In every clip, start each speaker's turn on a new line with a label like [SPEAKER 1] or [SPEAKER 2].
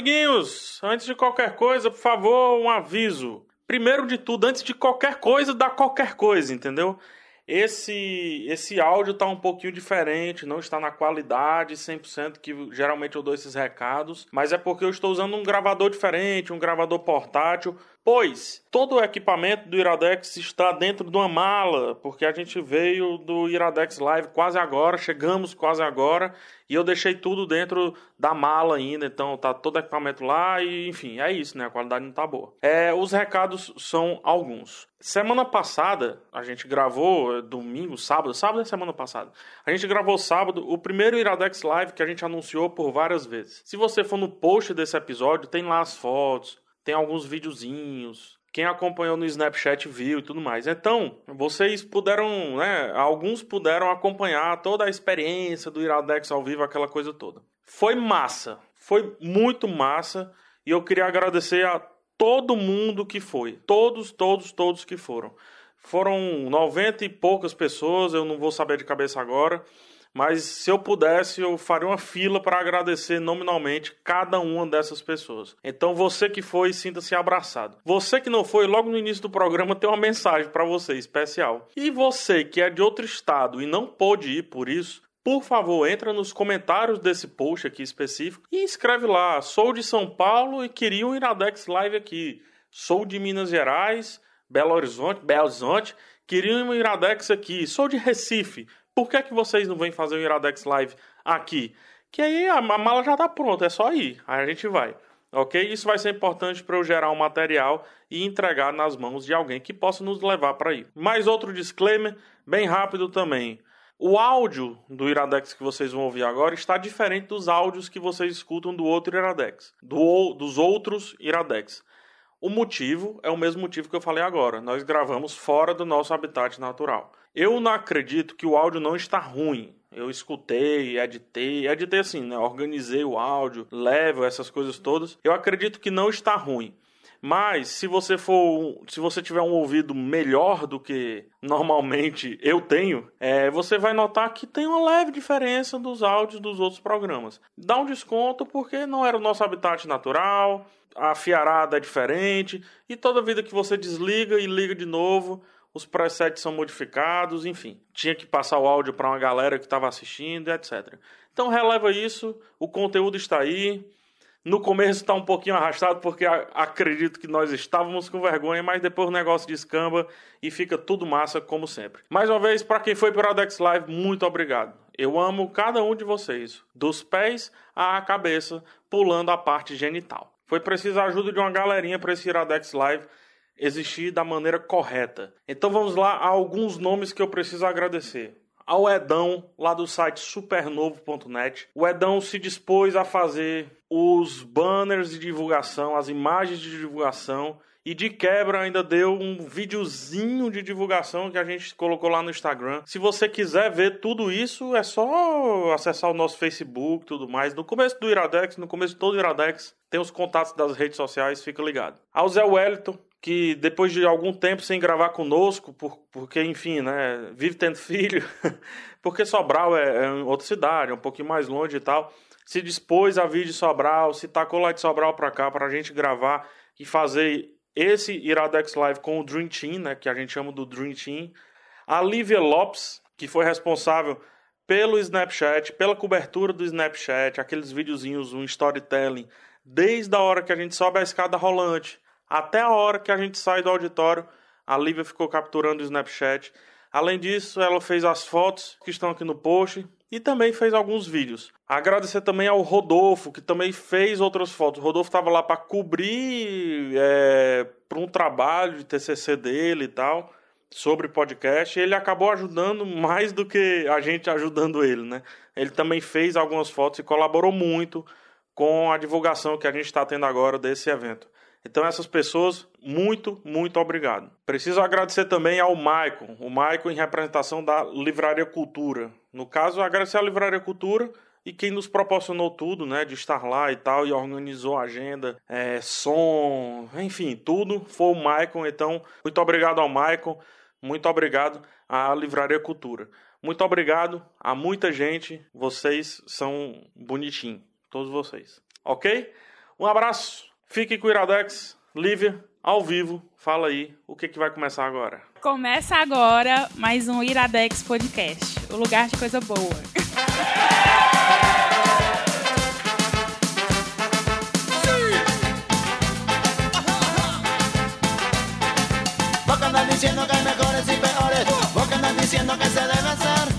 [SPEAKER 1] Amiguinhos, antes de qualquer coisa, por favor, um aviso. Primeiro de tudo, antes de qualquer coisa, dá qualquer coisa, entendeu? Esse esse áudio tá um pouquinho diferente, não está na qualidade 100% que geralmente eu dou esses recados, mas é porque eu estou usando um gravador diferente, um gravador portátil, pois todo o equipamento do Iradex está dentro de uma mala, porque a gente veio do Iradex Live quase agora, chegamos quase agora, e eu deixei tudo dentro da mala ainda, então tá todo o equipamento lá e enfim, é isso, né? A qualidade não tá boa. É, os recados são alguns. Semana passada, a gente gravou domingo, sábado, sábado é semana passada. A gente gravou sábado o primeiro Iradex Live que a gente anunciou por várias vezes. Se você for no post desse episódio, tem lá as fotos, tem alguns videozinhos. Quem acompanhou no Snapchat viu e tudo mais. Então, vocês puderam, né? Alguns puderam acompanhar toda a experiência do Iradex ao vivo, aquela coisa toda. Foi massa, foi muito massa. E eu queria agradecer a todo mundo que foi. Todos, todos, todos que foram. Foram 90 e poucas pessoas, eu não vou saber de cabeça agora. Mas se eu pudesse, eu faria uma fila para agradecer nominalmente cada uma dessas pessoas. Então você que foi, sinta-se abraçado. Você que não foi, logo no início do programa tem uma mensagem para você especial. E você que é de outro estado e não pôde ir por isso, por favor, entra nos comentários desse post aqui específico e escreve lá: "Sou de São Paulo e queria um Iradex Live aqui. Sou de Minas Gerais, Belo Horizonte, Belo Horizonte, queria um Iradex aqui. Sou de Recife." por que, é que vocês não vêm fazer o Iradex Live aqui? Que aí a mala já está pronta, é só ir, aí a gente vai. Ok? Isso vai ser importante para eu gerar um material e entregar nas mãos de alguém que possa nos levar para aí. Mais outro disclaimer, bem rápido também. O áudio do Iradex que vocês vão ouvir agora está diferente dos áudios que vocês escutam do outro Iradex, do, dos outros Iradex. O motivo é o mesmo motivo que eu falei agora. Nós gravamos fora do nosso habitat natural. Eu não acredito que o áudio não está ruim. Eu escutei, editei, editei assim, né? Organizei o áudio, level, essas coisas todas. Eu acredito que não está ruim. Mas se você for, se você tiver um ouvido melhor do que normalmente eu tenho, é, você vai notar que tem uma leve diferença dos áudios dos outros programas. Dá um desconto porque não era o nosso habitat natural, a fiarada é diferente e toda vida que você desliga e liga de novo, os presets são modificados, enfim. Tinha que passar o áudio para uma galera que estava assistindo, etc. Então releva isso, o conteúdo está aí. No começo está um pouquinho arrastado porque acredito que nós estávamos com vergonha, mas depois o negócio descamba e fica tudo massa como sempre. Mais uma vez, para quem foi para o Adex Live, muito obrigado. Eu amo cada um de vocês, dos pés à cabeça, pulando a parte genital. Foi preciso a ajuda de uma galerinha para esse Iradex Live existir da maneira correta. Então vamos lá a alguns nomes que eu preciso agradecer ao Edão, lá do site supernovo.net. O Edão se dispôs a fazer os banners de divulgação, as imagens de divulgação. E de quebra ainda deu um videozinho de divulgação que a gente colocou lá no Instagram. Se você quiser ver tudo isso, é só acessar o nosso Facebook e tudo mais. No começo do Iradex, no começo de todo o Iradex, tem os contatos das redes sociais, fica ligado. Ao Zé Wellington, que depois de algum tempo sem gravar conosco, por, porque, enfim, né, vive tendo filho, porque Sobral é, é outra cidade, é um pouquinho mais longe e tal, se dispôs a vir de Sobral, se tacou lá de Sobral pra cá pra gente gravar e fazer esse Iradex Live com o Dream Team, né, que a gente chama do Dream Team. A Lívia Lopes, que foi responsável pelo Snapchat, pela cobertura do Snapchat, aqueles videozinhos, um storytelling, desde a hora que a gente sobe a escada rolante, até a hora que a gente sai do auditório, a Lívia ficou capturando o Snapchat. Além disso, ela fez as fotos que estão aqui no post e também fez alguns vídeos. Agradecer também ao Rodolfo, que também fez outras fotos. O Rodolfo estava lá para cobrir é, para um trabalho de TCC dele e tal, sobre podcast. E ele acabou ajudando mais do que a gente ajudando ele, né? Ele também fez algumas fotos e colaborou muito com a divulgação que a gente está tendo agora desse evento. Então, essas pessoas, muito, muito obrigado. Preciso agradecer também ao Maicon, o Maicon em representação da Livraria Cultura. No caso, agradecer à Livraria Cultura e quem nos proporcionou tudo, né, de estar lá e tal, e organizou a agenda, é, som, enfim, tudo, foi o Maicon. Então, muito obrigado ao Maicon, muito obrigado à Livraria Cultura. Muito obrigado a muita gente, vocês são bonitinhos, todos vocês, ok? Um abraço, fique com o Iradex. Lívia, ao vivo, fala aí o que, que vai começar agora.
[SPEAKER 2] Começa agora mais um Iradex Podcast o lugar de coisa boa.
[SPEAKER 3] Vos que andas diciendo que hay mejores y peores. Vos que andas diciendo que se debe hacer.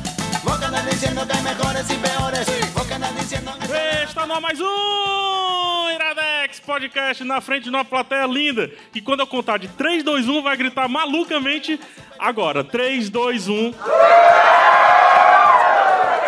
[SPEAKER 3] Vos que andas diciendo que hay mejores y peores. Vos que andas diciendo que
[SPEAKER 1] Está no ar mais um Iradex Podcast na frente de uma plateia linda. Que quando eu contar de 3, 2, 1, vai gritar malucamente agora. 3, 2, 1.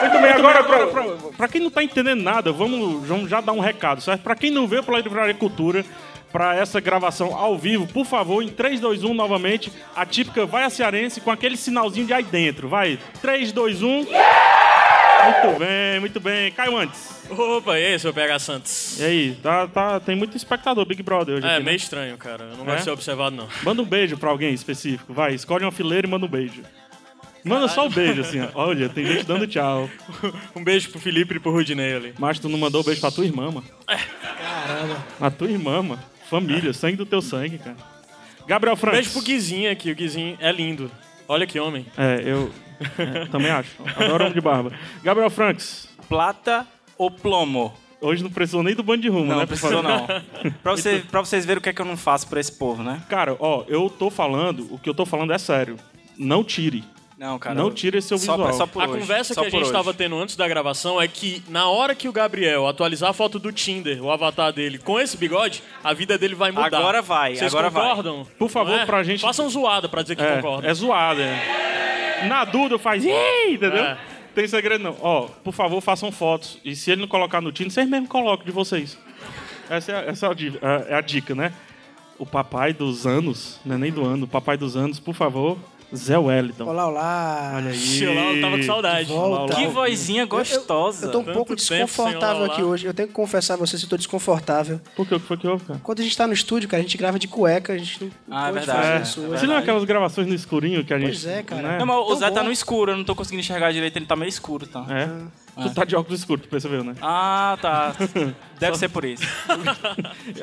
[SPEAKER 1] Muito bem, agora, pra, pra- pra quem não tá entendendo nada, vamos, vamos já dar um recado, certo? Pra quem não veio pela Livraria Cultura, pra essa gravação ao vivo, por favor, em 3, 2, 1 novamente, a típica vai a cearense com aquele sinalzinho de aí dentro. Vai, 3, 2, 1. Muito bem, muito bem. Caio antes.
[SPEAKER 4] Opa, e aí, seu PH Santos?
[SPEAKER 1] E aí, tá, tá, tem muito espectador, Big Brother hoje
[SPEAKER 4] É,
[SPEAKER 1] aqui, né?
[SPEAKER 4] meio estranho, cara. Eu não gosto
[SPEAKER 1] É?
[SPEAKER 4] de ser observado, não.
[SPEAKER 1] Manda um beijo pra alguém específico, vai, escolhe uma fileira e manda um beijo. Manda só o beijo, assim, ó. Olha, tem gente dando tchau.
[SPEAKER 4] Um beijo pro Felipe e pro Rudinei ali.
[SPEAKER 1] Mas tu não mandou beijo pra tua irmã, mano.
[SPEAKER 5] É.
[SPEAKER 1] Caramba. A tua irmã, mano. Família, sangue do teu sangue, cara. Gabriel Franco.
[SPEAKER 4] Beijo pro Guizinho aqui, o Guizinho é lindo. Olha que homem.
[SPEAKER 1] É, eu é, também acho. Adoro homem de barba. Gabriel Franks.
[SPEAKER 5] Plata ou plomo?
[SPEAKER 1] Hoje não precisou nem do bando de rumo,
[SPEAKER 5] Não,
[SPEAKER 1] né?
[SPEAKER 5] não
[SPEAKER 1] pra
[SPEAKER 5] precisou
[SPEAKER 1] falar.
[SPEAKER 5] não. Pra, você, pra vocês verem o que é que eu não faço pra esse povo, né?
[SPEAKER 1] Cara, ó, eu tô falando, o que eu tô falando é sério. Não tire.
[SPEAKER 5] Não, cara.
[SPEAKER 1] Não
[SPEAKER 5] eu-
[SPEAKER 1] tira esse seu
[SPEAKER 5] só,
[SPEAKER 1] visual.
[SPEAKER 5] Só por
[SPEAKER 4] a
[SPEAKER 5] hoje,
[SPEAKER 4] conversa
[SPEAKER 5] só
[SPEAKER 4] que a
[SPEAKER 5] por
[SPEAKER 4] gente
[SPEAKER 5] hoje.
[SPEAKER 4] tava tendo antes da gravação é que na hora que o Gabriel atualizar a foto do Tinder, o avatar dele, com esse bigode, a vida dele vai mudar.
[SPEAKER 5] Agora vai,
[SPEAKER 4] Vocês
[SPEAKER 5] agora vai.
[SPEAKER 4] concordam? vai.
[SPEAKER 1] Por favor, pra gente-
[SPEAKER 4] Façam zoada pra dizer que concordam.
[SPEAKER 1] É, é zoada. é. Na dúvida faz, "Ih", entendeu?
[SPEAKER 4] É.
[SPEAKER 1] Tem segredo não. Ó, por favor, façam fotos. E se ele não colocar no Tinder, vocês mesmo colocam de vocês. Essa é, a- essa é a di- a, é a dica, né? O papai dos anos, não é nem do ano, o papai dos anos, por favor, Zé Wellington.
[SPEAKER 6] Olá, olá. Olha aí.
[SPEAKER 4] Sei lá, eu tava com saudade.
[SPEAKER 6] Volta.
[SPEAKER 5] Que vozinha gostosa.
[SPEAKER 6] Eu tô um
[SPEAKER 4] Tanto
[SPEAKER 6] pouco
[SPEAKER 4] tempo sem
[SPEAKER 6] desconfortável
[SPEAKER 4] olá,
[SPEAKER 6] aqui
[SPEAKER 4] olá.
[SPEAKER 6] hoje. Eu tenho que confessar a vocês que eu tô desconfortável.
[SPEAKER 1] Por que? O que foi que houve, cara?
[SPEAKER 6] Quando a gente tá no estúdio, cara, a gente grava de cueca, a gente não não
[SPEAKER 5] Ah, é
[SPEAKER 6] pode
[SPEAKER 5] verdade,
[SPEAKER 6] fazer
[SPEAKER 5] é,
[SPEAKER 6] isso
[SPEAKER 5] é
[SPEAKER 6] hoje.
[SPEAKER 1] Você não é aquelas gravações no escurinho que a gente...
[SPEAKER 6] Pois é, cara.
[SPEAKER 1] né?
[SPEAKER 5] Não, mas o
[SPEAKER 6] Tão
[SPEAKER 5] Zé tá
[SPEAKER 6] bom.
[SPEAKER 5] no escuro, eu não tô conseguindo enxergar direito, ele tá meio escuro, tá?
[SPEAKER 1] É.
[SPEAKER 6] Ah.
[SPEAKER 1] Tu tá de óculos escuros, tu percebeu, né?
[SPEAKER 5] Ah, tá. Deve ser por isso.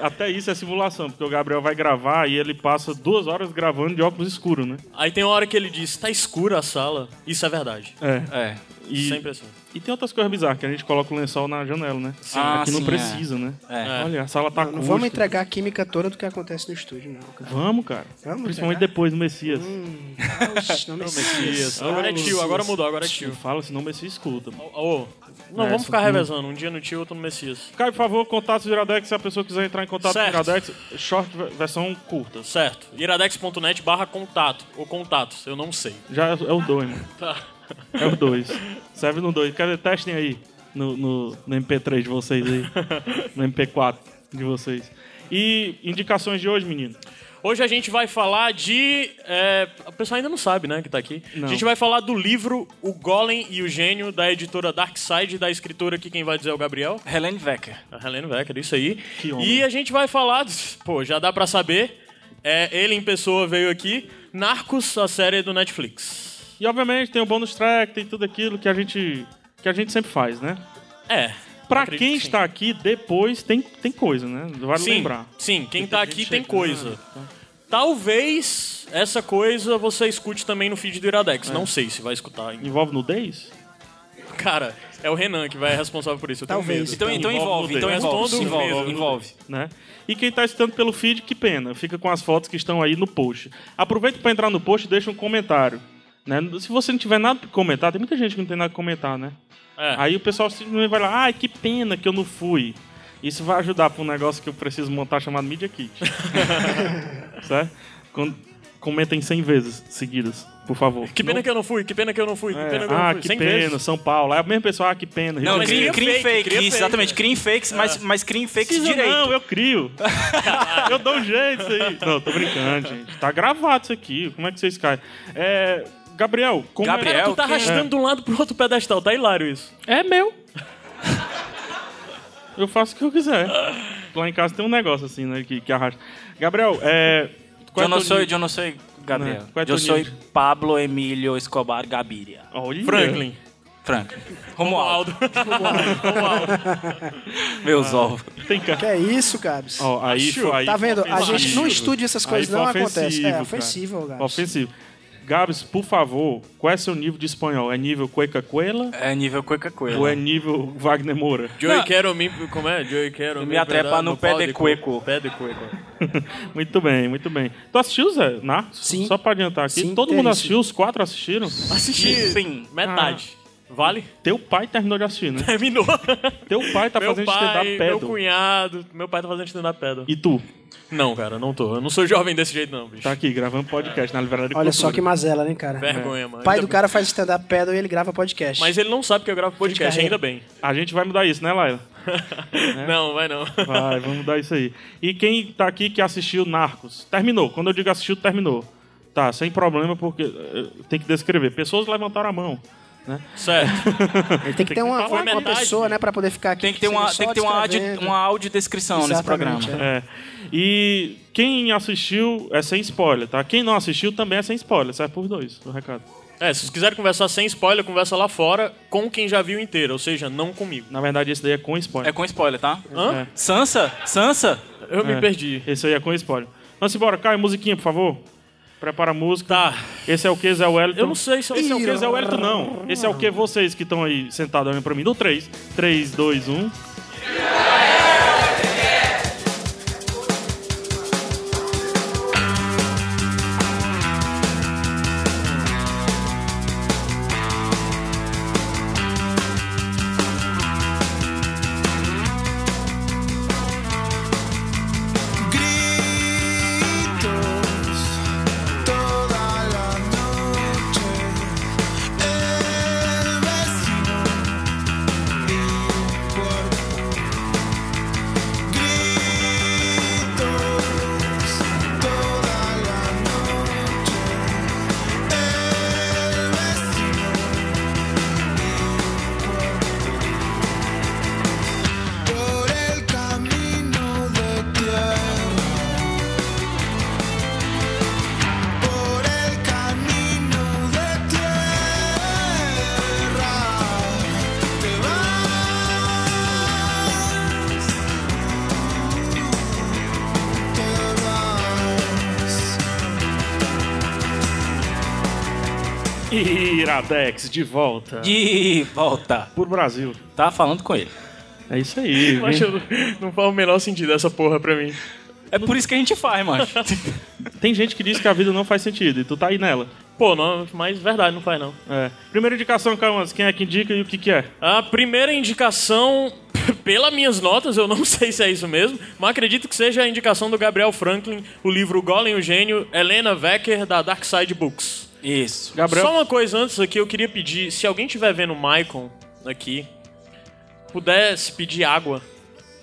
[SPEAKER 1] Até isso é simulação, porque o Gabriel vai gravar e ele passa duas horas gravando de óculos escuros, né?
[SPEAKER 4] Aí tem uma hora que ele diz, tá escura a sala. Isso é verdade.
[SPEAKER 1] É.
[SPEAKER 5] É.
[SPEAKER 1] E,
[SPEAKER 4] Sempre assim.
[SPEAKER 1] E tem outras coisas bizarras, que a gente coloca o lençol na janela, né?
[SPEAKER 5] Ah,
[SPEAKER 1] Aqui não
[SPEAKER 5] sim,
[SPEAKER 1] precisa, né?
[SPEAKER 5] É.
[SPEAKER 1] Olha, a sala tá
[SPEAKER 6] Não
[SPEAKER 1] acústica.
[SPEAKER 6] vamos entregar a química toda do que acontece no estúdio, não, cara.
[SPEAKER 1] Vamos, cara.
[SPEAKER 6] Vamos
[SPEAKER 1] Principalmente
[SPEAKER 6] entregar? Hum,
[SPEAKER 1] depois do Messias.
[SPEAKER 6] Oxe, não me esqueça.
[SPEAKER 4] Agora é tio, agora mudou, agora é
[SPEAKER 1] Não
[SPEAKER 4] tio.
[SPEAKER 1] fala, senão o Messias escuta. mano.
[SPEAKER 4] Ô, ô, não,
[SPEAKER 1] É,
[SPEAKER 4] vamos ficar revezando. Um dia no tio, outro no Messias.
[SPEAKER 1] Caio, por favor, contato do Iradex. Se a pessoa quiser entrar em contato
[SPEAKER 4] Certo.
[SPEAKER 1] com o Iradex, short ve- versão curta.
[SPEAKER 4] Certo. iradex.net barra contato. Ou contatos, eu não sei.
[SPEAKER 1] Já é o 2, mano.
[SPEAKER 4] Tá.
[SPEAKER 1] É o 2. Serve no 2. Quero testem aí no, no, no MP3 de vocês aí. No MP4 de vocês. E indicações de hoje, menino.
[SPEAKER 4] Hoje a gente vai falar de. É, a pessoa ainda não sabe, né, que tá aqui.
[SPEAKER 1] Não.
[SPEAKER 4] A gente vai falar do livro O Golem e o Gênio, da editora Darkside, da escritora que quem vai dizer é o Gabriel.
[SPEAKER 5] Helene Wecker.
[SPEAKER 4] A Helene Wecker, isso aí.
[SPEAKER 1] Que homem.
[SPEAKER 4] E a gente vai falar, pô, já dá pra saber. É, ele em pessoa veio aqui. Narcos, a série do Netflix.
[SPEAKER 1] E obviamente tem o bônus track, tem tudo aquilo que a gente que a gente sempre faz, né?
[SPEAKER 4] É.
[SPEAKER 1] Pra
[SPEAKER 4] acredito
[SPEAKER 1] quem
[SPEAKER 4] que sim.
[SPEAKER 1] está aqui depois tem, tem coisa, né? Vale
[SPEAKER 4] sim,
[SPEAKER 1] lembrar.
[SPEAKER 4] Sim,
[SPEAKER 1] Porque
[SPEAKER 4] quem
[SPEAKER 1] tem
[SPEAKER 4] tá
[SPEAKER 1] gente né?
[SPEAKER 4] aqui tem
[SPEAKER 1] chegando,
[SPEAKER 4] coisa. Talvez essa coisa você escute também no feed do Iradex.
[SPEAKER 1] É.
[SPEAKER 4] Não sei se vai escutar ainda.
[SPEAKER 1] Envolve nudez?
[SPEAKER 4] Cara, é o Renan que vai responsável por isso. Eu tenho
[SPEAKER 6] Talvez.
[SPEAKER 4] medo.
[SPEAKER 5] Então, então envolve, então
[SPEAKER 4] É
[SPEAKER 5] envolve.
[SPEAKER 4] todo
[SPEAKER 5] Envolve,
[SPEAKER 4] medo.
[SPEAKER 5] envolve.
[SPEAKER 1] Né? E quem tá estudando pelo feed, que pena. Fica com as fotos que estão aí no post. Aproveita para entrar no post e deixa um comentário. Né? Se você não tiver nada pra comentar, tem muita gente que não tem nada pra comentar, né?
[SPEAKER 4] É.
[SPEAKER 1] Aí o pessoal simplesmente vai lá, ai, que pena que eu não fui. Isso vai ajudar pra um negócio que eu preciso montar chamado Media Kit. certo? Quando- Comentem 100 vezes seguidas, por favor.
[SPEAKER 4] Que pena que eu não fui, que pena que eu não fui, que pena que eu não
[SPEAKER 1] ah,
[SPEAKER 4] fui.
[SPEAKER 1] que
[SPEAKER 4] Cem
[SPEAKER 1] pena,
[SPEAKER 4] vezes.
[SPEAKER 1] São Paulo. É o mesmo pessoal, ah, que pena. Rio
[SPEAKER 5] Não,
[SPEAKER 1] de
[SPEAKER 4] mas
[SPEAKER 1] Janeiro.
[SPEAKER 5] cria,
[SPEAKER 4] cria
[SPEAKER 5] cria
[SPEAKER 4] fake,
[SPEAKER 5] fake,
[SPEAKER 4] cria
[SPEAKER 5] isso,
[SPEAKER 4] fake.
[SPEAKER 5] exatamente. Cria fakes, mas, mas cria fakes
[SPEAKER 1] É. Precisa
[SPEAKER 5] direito.
[SPEAKER 1] Não, eu crio. eu dou um jeito isso aí. Não, tô brincando, gente. Tá gravado isso aqui. Como é que vocês caem? É, Gabriel, como é-
[SPEAKER 5] Gabriel?
[SPEAKER 4] Cara, tu tá
[SPEAKER 5] quem-
[SPEAKER 4] arrastando de um lado pro outro pedestal, tá hilário isso.
[SPEAKER 1] É meu. eu faço o que eu quiser. Lá em casa tem um negócio assim, né, que, que arrasta. Gabriel, é... qual
[SPEAKER 5] Eu
[SPEAKER 1] é
[SPEAKER 5] não
[SPEAKER 1] teu
[SPEAKER 5] sou,
[SPEAKER 1] nível?
[SPEAKER 5] eu não sou Gabriel.
[SPEAKER 1] Não, qual é teu
[SPEAKER 5] eu sou
[SPEAKER 1] nível?
[SPEAKER 5] Pablo Emílio Escobar Gabiria.
[SPEAKER 1] Olha.
[SPEAKER 4] Franklin.
[SPEAKER 5] Franca. Romualdo. Meus ovos.
[SPEAKER 1] Tem cara.
[SPEAKER 6] Que é isso, Gabs?
[SPEAKER 1] Ó, aí, foi, aí
[SPEAKER 6] tá
[SPEAKER 1] foi
[SPEAKER 6] vendo? A
[SPEAKER 1] ofensivo.
[SPEAKER 6] gente no estúdio essas
[SPEAKER 1] Aí
[SPEAKER 6] coisas
[SPEAKER 1] foi
[SPEAKER 6] não
[SPEAKER 1] ofensivo,
[SPEAKER 6] acontecem. É
[SPEAKER 1] cara.
[SPEAKER 6] ofensivo, Gabs.
[SPEAKER 1] Ofensivo. Gabs, por favor, qual é seu nível de espanhol? É nível Cueca Coela
[SPEAKER 5] É nível cueca
[SPEAKER 1] ou é
[SPEAKER 5] coelho.
[SPEAKER 1] nível Wagner Moura?
[SPEAKER 4] Joey
[SPEAKER 5] Não.
[SPEAKER 4] quero me. Como é? Joey quero
[SPEAKER 5] Me atrepar
[SPEAKER 4] pedaço
[SPEAKER 5] no pé
[SPEAKER 4] pau
[SPEAKER 5] de cueco.
[SPEAKER 4] Pé de cueco.
[SPEAKER 1] Muito bem, muito bem. Tu assistiu, Zé? Narcos?
[SPEAKER 6] Sim.
[SPEAKER 1] Só pra adiantar aqui.
[SPEAKER 6] Sim,
[SPEAKER 1] Todo
[SPEAKER 6] é
[SPEAKER 1] mundo
[SPEAKER 6] isso.
[SPEAKER 1] assistiu? Os quatro assistiram?
[SPEAKER 4] Assisti.
[SPEAKER 5] Sim.
[SPEAKER 4] Metade. Vale?
[SPEAKER 1] Teu pai terminou de assistir, né?
[SPEAKER 4] Terminou.
[SPEAKER 1] Teu pai tá
[SPEAKER 4] meu
[SPEAKER 1] fazendo stand-up
[SPEAKER 4] pai, meu
[SPEAKER 1] pedal.
[SPEAKER 4] cunhado, meu pai tá fazendo stand-up pedal.
[SPEAKER 1] E tu?
[SPEAKER 4] Não, cara, não tô. Eu não sou jovem desse jeito, não, bicho.
[SPEAKER 1] Tá é. aqui gravando podcast na Livraria de
[SPEAKER 6] Olha só que
[SPEAKER 1] Cultura.
[SPEAKER 6] mazela, né, cara?
[SPEAKER 4] Vergonha, mano.
[SPEAKER 6] O pai do
[SPEAKER 4] Ainda bem.
[SPEAKER 6] cara faz stand-up pedal e ele grava podcast.
[SPEAKER 4] Mas ele não sabe que eu gravo podcast,
[SPEAKER 6] carreira.
[SPEAKER 4] ainda bem.
[SPEAKER 1] A gente vai mudar isso, né, Laila?
[SPEAKER 4] Não, vai não.
[SPEAKER 1] É. Vai, vamos mudar isso aí. E quem tá aqui que assistiu Narcos? Terminou. Quando eu digo assistiu, terminou. Tá, sem problema, porque eh, tem que descrever. Pessoas levantaram a mão.
[SPEAKER 4] Certo.
[SPEAKER 6] Ele tem que ter uma,
[SPEAKER 4] Foi
[SPEAKER 6] uma
[SPEAKER 4] metade,
[SPEAKER 6] pessoa, né, pra poder ficar aqui.
[SPEAKER 5] Tem que ter uma,
[SPEAKER 6] só
[SPEAKER 5] tem que ter uma,
[SPEAKER 6] descrevendo.
[SPEAKER 5] audio, uma audiodescrição nesse
[SPEAKER 6] Exatamente,
[SPEAKER 5] programa.
[SPEAKER 6] é.
[SPEAKER 1] É. E quem assistiu é sem spoiler, tá? Quem não assistiu também é sem spoiler. Serve por dois, o recado.
[SPEAKER 4] É, se vocês quiserem conversar sem spoiler, conversa lá fora com quem já viu inteiro, ou seja, não comigo.
[SPEAKER 1] Na verdade, esse daí é com spoiler.
[SPEAKER 5] É com spoiler, tá?
[SPEAKER 4] Hã?
[SPEAKER 5] Sansa? Sansa?
[SPEAKER 4] Eu me
[SPEAKER 1] É.
[SPEAKER 4] perdi.
[SPEAKER 1] Esse aí é com spoiler. Vamos embora, Caio, musiquinha, por favor. Prepara a música.
[SPEAKER 4] Tá.
[SPEAKER 1] Esse é o que, Zé Wellington?
[SPEAKER 4] Eu não sei se eu...
[SPEAKER 1] Esse é o que, Zé Wellington, não. Esse é o que vocês que estão aí sentados olhando pra mim. No 3, 3, 2, 1.
[SPEAKER 3] Gritos toda la noche, el vecino y un cuerpo. Gritos toda la noche, el vecino y un cuerpo. Por el camino de tierra. Por el camino de tierra te vas, te vas.
[SPEAKER 1] Iradex, de volta.
[SPEAKER 5] De volta.
[SPEAKER 1] Por Brasil.
[SPEAKER 5] Tá falando com ele.
[SPEAKER 1] É isso aí.
[SPEAKER 4] Eu acho- não faz o menor sentido essa porra pra mim.
[SPEAKER 5] É por isso que a gente faz, mano.
[SPEAKER 1] Tem gente que diz que a vida não faz sentido e tu tá aí nela.
[SPEAKER 4] Pô, não, mas verdade, não faz não.
[SPEAKER 1] É. Primeira indicação, Camas, quem é que indica e o que que é?
[SPEAKER 4] A primeira indicação, pelas minhas notas, eu não sei se é isso mesmo, mas acredito que seja a indicação do Gabriel Franklin, o livro Golem e o Gênio, Helena Wecker, da Dark Side Books.
[SPEAKER 5] Isso.
[SPEAKER 1] Gabriel.
[SPEAKER 4] Só uma coisa antes aqui, eu queria pedir, se alguém estiver vendo o Maicon aqui, pudesse pedir água,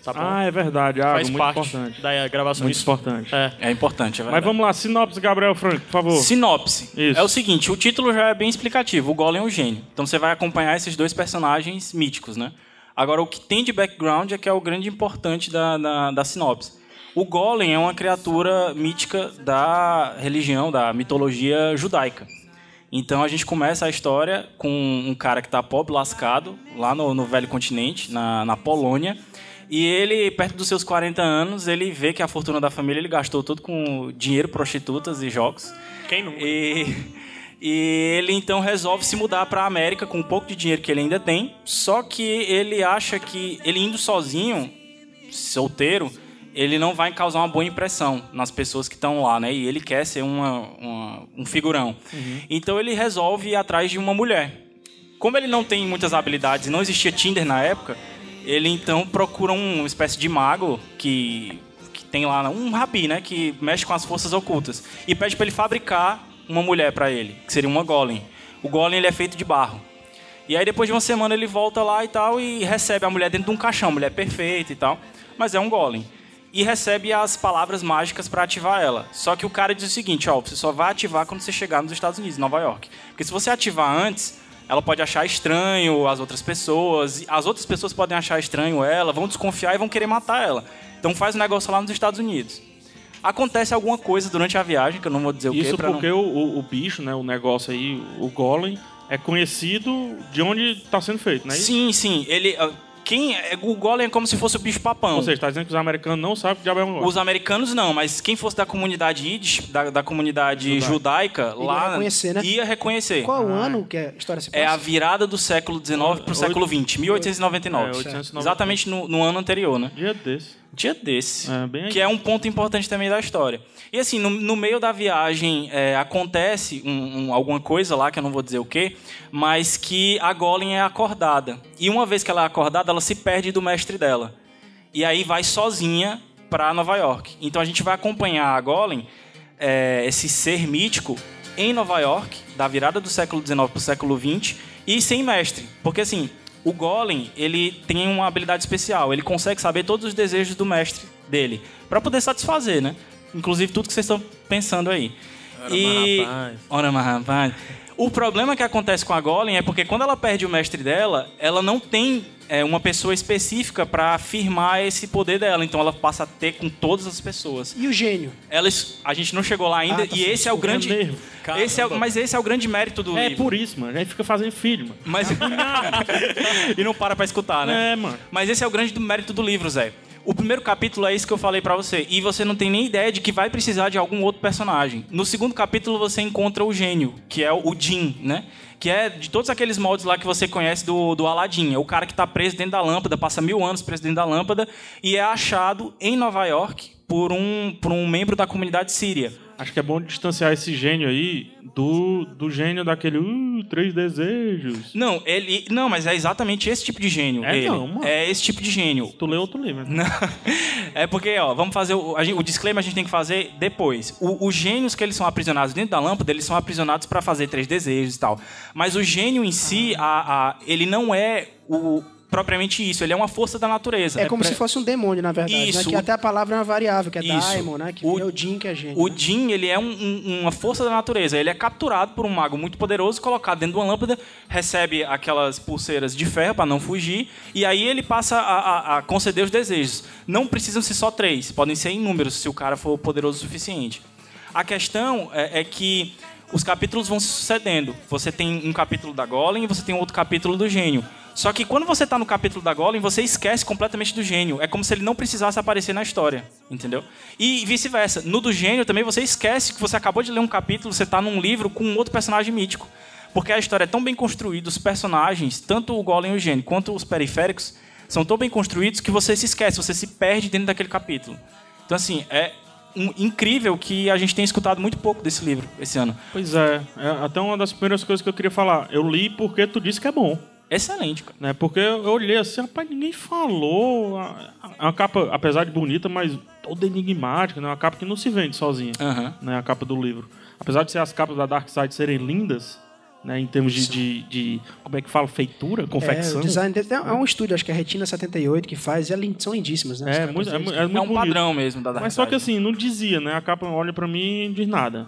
[SPEAKER 4] tá bom?
[SPEAKER 1] Ah, é verdade. Ah,
[SPEAKER 4] Faz
[SPEAKER 1] muito
[SPEAKER 4] parte
[SPEAKER 1] importante.
[SPEAKER 4] da eh, gravação.
[SPEAKER 1] Muito
[SPEAKER 4] Isso-
[SPEAKER 1] importante.
[SPEAKER 4] É.
[SPEAKER 5] É importante, é
[SPEAKER 1] Mas
[SPEAKER 5] verdade.
[SPEAKER 1] vamos lá, sinopse, Gabriel Franco, por favor.
[SPEAKER 5] Sinopse.
[SPEAKER 1] Isso.
[SPEAKER 5] É o seguinte, o título já é bem explicativo, o Golem é um gênio. Então você vai acompanhar esses dois personagens míticos, né? Agora, o que tem de background é que é o grande importante da, da, da sinopse. O Golem é uma criatura mítica da religião, da mitologia judaica. Então a gente começa a história com um cara que tá pobre, lascado, lá no, no velho continente, na, na Polônia. E ele, perto dos seus 40 anos, ele vê que a fortuna da família ele gastou tudo com dinheiro, prostitutas e jogos.
[SPEAKER 4] Quem nunca?
[SPEAKER 5] E, e ele então resolve se mudar para a América com um pouco de dinheiro que ele ainda tem. Só que ele acha que ele indo sozinho, solteiro, ele não vai causar uma boa impressão nas pessoas que estão lá, né? E ele quer ser uma- uma- um figurão.
[SPEAKER 4] Uhum.
[SPEAKER 5] Então ele resolve ir atrás de uma mulher. Como ele não tem muitas habilidades e não existia Tinder na época, ele então procura uma espécie de mago que, que tem lá um rabi, né? Que mexe com as forças ocultas. E pede pra ele fabricar uma mulher pra ele, que seria uma golem. O golem ele é feito de barro. E aí depois de uma semana ele volta lá e tal e recebe a mulher dentro de um caixão, mulher perfeita e tal, mas é um golem. E recebe as palavras mágicas pra ativar ela. Só que o cara diz o seguinte, ó, você só vai ativar quando você chegar nos Estados Unidos, em Nova York. Porque se você ativar antes, ela pode achar estranho as outras pessoas, e as outras pessoas podem achar estranho ela, vão desconfiar e vão querer matar ela. Então faz o negócio lá nos Estados Unidos. Acontece alguma coisa durante a viagem, que eu não vou dizer o que
[SPEAKER 1] Isso
[SPEAKER 5] pra não-
[SPEAKER 1] porque o, o- o bicho, né, o negócio aí, o golem, é conhecido de onde está sendo feito, né?
[SPEAKER 5] Sim, sim. Ele. ah, Quem, é- o Golem é como se fosse o bicho papão.
[SPEAKER 1] Ou seja, está dizendo que os americanos não sabem que diabo é um
[SPEAKER 5] Os americanos não, mas quem fosse da comunidade Yiddish, da, da comunidade judaica, lá
[SPEAKER 6] ia reconhecer, né?
[SPEAKER 5] ia reconhecer.
[SPEAKER 6] Qual o ano que a história se passa?
[SPEAKER 5] É a virada do século XIX para o século XX, 1899.
[SPEAKER 1] É, 899.
[SPEAKER 5] Exatamente no, no ano anterior, né?
[SPEAKER 1] Dia desse.
[SPEAKER 5] Dia desse.
[SPEAKER 1] É, bem aí.
[SPEAKER 5] que é um ponto importante também da história. E assim, no, no meio da viagem é, acontece um- um- alguma coisa lá, que eu não vou dizer o quê, mas que a Golem é acordada. E uma vez que ela é acordada, ela se perde do mestre dela. E aí vai sozinha para Nova York. Então a gente vai acompanhar a Golem, é, esse ser mítico, em Nova York, da virada do século XIX para o século XX, e sem mestre. Porque assim, o Golem, ele tem uma habilidade especial. Ele consegue saber todos os desejos do mestre dele. para poder satisfazer, né? Inclusive tudo que vocês estão pensando aí. Ora, e...
[SPEAKER 4] mas rapaz.
[SPEAKER 5] Ora, mas rapaz. O problema que acontece com a Golem é porque quando ela perde o mestre dela, ela não tem é, uma pessoa específica para afirmar esse poder dela. Então ela passa a ter com todas as pessoas.
[SPEAKER 6] E o gênio?
[SPEAKER 5] Ela, es- a gente não chegou lá ainda
[SPEAKER 6] Ah, tá
[SPEAKER 5] e
[SPEAKER 6] certo.
[SPEAKER 5] esse é o grande.
[SPEAKER 1] nervo.
[SPEAKER 5] Esse é, o- mas esse é o grande mérito do
[SPEAKER 1] É
[SPEAKER 5] livro.
[SPEAKER 1] por isso, mano. A gente fica fazendo filho, mano.
[SPEAKER 5] Mas e não para pra escutar, né?
[SPEAKER 1] É, mano.
[SPEAKER 5] Mas esse é o grande do mérito do livro, Zé. O primeiro capítulo é isso que eu falei pra você, e você não tem nem ideia de que vai precisar de algum outro personagem. No segundo capítulo você encontra o gênio, que é o Jim, né? Que é de todos aqueles moldes lá que você conhece do, do Aladdin. É o cara que tá preso dentro da lâmpada, passa mil anos preso dentro da lâmpada, e é achado em Nova York por um, por um membro da comunidade síria.
[SPEAKER 1] Acho que é bom distanciar esse gênio aí do, do gênio daquele. Uh, três desejos.
[SPEAKER 5] Não, ele. Não, mas é exatamente esse tipo de gênio.
[SPEAKER 1] É
[SPEAKER 5] ele.
[SPEAKER 1] não, mano.
[SPEAKER 5] É esse tipo de gênio.
[SPEAKER 1] Tu leu outro livro, né?
[SPEAKER 5] Não. É porque, ó, vamos fazer o, a gente- o disclaimer a gente tem que fazer depois. O- os gênios que eles são aprisionados dentro da lâmpada, eles são aprisionados pra fazer três desejos e tal. Mas o gênio em si,
[SPEAKER 1] Ah.
[SPEAKER 5] a- a- ele não é o propriamente isso, ele é uma força da natureza.
[SPEAKER 6] É como
[SPEAKER 5] pra-
[SPEAKER 6] se fosse um demônio, na verdade.
[SPEAKER 5] Isso.
[SPEAKER 6] Né? Que até a palavra é uma variável, que é
[SPEAKER 5] Isso.
[SPEAKER 6] daimon, né? Que
[SPEAKER 5] O-
[SPEAKER 6] é o Jin, que é gênio.
[SPEAKER 5] O
[SPEAKER 6] né?
[SPEAKER 5] Jin, ele é um- um- uma força da natureza. Ele é capturado por um mago muito poderoso, colocado dentro de uma lâmpada, recebe aquelas pulseiras de ferro para não fugir, e aí ele passa a, a- a conceder os desejos. Não precisam ser só três, podem ser inúmeros se o cara for poderoso o suficiente. A questão é, é que os capítulos vão se sucedendo. Você tem um capítulo da Golem e você tem outro capítulo do gênio. Só que quando você tá no capítulo da Golem, você esquece completamente do gênio. É como se ele não precisasse aparecer na história, entendeu? E vice-versa. No do gênio também você esquece que você acabou de ler um capítulo, você tá num livro com um outro personagem mítico. Porque a história é tão bem construída, os personagens, tanto o Golem e o gênio, quanto os periféricos, são tão bem construídos que você se esquece, você se perde dentro daquele capítulo. Então, assim, é um- incrível que a gente tem escutado muito pouco desse livro esse ano.
[SPEAKER 1] Pois é, é até uma das primeiras coisas que eu queria falar. Eu li porque tu disse que é bom.
[SPEAKER 5] Excelente, cara.
[SPEAKER 1] Né? Porque eu eu olhei assim, rapaz, ninguém falou. A, a- a capa, apesar de bonita, mas toda enigmática, né? Uma capa que não se vende sozinha.
[SPEAKER 5] Aham.
[SPEAKER 1] Né? A capa do livro. Apesar de ser as capas da Dark Side serem lindas, né? Em termos de, de, de- Como é que fala? Feitura?
[SPEAKER 6] É,
[SPEAKER 1] Confecção.
[SPEAKER 6] o design dele- é um estúdio, acho que é a Retina 78 que faz, e é elas são lindíssimas, né? As
[SPEAKER 1] É,
[SPEAKER 6] capas
[SPEAKER 1] muito, é,
[SPEAKER 6] deles.
[SPEAKER 1] mu- é muito
[SPEAKER 5] É um
[SPEAKER 1] bonito.
[SPEAKER 5] padrão mesmo da Dark
[SPEAKER 1] Mas só que
[SPEAKER 5] Side.
[SPEAKER 1] assim, não dizia, né? A capa olha pra mim e não diz nada.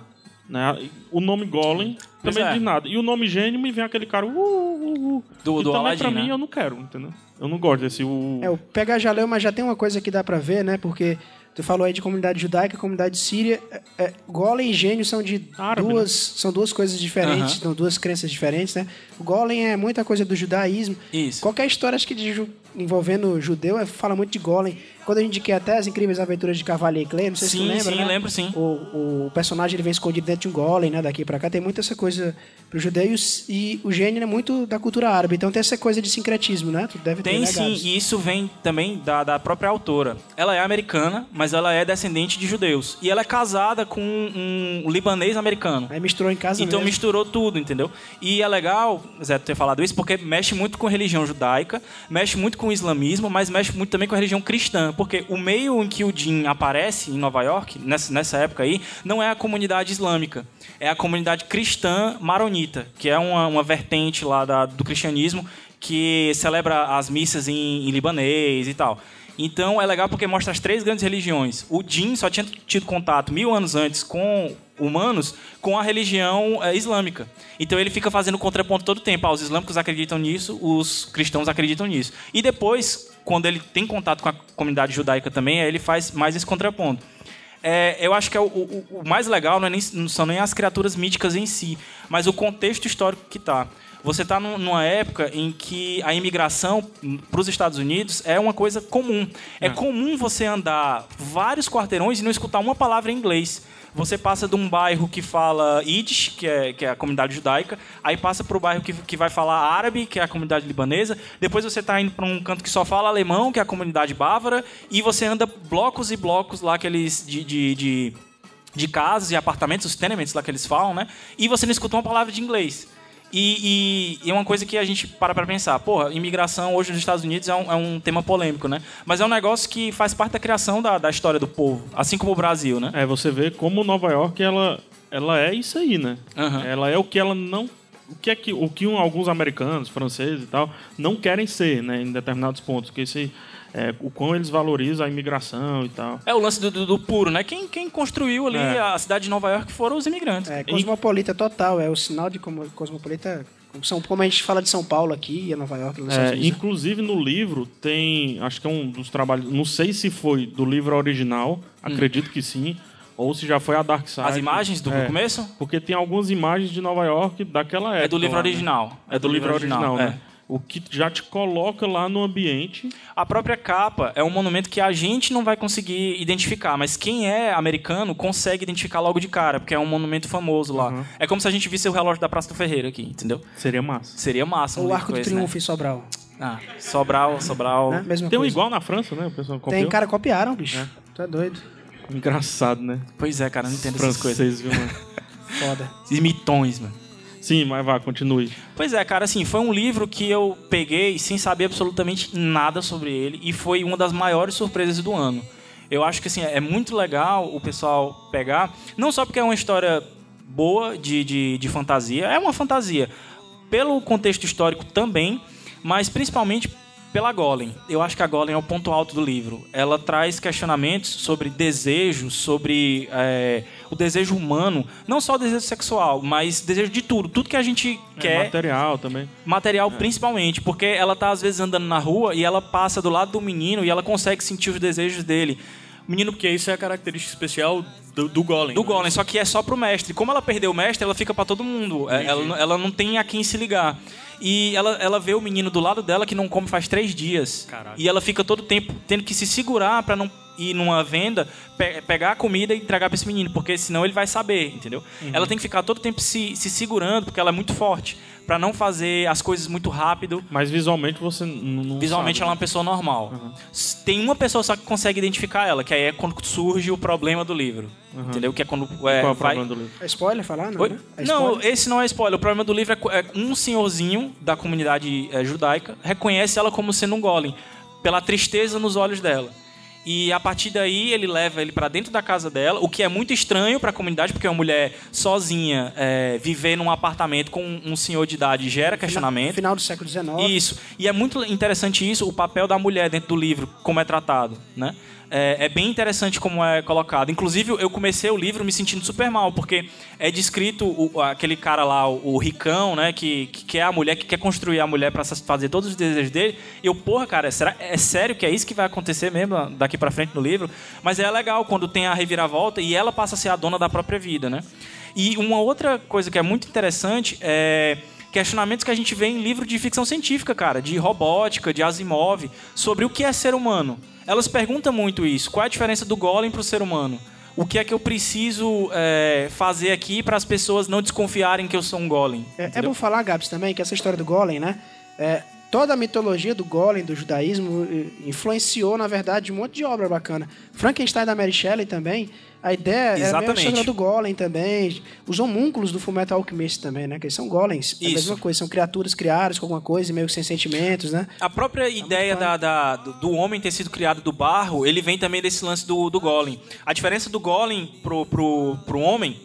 [SPEAKER 1] Né? O nome Golem
[SPEAKER 5] Pois
[SPEAKER 1] também
[SPEAKER 5] é.
[SPEAKER 1] não diz nada. E o nome Gênio me vem aquele cara. Uh, uh, uh.
[SPEAKER 5] Do- do
[SPEAKER 1] então, aí,
[SPEAKER 5] Aladdin,
[SPEAKER 1] pra
[SPEAKER 5] né?
[SPEAKER 1] mim, eu não quero, entendeu? Eu não gosto desse. Uh,
[SPEAKER 6] É, o PH já leu, mas já tem uma coisa que dá pra ver, né? Porque tu falou aí de comunidade judaica, comunidade síria. É, é, golem e gênio são de
[SPEAKER 1] Árabe,
[SPEAKER 6] duas, são duas coisas diferentes,
[SPEAKER 5] Aham.
[SPEAKER 6] são duas crenças diferentes, né? O golem é muita coisa do judaísmo.
[SPEAKER 5] Isso.
[SPEAKER 6] Qualquer história acho que de ju- envolvendo judeu é- fala muito de golem. Quando eu indiquei até as incríveis aventuras de Cavalier e Clay, não sei se
[SPEAKER 5] Sim,
[SPEAKER 6] tu lembra,
[SPEAKER 5] sim,
[SPEAKER 6] né?
[SPEAKER 5] lembro, sim.
[SPEAKER 6] O, o personagem ele vem escondido dentro de um golem, né? Daqui pra cá tem muita essa coisa pro judeu e, os- e o gênio é muito da cultura árabe. Então tem essa coisa de sincretismo, né? Tu deve ter
[SPEAKER 5] Tem
[SPEAKER 1] é
[SPEAKER 6] né,
[SPEAKER 5] sim,
[SPEAKER 6] Gabs?
[SPEAKER 5] e isso vem também da, da própria autora. Ela é americana, mas ela é descendente de judeus. E ela é casada com um libanês americano.
[SPEAKER 6] Aí misturou em casa
[SPEAKER 5] Então
[SPEAKER 6] mesmo.
[SPEAKER 5] misturou tudo, entendeu? E é legal, Zé, tu ter falado isso, porque mexe muito com religião judaica, mexe muito com o islamismo, mas mexe muito também com a religião cristã. Porque o meio em que o Jim aparece em Nova York, nessa, nessa época aí, não é a comunidade islâmica. É a comunidade cristã maronita, que é uma, uma vertente lá da- do cristianismo que celebra as missas em, em libanês e tal. Então é legal porque mostra as três grandes religiões. O Jin só tinha tido contato mil anos antes com humanos com a religião eh, islâmica. Então ele fica fazendo contraponto todo o tempo. Ah, os islâmicos acreditam nisso, os cristãos acreditam nisso. E depois, quando ele tem contato com a comunidade judaica também, aí ele faz mais esse contraponto. É, eu acho que é o, o- o mais legal não, é nem- não são nem as criaturas míticas em si, mas o contexto histórico que tá. Você está numa época em que a imigração para os Estados Unidos é uma coisa comum. É. comum você andar vários quarteirões e não escutar uma palavra em inglês. Você passa de um bairro que fala Yiddish, que é, que é a comunidade judaica, aí passa para o bairro que, que vai falar árabe, que é a comunidade libanesa, depois você está indo para um canto que só fala alemão, que é a comunidade bávara, e você anda blocos e blocos lá, aqueles de- de- de de casas e apartamentos, os tenements lá que eles falam, né? E você não escutou uma palavra de inglês. E, e- e é uma coisa que a gente para pra pensar. Porra, imigração hoje nos Estados Unidos é um, é um tema polêmico, né? Mas é um negócio que faz parte da criação da, da história do povo, assim como o Brasil, né?
[SPEAKER 1] É, você vê como Nova York ela, ela é isso aí, né?
[SPEAKER 5] Aham.
[SPEAKER 1] Ela é o que ela não. O que é que, o que um- alguns americanos, franceses e tal, não querem ser, né, em determinados pontos. Que esse, é, o quão eles valorizam a imigração e tal.
[SPEAKER 5] É o lance do, do- do puro, né? Quem, quem construiu ali
[SPEAKER 1] É.
[SPEAKER 5] a cidade de Nova York foram os imigrantes.
[SPEAKER 6] É, cosmopolita total, é o sinal de como, cosmopolita. Como, são, como a gente fala de São Paulo aqui e Nova York, Los
[SPEAKER 1] É,
[SPEAKER 6] Angeles. né?
[SPEAKER 1] inclusive no livro tem, acho que é um dos trabalhos, não sei se foi do livro original, acredito que sim, ou se já foi a Dark Side.
[SPEAKER 5] Hum. As imagens do
[SPEAKER 1] É,
[SPEAKER 5] começo
[SPEAKER 1] Porque tem algumas imagens de Nova York daquela época.
[SPEAKER 5] é do livro
[SPEAKER 1] lá, né?
[SPEAKER 5] original.
[SPEAKER 1] É do livro original,
[SPEAKER 5] é.
[SPEAKER 1] né? O que já te coloca lá no ambiente.
[SPEAKER 5] A própria capa é um monumento que a gente não vai conseguir identificar, mas quem é americano consegue identificar logo de cara, porque é um monumento famoso lá.
[SPEAKER 1] Uhum.
[SPEAKER 5] É como se a gente visse o relógio da Praça do Ferreiro aqui, entendeu?
[SPEAKER 1] Seria massa.
[SPEAKER 5] Seria massa. Um
[SPEAKER 6] o
[SPEAKER 5] livro
[SPEAKER 6] Arco
[SPEAKER 5] com
[SPEAKER 6] do
[SPEAKER 5] esse,
[SPEAKER 6] Triunfo em Sobral.
[SPEAKER 5] Né? Ah, Sobral, Sobral.
[SPEAKER 6] né? Mesma
[SPEAKER 1] Tem um
[SPEAKER 6] coisa.
[SPEAKER 1] igual na França, né? O pessoal copiou.
[SPEAKER 6] Tem, cara, copiaram, bicho. Tu é doido.
[SPEAKER 1] Engraçado, né?
[SPEAKER 5] Pois é, cara, eu não entendo essas
[SPEAKER 1] Francês,
[SPEAKER 5] coisas.
[SPEAKER 1] viu, mano?
[SPEAKER 6] Foda.
[SPEAKER 5] Esses mitões, mano.
[SPEAKER 1] Sim, mas vá, continue.
[SPEAKER 5] Pois é, cara, assim, foi um livro que eu peguei sem saber absolutamente nada sobre ele e foi uma das maiores surpresas do ano. Eu acho que, assim, é muito legal o pessoal pegar, não só porque é uma história boa de, de, de fantasia, é uma fantasia, pelo contexto histórico também, mas principalmente pela Golem. Eu acho que a Golem é o ponto alto do livro. Ela traz questionamentos sobre desejo, sobre é, o desejo humano, não só o desejo sexual, mas desejo de tudo, tudo que a gente
[SPEAKER 1] É,
[SPEAKER 5] quer
[SPEAKER 1] material também.
[SPEAKER 5] material principalmente, porque ela tá às vezes andando na rua e ela passa do lado do menino e ela consegue sentir os desejos dele. O menino
[SPEAKER 4] Porque isso é a característica especial do, do Golem.
[SPEAKER 5] do
[SPEAKER 4] né?
[SPEAKER 5] Golem, só que é só pro mestre. Como ela perdeu o mestre, ela fica pra todo mundo. É, Ela, não- ela não tem a quem se ligar. E ela, ela vê o menino do lado dela que não come faz três dias.
[SPEAKER 4] Caralho.
[SPEAKER 5] E ela fica todo tempo tendo que se segurar pra não ir numa venda, pe- pegar a comida e entregar pra esse menino, porque senão ele vai saber, entendeu? Ela tem que ficar todo tempo se, se segurando, porque ela é muito forte, pra não fazer as coisas muito rápido.
[SPEAKER 1] Mas visualmente você n- não
[SPEAKER 5] Visualmente
[SPEAKER 1] sabe. Uhum.
[SPEAKER 5] ela é uma pessoa normal. S- Tem uma pessoa só que consegue identificar ela, que aí é quando surge o problema do livro. Entendeu? Que é quando. É,
[SPEAKER 1] Uhum. Qual é o
[SPEAKER 5] vai-
[SPEAKER 1] problema do livro?
[SPEAKER 6] É spoiler falar? Não,
[SPEAKER 5] Oi?
[SPEAKER 6] né? É
[SPEAKER 5] Não,
[SPEAKER 6] spoiler?
[SPEAKER 5] esse não é spoiler. O problema do livro é co- é um senhorzinho da comunidade eh, judaica reconhece ela como sendo um golem, pela tristeza nos olhos dela. E a partir daí ele leva ele pra dentro da casa dela, o que é muito estranho pra comunidade, porque uma mulher sozinha eh, viver num apartamento com um senhor de idade gera questionamento.
[SPEAKER 6] Final do século XIX.
[SPEAKER 5] Isso. E é muito interessante isso, o papel da mulher dentro do livro, como é tratado, né? É, é bem interessante como é colocado. Inclusive, eu comecei o livro me sentindo super mal, porque é descrito o- aquele cara lá, o, o ricão, né? Que, que quer a mulher, que quer construir a mulher pra satisfazer todos os desejos dele. E eu, porra, cara, será, é sério que é isso que vai acontecer mesmo daqui pra frente no livro? Mas é legal quando tem a reviravolta e ela passa a ser a dona da própria vida, né? E uma outra coisa que é muito interessante é questionamentos que a gente vê em livro de ficção científica, cara, de robótica, de Asimov, sobre o que é ser humano. Elas perguntam muito isso. Qual é a diferença do golem pro ser humano? O que é que eu preciso é, fazer aqui para as pessoas não desconfiarem que eu sou um golem?
[SPEAKER 6] É, é bom falar, Gabs, também, que essa história do Golem, né? É, toda a mitologia do Golem, do judaísmo, eh, influenciou, na verdade, um monte de obra bacana. Frankenstein da Mary Shelley também. A ideia é a
[SPEAKER 5] Exatamente.
[SPEAKER 6] história do Golem também. Os homúnculos do Fullmetal Alchemist também, né? Que eles são Golems. É a
[SPEAKER 5] Isso.
[SPEAKER 6] mesma coisa, são criaturas criadas com alguma coisa, e meio que sem sentimentos, né?
[SPEAKER 5] A própria ideia da, da- do- do homem ter sido criado do barro, ele vem também desse lance do, do golem. A diferença do golem pro, pro, pro homem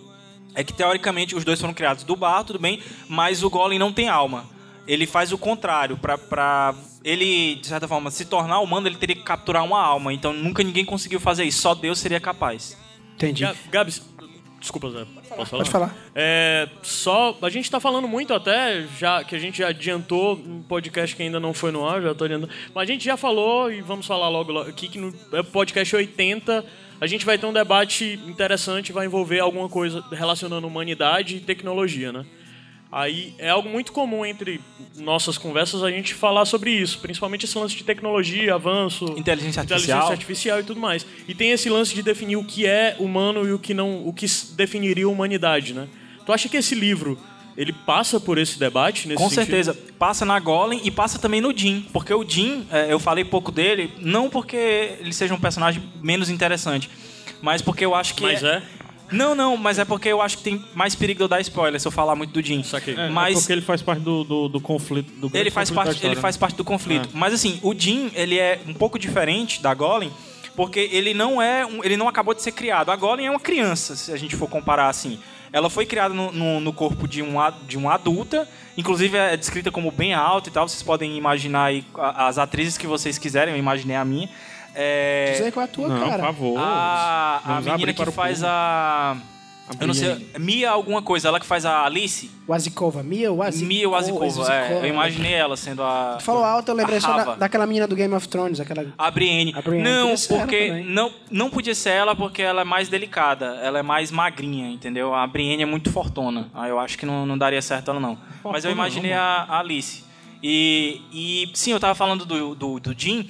[SPEAKER 5] é que, teoricamente, os dois foram criados do barro, tudo bem, mas o golem não tem alma. Ele faz o contrário. Pra, pra ele, de certa forma, se tornar humano, ele teria que capturar uma alma. Então, nunca ninguém conseguiu fazer isso. Só Deus seria capaz.
[SPEAKER 6] Entendi.
[SPEAKER 4] Ga- Gabs, desculpa, Zé, posso falar?
[SPEAKER 6] Pode falar.
[SPEAKER 4] É, só, a gente tá falando muito até, já que a gente já adiantou um podcast que ainda não foi no ar, já tô adiantando. Mas a gente já falou, e vamos falar logo, logo aqui, que no é podcast 80 a gente vai ter um debate interessante, vai envolver alguma coisa relacionando humanidade e tecnologia, né? Aí é algo muito comum entre nossas conversas a gente falar sobre isso, principalmente esse lance de tecnologia, avanço,
[SPEAKER 5] Inteligência
[SPEAKER 4] inteligência
[SPEAKER 5] artificial.
[SPEAKER 4] artificial e tudo mais. E tem esse lance de definir o que é humano e o que não, o que s- definiria a humanidade, né? Tu acha que esse livro ele passa por esse debate nesse
[SPEAKER 5] Com
[SPEAKER 4] sentido?
[SPEAKER 5] certeza. Passa na Golem e passa também no Jim. Porque o Jim, é, eu falei pouco dele, não porque ele seja um personagem menos interessante, mas porque eu acho que.
[SPEAKER 4] Mas é.
[SPEAKER 5] Não, não, mas é porque eu acho que tem mais perigo de eu dar spoiler se eu falar muito do Jim.
[SPEAKER 4] Saquei.
[SPEAKER 1] É, é
[SPEAKER 5] mas
[SPEAKER 1] porque ele faz parte do, do, do conflito do grande
[SPEAKER 5] ele faz
[SPEAKER 1] conflito da
[SPEAKER 5] parte ele
[SPEAKER 1] história,
[SPEAKER 5] faz parte do conflito
[SPEAKER 1] É.
[SPEAKER 5] mas assim o Jim ele é um pouco diferente da Golem porque ele não é um- ele não acabou de ser criado a Golem é uma criança se a gente for comparar assim ela foi criada no, no- no corpo de um a- de uma adulta inclusive é descrita como bem alta e tal vocês podem imaginar aí a- as atrizes que vocês quiserem eu imaginei a minha É,
[SPEAKER 6] Dizer qual é a tua,
[SPEAKER 1] Não,
[SPEAKER 6] cara.
[SPEAKER 1] por favor.
[SPEAKER 5] a, a
[SPEAKER 1] Vamos
[SPEAKER 5] menina
[SPEAKER 1] abrir
[SPEAKER 5] que
[SPEAKER 1] para o
[SPEAKER 5] faz
[SPEAKER 1] público.
[SPEAKER 5] a eu não
[SPEAKER 1] Abrir
[SPEAKER 5] sei,
[SPEAKER 1] aí.
[SPEAKER 5] Mia alguma coisa, ela que faz a Alice?
[SPEAKER 6] Wazikova. Mia Wazikova.
[SPEAKER 5] Mia Wasikova, é, eu imaginei ela sendo a...
[SPEAKER 6] Tu falou alto, eu lembrei
[SPEAKER 5] a
[SPEAKER 6] só da-
[SPEAKER 5] Rava.
[SPEAKER 6] daquela menina do Game of Thrones, aquela...
[SPEAKER 5] A Brienne.
[SPEAKER 6] A Brienne
[SPEAKER 5] não,
[SPEAKER 6] podia ser ela
[SPEAKER 5] porque
[SPEAKER 6] também.
[SPEAKER 5] não, não podia ser ela porque ela é mais delicada, ela é mais magrinha, entendeu? A Brienne é muito fortuna. Ah, eu acho que não, não daria certo ela não. Mas
[SPEAKER 1] Fortuna
[SPEAKER 5] eu imaginei
[SPEAKER 1] não,
[SPEAKER 5] a, a Alice. E, e sim, eu tava falando do, do, do Jim.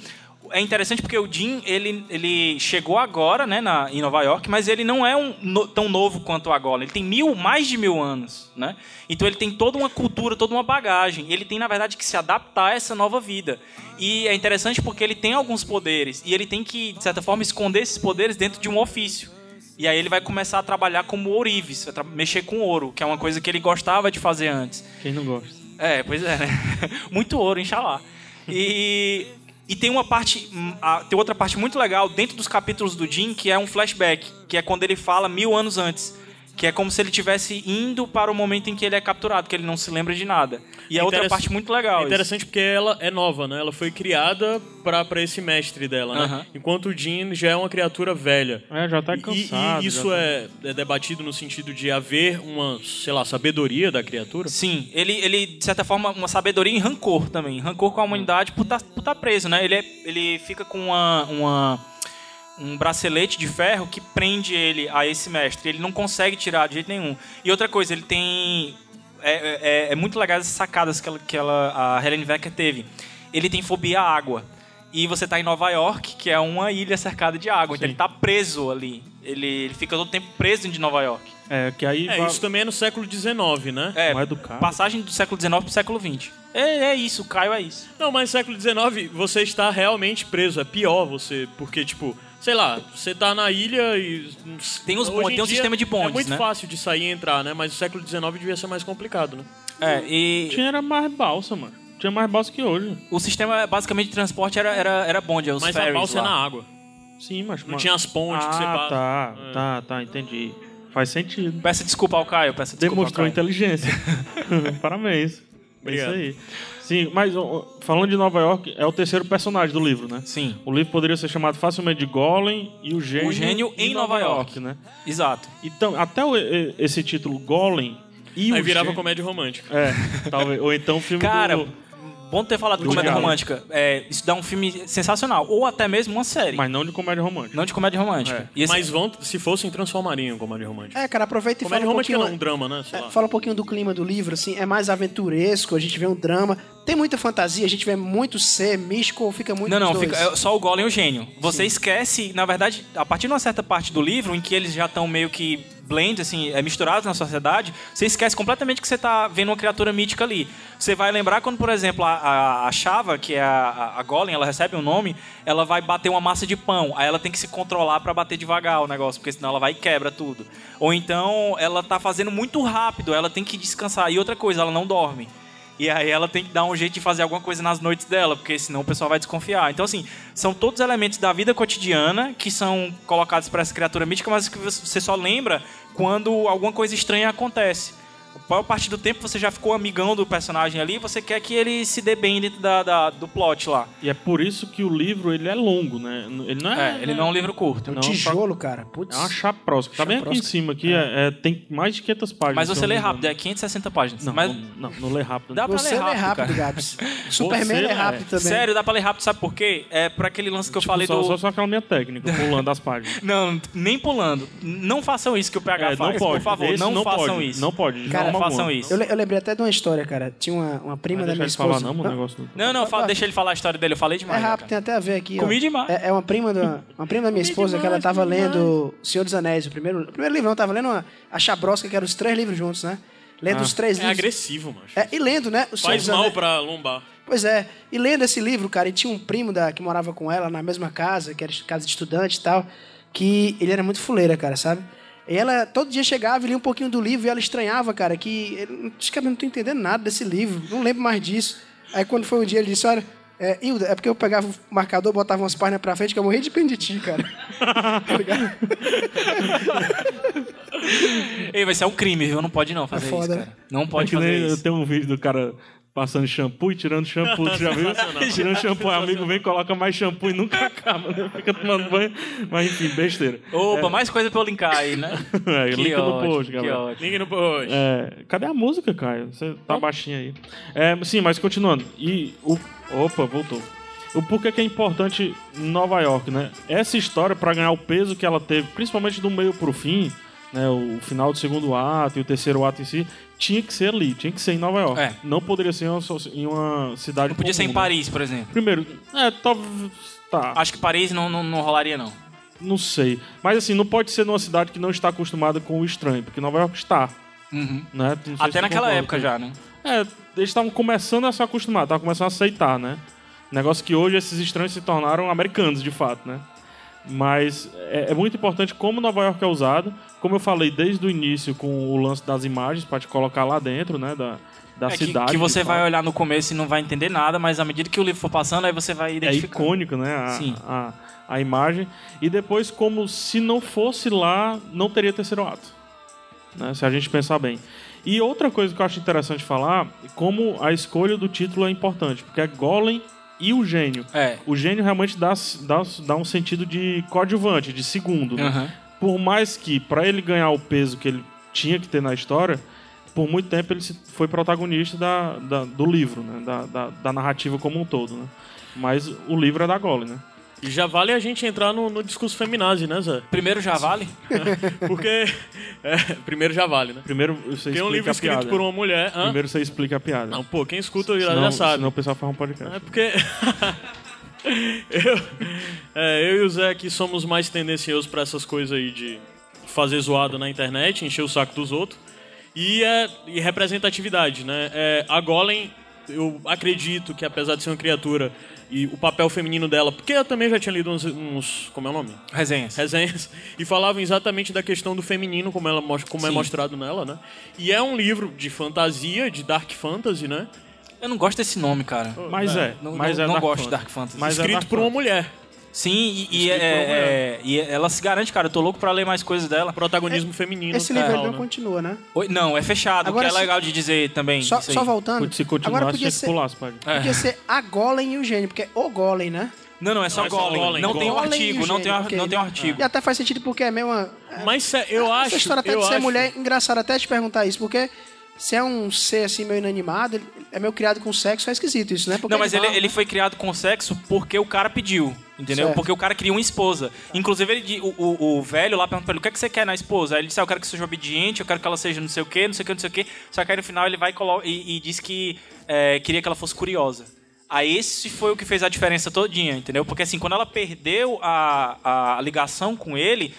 [SPEAKER 5] É interessante porque o Jim, ele, ele chegou agora, né, na, em Nova York, mas ele não é um no- tão novo quanto a Gola. Ele tem mil, mais de mil anos, né? Então ele tem toda uma cultura, toda uma bagagem. Ele tem, na verdade, que se adaptar a essa nova vida. E é interessante porque ele tem alguns poderes e ele tem que, de certa forma, esconder esses poderes dentro de um ofício. E aí ele vai começar a trabalhar como ourives, vai tra- mexer com ouro, que é uma coisa que ele gostava de fazer antes.
[SPEAKER 1] Quem não gosta?
[SPEAKER 5] É, pois é, né? muito ouro, inshallah. E, e tem uma parte, hum, a- tem outra parte muito legal dentro dos capítulos do Jim, que é um flashback, que é quando ele fala mil anos antes. Que é como se ele estivesse indo para o momento em que ele é capturado, que ele não se lembra de nada. E é outra
[SPEAKER 4] Interess-
[SPEAKER 5] parte muito legal.
[SPEAKER 4] É
[SPEAKER 5] isso.
[SPEAKER 4] interessante porque ela é nova, né? Ela foi criada pra, pra esse mestre dela, né?
[SPEAKER 5] Aham.
[SPEAKER 4] Enquanto o Jean já é uma criatura velha.
[SPEAKER 1] É, já tá
[SPEAKER 4] E-
[SPEAKER 1] cansado.
[SPEAKER 4] E, e isso
[SPEAKER 1] já tá-
[SPEAKER 4] é, é debatido no sentido de haver uma, sei lá, sabedoria da criatura?
[SPEAKER 5] Sim, ele, ele, de certa forma, uma sabedoria em rancor também. Rancor com a humanidade por estar preso, né? Ele, é- ele fica com uma, uma- um bracelete de ferro que prende ele a esse mestre. Ele não consegue tirar de jeito nenhum. E outra coisa, ele tem. É, é- é muito legal essas sacadas que, ela, que ela- a Helen Wecker teve. Ele tem fobia à água. E você tá em Nova York, que é uma ilha cercada de água. Então ele tá preso ali. Ele, ele fica todo tempo preso dentro de Nova York.
[SPEAKER 1] É, que aí.
[SPEAKER 4] É,
[SPEAKER 1] vai-
[SPEAKER 4] isso também é no século XIX, né?
[SPEAKER 5] É,
[SPEAKER 1] Não é do cara.
[SPEAKER 5] passagem do século XIX pro século XX. É, é isso, o Caio é isso.
[SPEAKER 4] Não, mas século XIX você está realmente preso. É pior você, porque, tipo, sei lá, você tá na ilha e.
[SPEAKER 5] Tem os
[SPEAKER 4] hoje
[SPEAKER 5] bondes,
[SPEAKER 4] em
[SPEAKER 5] tem
[SPEAKER 4] dia
[SPEAKER 5] um sistema de bondes,
[SPEAKER 4] É muito
[SPEAKER 5] né?
[SPEAKER 4] fácil de sair e entrar, né? Mas o século XIX devia ser mais complicado, né?
[SPEAKER 5] É, e
[SPEAKER 1] Tinha era mais balsa, mano. Tinha mais balsa que hoje.
[SPEAKER 5] o sistema basicamente de transporte era, era, era bonde, é os
[SPEAKER 4] mas a
[SPEAKER 5] ferries
[SPEAKER 4] balsa
[SPEAKER 5] lá.
[SPEAKER 4] é na água.
[SPEAKER 1] Sim, mas.
[SPEAKER 4] Não tinha as pontes
[SPEAKER 1] ah,
[SPEAKER 4] que você passa.
[SPEAKER 1] tá,
[SPEAKER 4] É.
[SPEAKER 1] tá, tá, entendi. Faz sentido.
[SPEAKER 5] Peço desculpa ao Caio, peço desculpa
[SPEAKER 1] Demonstrou
[SPEAKER 5] ao Caio.
[SPEAKER 1] inteligência. Parabéns.
[SPEAKER 4] Obrigado.
[SPEAKER 1] É isso aí. Sim, mas ó, ó, falando de Nova York, é o terceiro personagem do livro, né?
[SPEAKER 5] Sim,
[SPEAKER 1] O livro poderia ser chamado facilmente de Golem e o Gênio,
[SPEAKER 5] O Gênio em Nova York.
[SPEAKER 1] né?
[SPEAKER 5] exato.
[SPEAKER 1] Então, até o- e- esse título Golem e
[SPEAKER 4] Aí
[SPEAKER 1] o
[SPEAKER 4] virava
[SPEAKER 1] Gênio...
[SPEAKER 4] comédia romântica.
[SPEAKER 1] É, talvez. Ou então o filme
[SPEAKER 5] Cara,
[SPEAKER 1] do...
[SPEAKER 5] bom ter falado de
[SPEAKER 1] Do
[SPEAKER 5] comédia
[SPEAKER 1] diabo.
[SPEAKER 5] romântica. É, isso dá um filme sensacional. Ou até mesmo uma série.
[SPEAKER 1] Mas não de comédia romântica.
[SPEAKER 5] Não de comédia romântica. E esse-
[SPEAKER 4] É. Mas vão, se fossem, transformariam em comédia romântica.
[SPEAKER 6] É, cara, aproveita e fala
[SPEAKER 4] comédia
[SPEAKER 6] um
[SPEAKER 4] romântica
[SPEAKER 6] pouquinho...
[SPEAKER 4] não, um drama, né? Sei
[SPEAKER 6] É,
[SPEAKER 4] lá.
[SPEAKER 6] Fala um pouquinho do clima do livro, assim, é mais aventuresco, a gente vê um drama, tem muita fantasia, a gente vê muito ser místico, ou fica muito
[SPEAKER 5] Não, não,
[SPEAKER 6] dos dois.
[SPEAKER 5] fica, é só o Golem e o gênio. Você esquece, na verdade, a partir de uma certa parte do livro, em que eles já estão meio que blend, assim, é, misturados na sociedade, você esquece completamente que você tá vendo uma criatura mítica ali. Você vai lembrar quando, por exemplo, a, a, a Chava, que é a, a- a Golem, ela recebe um nome, ela vai bater uma massa de pão, aí ela tem que se controlar pra bater devagar o negócio, porque senão ela vai e quebra tudo. Ou então, ela tá fazendo muito rápido, ela tem que descansar. E outra coisa, ela não dorme. E aí ela tem que dar um jeito de fazer alguma coisa nas noites dela, porque senão o pessoal vai desconfiar. Então, assim, são todos elementos da vida cotidiana que são colocados pra essa criatura mítica, mas que você só lembra quando alguma coisa estranha acontece. A maior parte do tempo você já ficou amigão do personagem ali, você quer que ele se dê bem dentro da, da- do plot lá.
[SPEAKER 1] E é por isso que o livro ele é longo, né? Ele não é.
[SPEAKER 5] É, ele não é um livro curto.
[SPEAKER 6] É um
[SPEAKER 1] não,
[SPEAKER 6] tijolo, cara. Putz.
[SPEAKER 1] É uma chaprosca. Tá bem aqui em
[SPEAKER 6] Chaprosca.
[SPEAKER 1] cima, aqui é- é- tem mais de 500 páginas.
[SPEAKER 5] Mas
[SPEAKER 1] se
[SPEAKER 5] você
[SPEAKER 1] eu não
[SPEAKER 5] lê
[SPEAKER 1] me engano.
[SPEAKER 5] rápido, é 560 páginas.
[SPEAKER 1] Não,
[SPEAKER 5] mas,
[SPEAKER 1] não, não, não lê rápido.
[SPEAKER 5] Dá pra
[SPEAKER 6] Você
[SPEAKER 5] ler
[SPEAKER 6] lê
[SPEAKER 5] rápido,
[SPEAKER 6] rápido, Gabs. Superman
[SPEAKER 1] Você
[SPEAKER 6] é rápido
[SPEAKER 1] é.
[SPEAKER 6] também.
[SPEAKER 5] Sério, dá pra ler rápido, sabe por quê? É pra aquele lance que eu falei
[SPEAKER 1] só,
[SPEAKER 5] do.
[SPEAKER 1] só, só aquela minha técnica, pulando as páginas.
[SPEAKER 5] Não, nem pulando. Não façam isso que o PH
[SPEAKER 1] É,
[SPEAKER 5] faz,
[SPEAKER 1] não pode.
[SPEAKER 5] por favor,
[SPEAKER 1] Esse
[SPEAKER 5] não, façam
[SPEAKER 1] pode,
[SPEAKER 5] isso.
[SPEAKER 1] Não pode.
[SPEAKER 6] Cara,
[SPEAKER 5] Não
[SPEAKER 1] Arruma
[SPEAKER 5] façam
[SPEAKER 1] uma.
[SPEAKER 5] isso.
[SPEAKER 6] Eu, le- eu lembrei até de uma história, cara. Tinha uma, uma prima
[SPEAKER 1] Mas é
[SPEAKER 6] da
[SPEAKER 1] deixa ele falar
[SPEAKER 6] minha esposa.
[SPEAKER 1] não, mano, negócio não.
[SPEAKER 5] Não, não, fala- deixa ele falar a história dele. Eu falei
[SPEAKER 6] É
[SPEAKER 5] demais. já,
[SPEAKER 6] rápido,
[SPEAKER 5] cara.
[SPEAKER 6] tem até a ver aqui. ó.
[SPEAKER 5] Comi demais.
[SPEAKER 6] É, é uma prima da uma prima da minha esposa que ela tava lendo O Senhor dos Anéis, o primeiro, o primeiro livro, não, tava lendo uma, a Chabrosca, que eram os três livros juntos, né? Lendo os três
[SPEAKER 4] É
[SPEAKER 6] livros.
[SPEAKER 4] agressivo, mano.
[SPEAKER 6] É, e lendo, né? O Senhor
[SPEAKER 4] Faz
[SPEAKER 6] dos
[SPEAKER 4] mal
[SPEAKER 6] Anéis.
[SPEAKER 4] pra lombar.
[SPEAKER 6] Pois é. E lendo esse livro, cara, e tinha um primo da, que morava com ela na mesma casa, que era estu- casa de estudante e tal, que ele era muito fuleira, cara, sabe? E ela todo dia chegava e lia um pouquinho do livro e ela estranhava, cara, que ele- acho que eu não tô entendendo nada desse livro, não lembro mais disso. Aí quando foi um dia ele disse, olha, é, Hilda, é porque eu pegava o marcador, botava umas páginas pra frente que eu morri de pena de ti, cara. Tá ligado?
[SPEAKER 5] Ei, vai ser um crime, viu? Não pode não fazer
[SPEAKER 6] foda,
[SPEAKER 5] isso,
[SPEAKER 6] né?
[SPEAKER 5] cara. Não
[SPEAKER 1] É
[SPEAKER 5] pode
[SPEAKER 1] que nem
[SPEAKER 5] fazer isso.
[SPEAKER 1] tem um vídeo do cara passando shampoo e tirando shampoo, tu já viu? Tirando shampoo, aí amigo vem, coloca mais shampoo e nunca acaba, né? Fica tomando banho, mas enfim, besteira.
[SPEAKER 5] Opa, mais coisa pra eu linkar aí, né?
[SPEAKER 1] É,
[SPEAKER 5] Que
[SPEAKER 1] linka no
[SPEAKER 5] ótimo,
[SPEAKER 1] post,
[SPEAKER 5] que
[SPEAKER 1] galera.
[SPEAKER 5] ótimo.
[SPEAKER 4] Ninguém não pode.
[SPEAKER 1] É, cadê a música, Caio? Você tá baixinho aí. É, sim, mas continuando. E o. Opa, voltou. O porquê que é importante Nova York, né? Essa história, pra ganhar o peso que ela teve, principalmente do meio pro fim, né? O final do segundo ato e o terceiro ato em si, tinha que ser ali, tinha que ser em Nova York.
[SPEAKER 5] É.
[SPEAKER 1] Não poderia ser em uma, so- em uma cidade.
[SPEAKER 5] Não podia ser em
[SPEAKER 1] comum, né?
[SPEAKER 5] Paris, por exemplo.
[SPEAKER 1] Primeiro, é, talvez. Tá.
[SPEAKER 5] Acho que Paris não, não, não rolaria, não.
[SPEAKER 1] Não sei. Mas assim, não pode ser numa cidade que não está acostumada com o estranho, porque Nova York está.
[SPEAKER 5] Uhum.
[SPEAKER 1] Né? Não sei se
[SPEAKER 5] Até
[SPEAKER 1] tu
[SPEAKER 5] naquela
[SPEAKER 1] concorda
[SPEAKER 5] época
[SPEAKER 1] com
[SPEAKER 5] já, né?
[SPEAKER 1] é, eles estavam começando a se acostumar, estavam começando a aceitar, né? Negócio que hoje esses estranhos se tornaram americanos, de fato, né? Mas é, é muito importante como Nova York é usado, como eu falei desde o início com o lance das imagens para te colocar lá dentro, né? Da, da
[SPEAKER 5] É que-
[SPEAKER 1] cidade.
[SPEAKER 5] que, você
[SPEAKER 1] de
[SPEAKER 5] vai
[SPEAKER 1] fato.
[SPEAKER 5] olhar no começo e não vai entender nada, mas à medida que o livro for passando, aí você vai
[SPEAKER 1] É
[SPEAKER 5] identificar.
[SPEAKER 1] icônico, né? A,
[SPEAKER 5] Sim.
[SPEAKER 1] A, a imagem. E depois, como se não fosse lá, não teria terceiro ato. né, Se a gente pensar bem. E outra coisa que eu acho interessante falar, como a escolha do título é importante, porque é Golem e o gênio.
[SPEAKER 5] É.
[SPEAKER 1] O gênio realmente dá, dá, dá um sentido de coadjuvante, de segundo. né?
[SPEAKER 5] Aham.
[SPEAKER 1] Por mais que, para ele ganhar o peso que ele tinha que ter na história, por muito tempo ele se- foi protagonista da, da- do livro, né? da, da- da narrativa como um todo. Né? Mas o livro é da Golem, né?
[SPEAKER 4] E já vale a gente entrar no, no discurso feminazi, né, Zé?
[SPEAKER 5] Primeiro já vale?
[SPEAKER 4] Porque. é, primeiro já vale, né?
[SPEAKER 1] Primeiro você
[SPEAKER 4] Tem
[SPEAKER 1] explica
[SPEAKER 4] um livro
[SPEAKER 1] a
[SPEAKER 4] escrito
[SPEAKER 1] piada.
[SPEAKER 4] por uma mulher. hã?
[SPEAKER 1] Primeiro você explica a piada.
[SPEAKER 4] Não, pô, quem escuta o Irada
[SPEAKER 1] senão,
[SPEAKER 4] já sabe.
[SPEAKER 1] senão o pessoal faz um podcast.
[SPEAKER 4] É porque. eu, é, eu e o Zé aqui somos mais tendenciosos pra essas coisas aí de fazer zoada na internet, encher o saco dos outros. E, é, e representatividade, né? É, a Golem, eu acredito que apesar de ser uma criatura e o papel feminino dela, porque eu também já tinha lido uns. uns- como é o nome?
[SPEAKER 5] Resenhas.
[SPEAKER 4] resenhas e falavam exatamente da questão do feminino, como, ela, mos- como é
[SPEAKER 5] Sim.
[SPEAKER 4] mostrado nela, né? E é um livro de fantasia, de dark fantasy, né?
[SPEAKER 5] Eu não gosto desse nome, cara.
[SPEAKER 1] Mas é,
[SPEAKER 5] Não,
[SPEAKER 1] mas
[SPEAKER 5] não,
[SPEAKER 1] é
[SPEAKER 5] não
[SPEAKER 1] Dark
[SPEAKER 5] gosto de
[SPEAKER 1] Fantasy.
[SPEAKER 5] Dark Fantasy.
[SPEAKER 1] Mas é
[SPEAKER 4] escrito
[SPEAKER 1] dark
[SPEAKER 4] por um uma
[SPEAKER 1] fantasy.
[SPEAKER 4] mulher.
[SPEAKER 5] Sim, e, e
[SPEAKER 4] Escrito
[SPEAKER 5] é-
[SPEAKER 4] por uma mulher.
[SPEAKER 5] é- e ela se garante, cara. Eu tô louco pra ler mais coisas dela.
[SPEAKER 4] Protagonismo feminino.
[SPEAKER 6] É, Esse livro
[SPEAKER 4] tal,
[SPEAKER 6] ele não
[SPEAKER 4] né?
[SPEAKER 6] continua, né?
[SPEAKER 5] Oi, Não, é fechado,
[SPEAKER 6] Agora
[SPEAKER 5] que é
[SPEAKER 6] se-
[SPEAKER 5] legal de dizer também.
[SPEAKER 6] Só,
[SPEAKER 5] isso aí.
[SPEAKER 6] só voltando.
[SPEAKER 1] Se continuasse, tinha
[SPEAKER 6] Agora podia
[SPEAKER 1] que
[SPEAKER 6] ser,
[SPEAKER 1] pular as páginas.
[SPEAKER 6] podia ser a Golem e o gênio, porque é o Golem, né?
[SPEAKER 5] Não, não, é só
[SPEAKER 4] Não, é só
[SPEAKER 5] Golem.
[SPEAKER 4] Golem.
[SPEAKER 5] Não tem um
[SPEAKER 6] Golem e
[SPEAKER 5] artigo,
[SPEAKER 6] o
[SPEAKER 5] não tem,
[SPEAKER 6] gênio,
[SPEAKER 5] um ar-
[SPEAKER 6] ok,
[SPEAKER 5] não tem um
[SPEAKER 6] né?
[SPEAKER 5] artigo.
[SPEAKER 6] E até faz sentido porque é meio uma.
[SPEAKER 4] Mas sé- eu acho.
[SPEAKER 6] Essa história até
[SPEAKER 4] eu
[SPEAKER 6] de ser
[SPEAKER 4] acho-
[SPEAKER 6] mulher é engraçada até te perguntar isso, porque se é um ser assim meio inanimado, ele é meio criado com sexo, é esquisito isso, né? Porque
[SPEAKER 5] Não, mas ele,
[SPEAKER 6] fala-
[SPEAKER 5] ele foi criado com sexo porque o cara pediu, entendeu?
[SPEAKER 6] Certo.
[SPEAKER 5] Porque o cara queria uma esposa. Inclusive, ele, di- o, o, o velho lá perguntou pra ele, o que, é que você quer na esposa? Aí ele disse, ah, eu quero que seja obediente, eu quero que ela seja não sei o quê, não sei o quê, não sei o quê. Só que aí no final ele vai e colo- e, e diz que é, queria que ela fosse curiosa. Aí esse foi o que fez a diferença todinha, entendeu? Porque assim, quando ela perdeu a, a ligação com ele,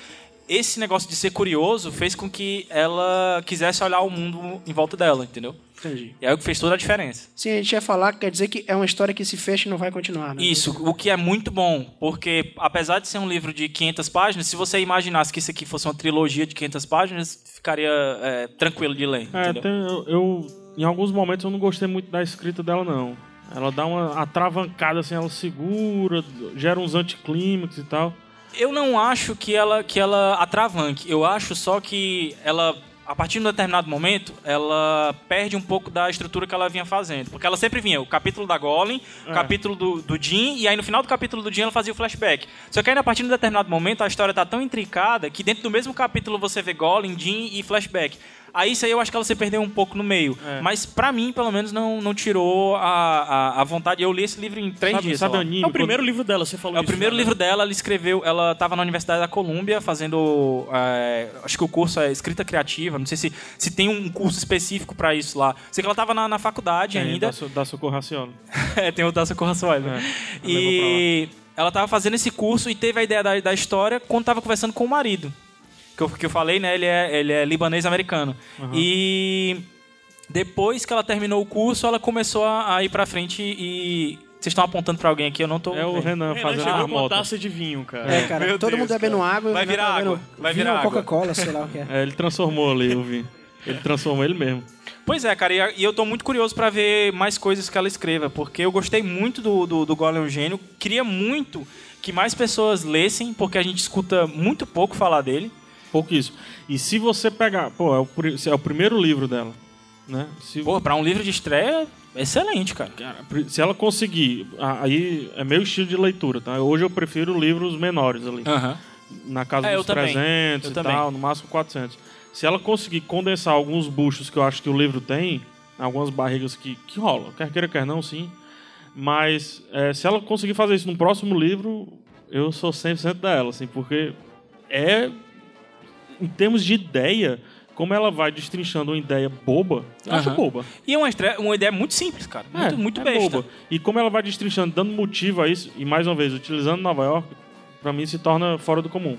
[SPEAKER 5] esse negócio de ser curioso fez com que ela quisesse olhar o mundo em volta dela, entendeu?
[SPEAKER 6] Entendi.
[SPEAKER 5] E aí o que fez toda a diferença.
[SPEAKER 6] Sim, a gente ia falar, quer dizer que é uma história que se fecha e não vai continuar, né?
[SPEAKER 5] Isso, o que é muito bom, porque apesar de ser um livro de 500 páginas, se você imaginasse que isso aqui fosse uma trilogia de 500 páginas, ficaria é, tranquilo de ler,
[SPEAKER 1] É,
[SPEAKER 5] entendeu?
[SPEAKER 1] tem- eu, eu- em alguns momentos eu não gostei muito da escrita dela, não. Ela dá uma atravancada assim, ela segura, gera uns anticlímax e tal.
[SPEAKER 5] Eu não acho que ela, que ela atravanque, eu acho só que ela, a partir de um determinado momento, ela perde um pouco da estrutura que ela vinha fazendo. Porque ela sempre vinha o capítulo da Golem, o
[SPEAKER 1] É.
[SPEAKER 5] capítulo do, do Jean, e aí no final do capítulo do Jean ela fazia o flashback. Só que aí a partir de um determinado momento a história tá tão intricada que dentro do mesmo capítulo você vê Golem, Jean e flashback. Aí isso aí eu acho que ela se perdeu um pouco no meio.
[SPEAKER 1] É.
[SPEAKER 5] Mas pra mim, pelo menos, não, não tirou a, a, a vontade. Eu li esse livro em três
[SPEAKER 1] Sabe,
[SPEAKER 5] dias.
[SPEAKER 1] sabe
[SPEAKER 5] sei
[SPEAKER 1] o
[SPEAKER 5] lá.
[SPEAKER 1] anime?
[SPEAKER 4] É o
[SPEAKER 1] quando-
[SPEAKER 4] primeiro livro dela, você falou
[SPEAKER 5] É o
[SPEAKER 4] isso,
[SPEAKER 5] primeiro
[SPEAKER 4] né?
[SPEAKER 5] livro dela, ela escreveu, ela estava na Universidade da Colômbia fazendo, é, acho que o curso é escrita criativa, não sei se, se tem um curso específico pra isso lá. Sei que ela tava na, na faculdade
[SPEAKER 1] É,
[SPEAKER 5] ainda,
[SPEAKER 1] Da, so- da Socorro Raciolo.
[SPEAKER 5] é, tem o da Socorro Soares, né?
[SPEAKER 1] É,
[SPEAKER 5] E ela tava fazendo esse curso e teve a ideia da, da história quando tava conversando com o marido. Que eu, que eu falei, né? Ele é, ele é libanês-americano. E depois que ela terminou o curso, ela começou a, a ir pra frente e... Vocês estão apontando pra alguém aqui, eu não tô...
[SPEAKER 1] É o Renan
[SPEAKER 4] Renan
[SPEAKER 1] fazendo
[SPEAKER 4] chegou assim.
[SPEAKER 1] a
[SPEAKER 4] com uma
[SPEAKER 1] moto.
[SPEAKER 4] taça de vinho, cara.
[SPEAKER 6] É, cara,
[SPEAKER 5] Meu
[SPEAKER 6] todo
[SPEAKER 5] Deus,
[SPEAKER 6] mundo bebendo
[SPEAKER 5] cara.
[SPEAKER 6] água. e
[SPEAKER 5] Vai
[SPEAKER 6] o Renan
[SPEAKER 5] virar
[SPEAKER 6] tá bebendo
[SPEAKER 5] água, vai
[SPEAKER 6] vinho
[SPEAKER 5] virar
[SPEAKER 6] ou
[SPEAKER 5] água.
[SPEAKER 6] Coca-Cola, sei lá o que é.
[SPEAKER 1] É, ele transformou ali, eu vi. Ele transformou ele mesmo.
[SPEAKER 5] Pois é, cara, e a- e eu tô muito curioso pra ver mais coisas que ela escreva, porque eu gostei muito do, do, do Golem Eugênio, queria muito que mais pessoas lessem, porque a gente escuta muito pouco falar dele.
[SPEAKER 1] Pouco isso. E se você pegar... Pô, é o, pri- é o primeiro livro dela, né? Se,
[SPEAKER 5] Pô, pra um livro de estreia, excelente, cara.
[SPEAKER 1] cara, pri- se ela conseguir... a- Aí é meu estilo de leitura, tá? Hoje eu prefiro livros menores ali.
[SPEAKER 5] Aham.
[SPEAKER 1] na casa
[SPEAKER 5] É, eu
[SPEAKER 1] dos
[SPEAKER 5] também.
[SPEAKER 1] 300
[SPEAKER 5] Eu
[SPEAKER 1] e
[SPEAKER 5] também.
[SPEAKER 1] tal, no máximo 400. Se ela conseguir condensar alguns buchos que eu acho que o livro tem, algumas barrigas que, que rola, quer queira, quer não, sim. Mas é, se ela conseguir fazer isso no próximo livro, eu sou 100% dela, assim, porque é, em termos de ideia, como ela vai destrinchando uma ideia boba, eu acho
[SPEAKER 5] Aham.
[SPEAKER 1] boba.
[SPEAKER 5] E é uma, estreia, uma ideia muito simples, cara. Muito,
[SPEAKER 1] É,
[SPEAKER 5] muito
[SPEAKER 1] é
[SPEAKER 5] besta.
[SPEAKER 1] boba. E como ela vai destrinchando, dando motivo a isso, e mais uma vez, utilizando Nova York, pra mim se torna fora do comum.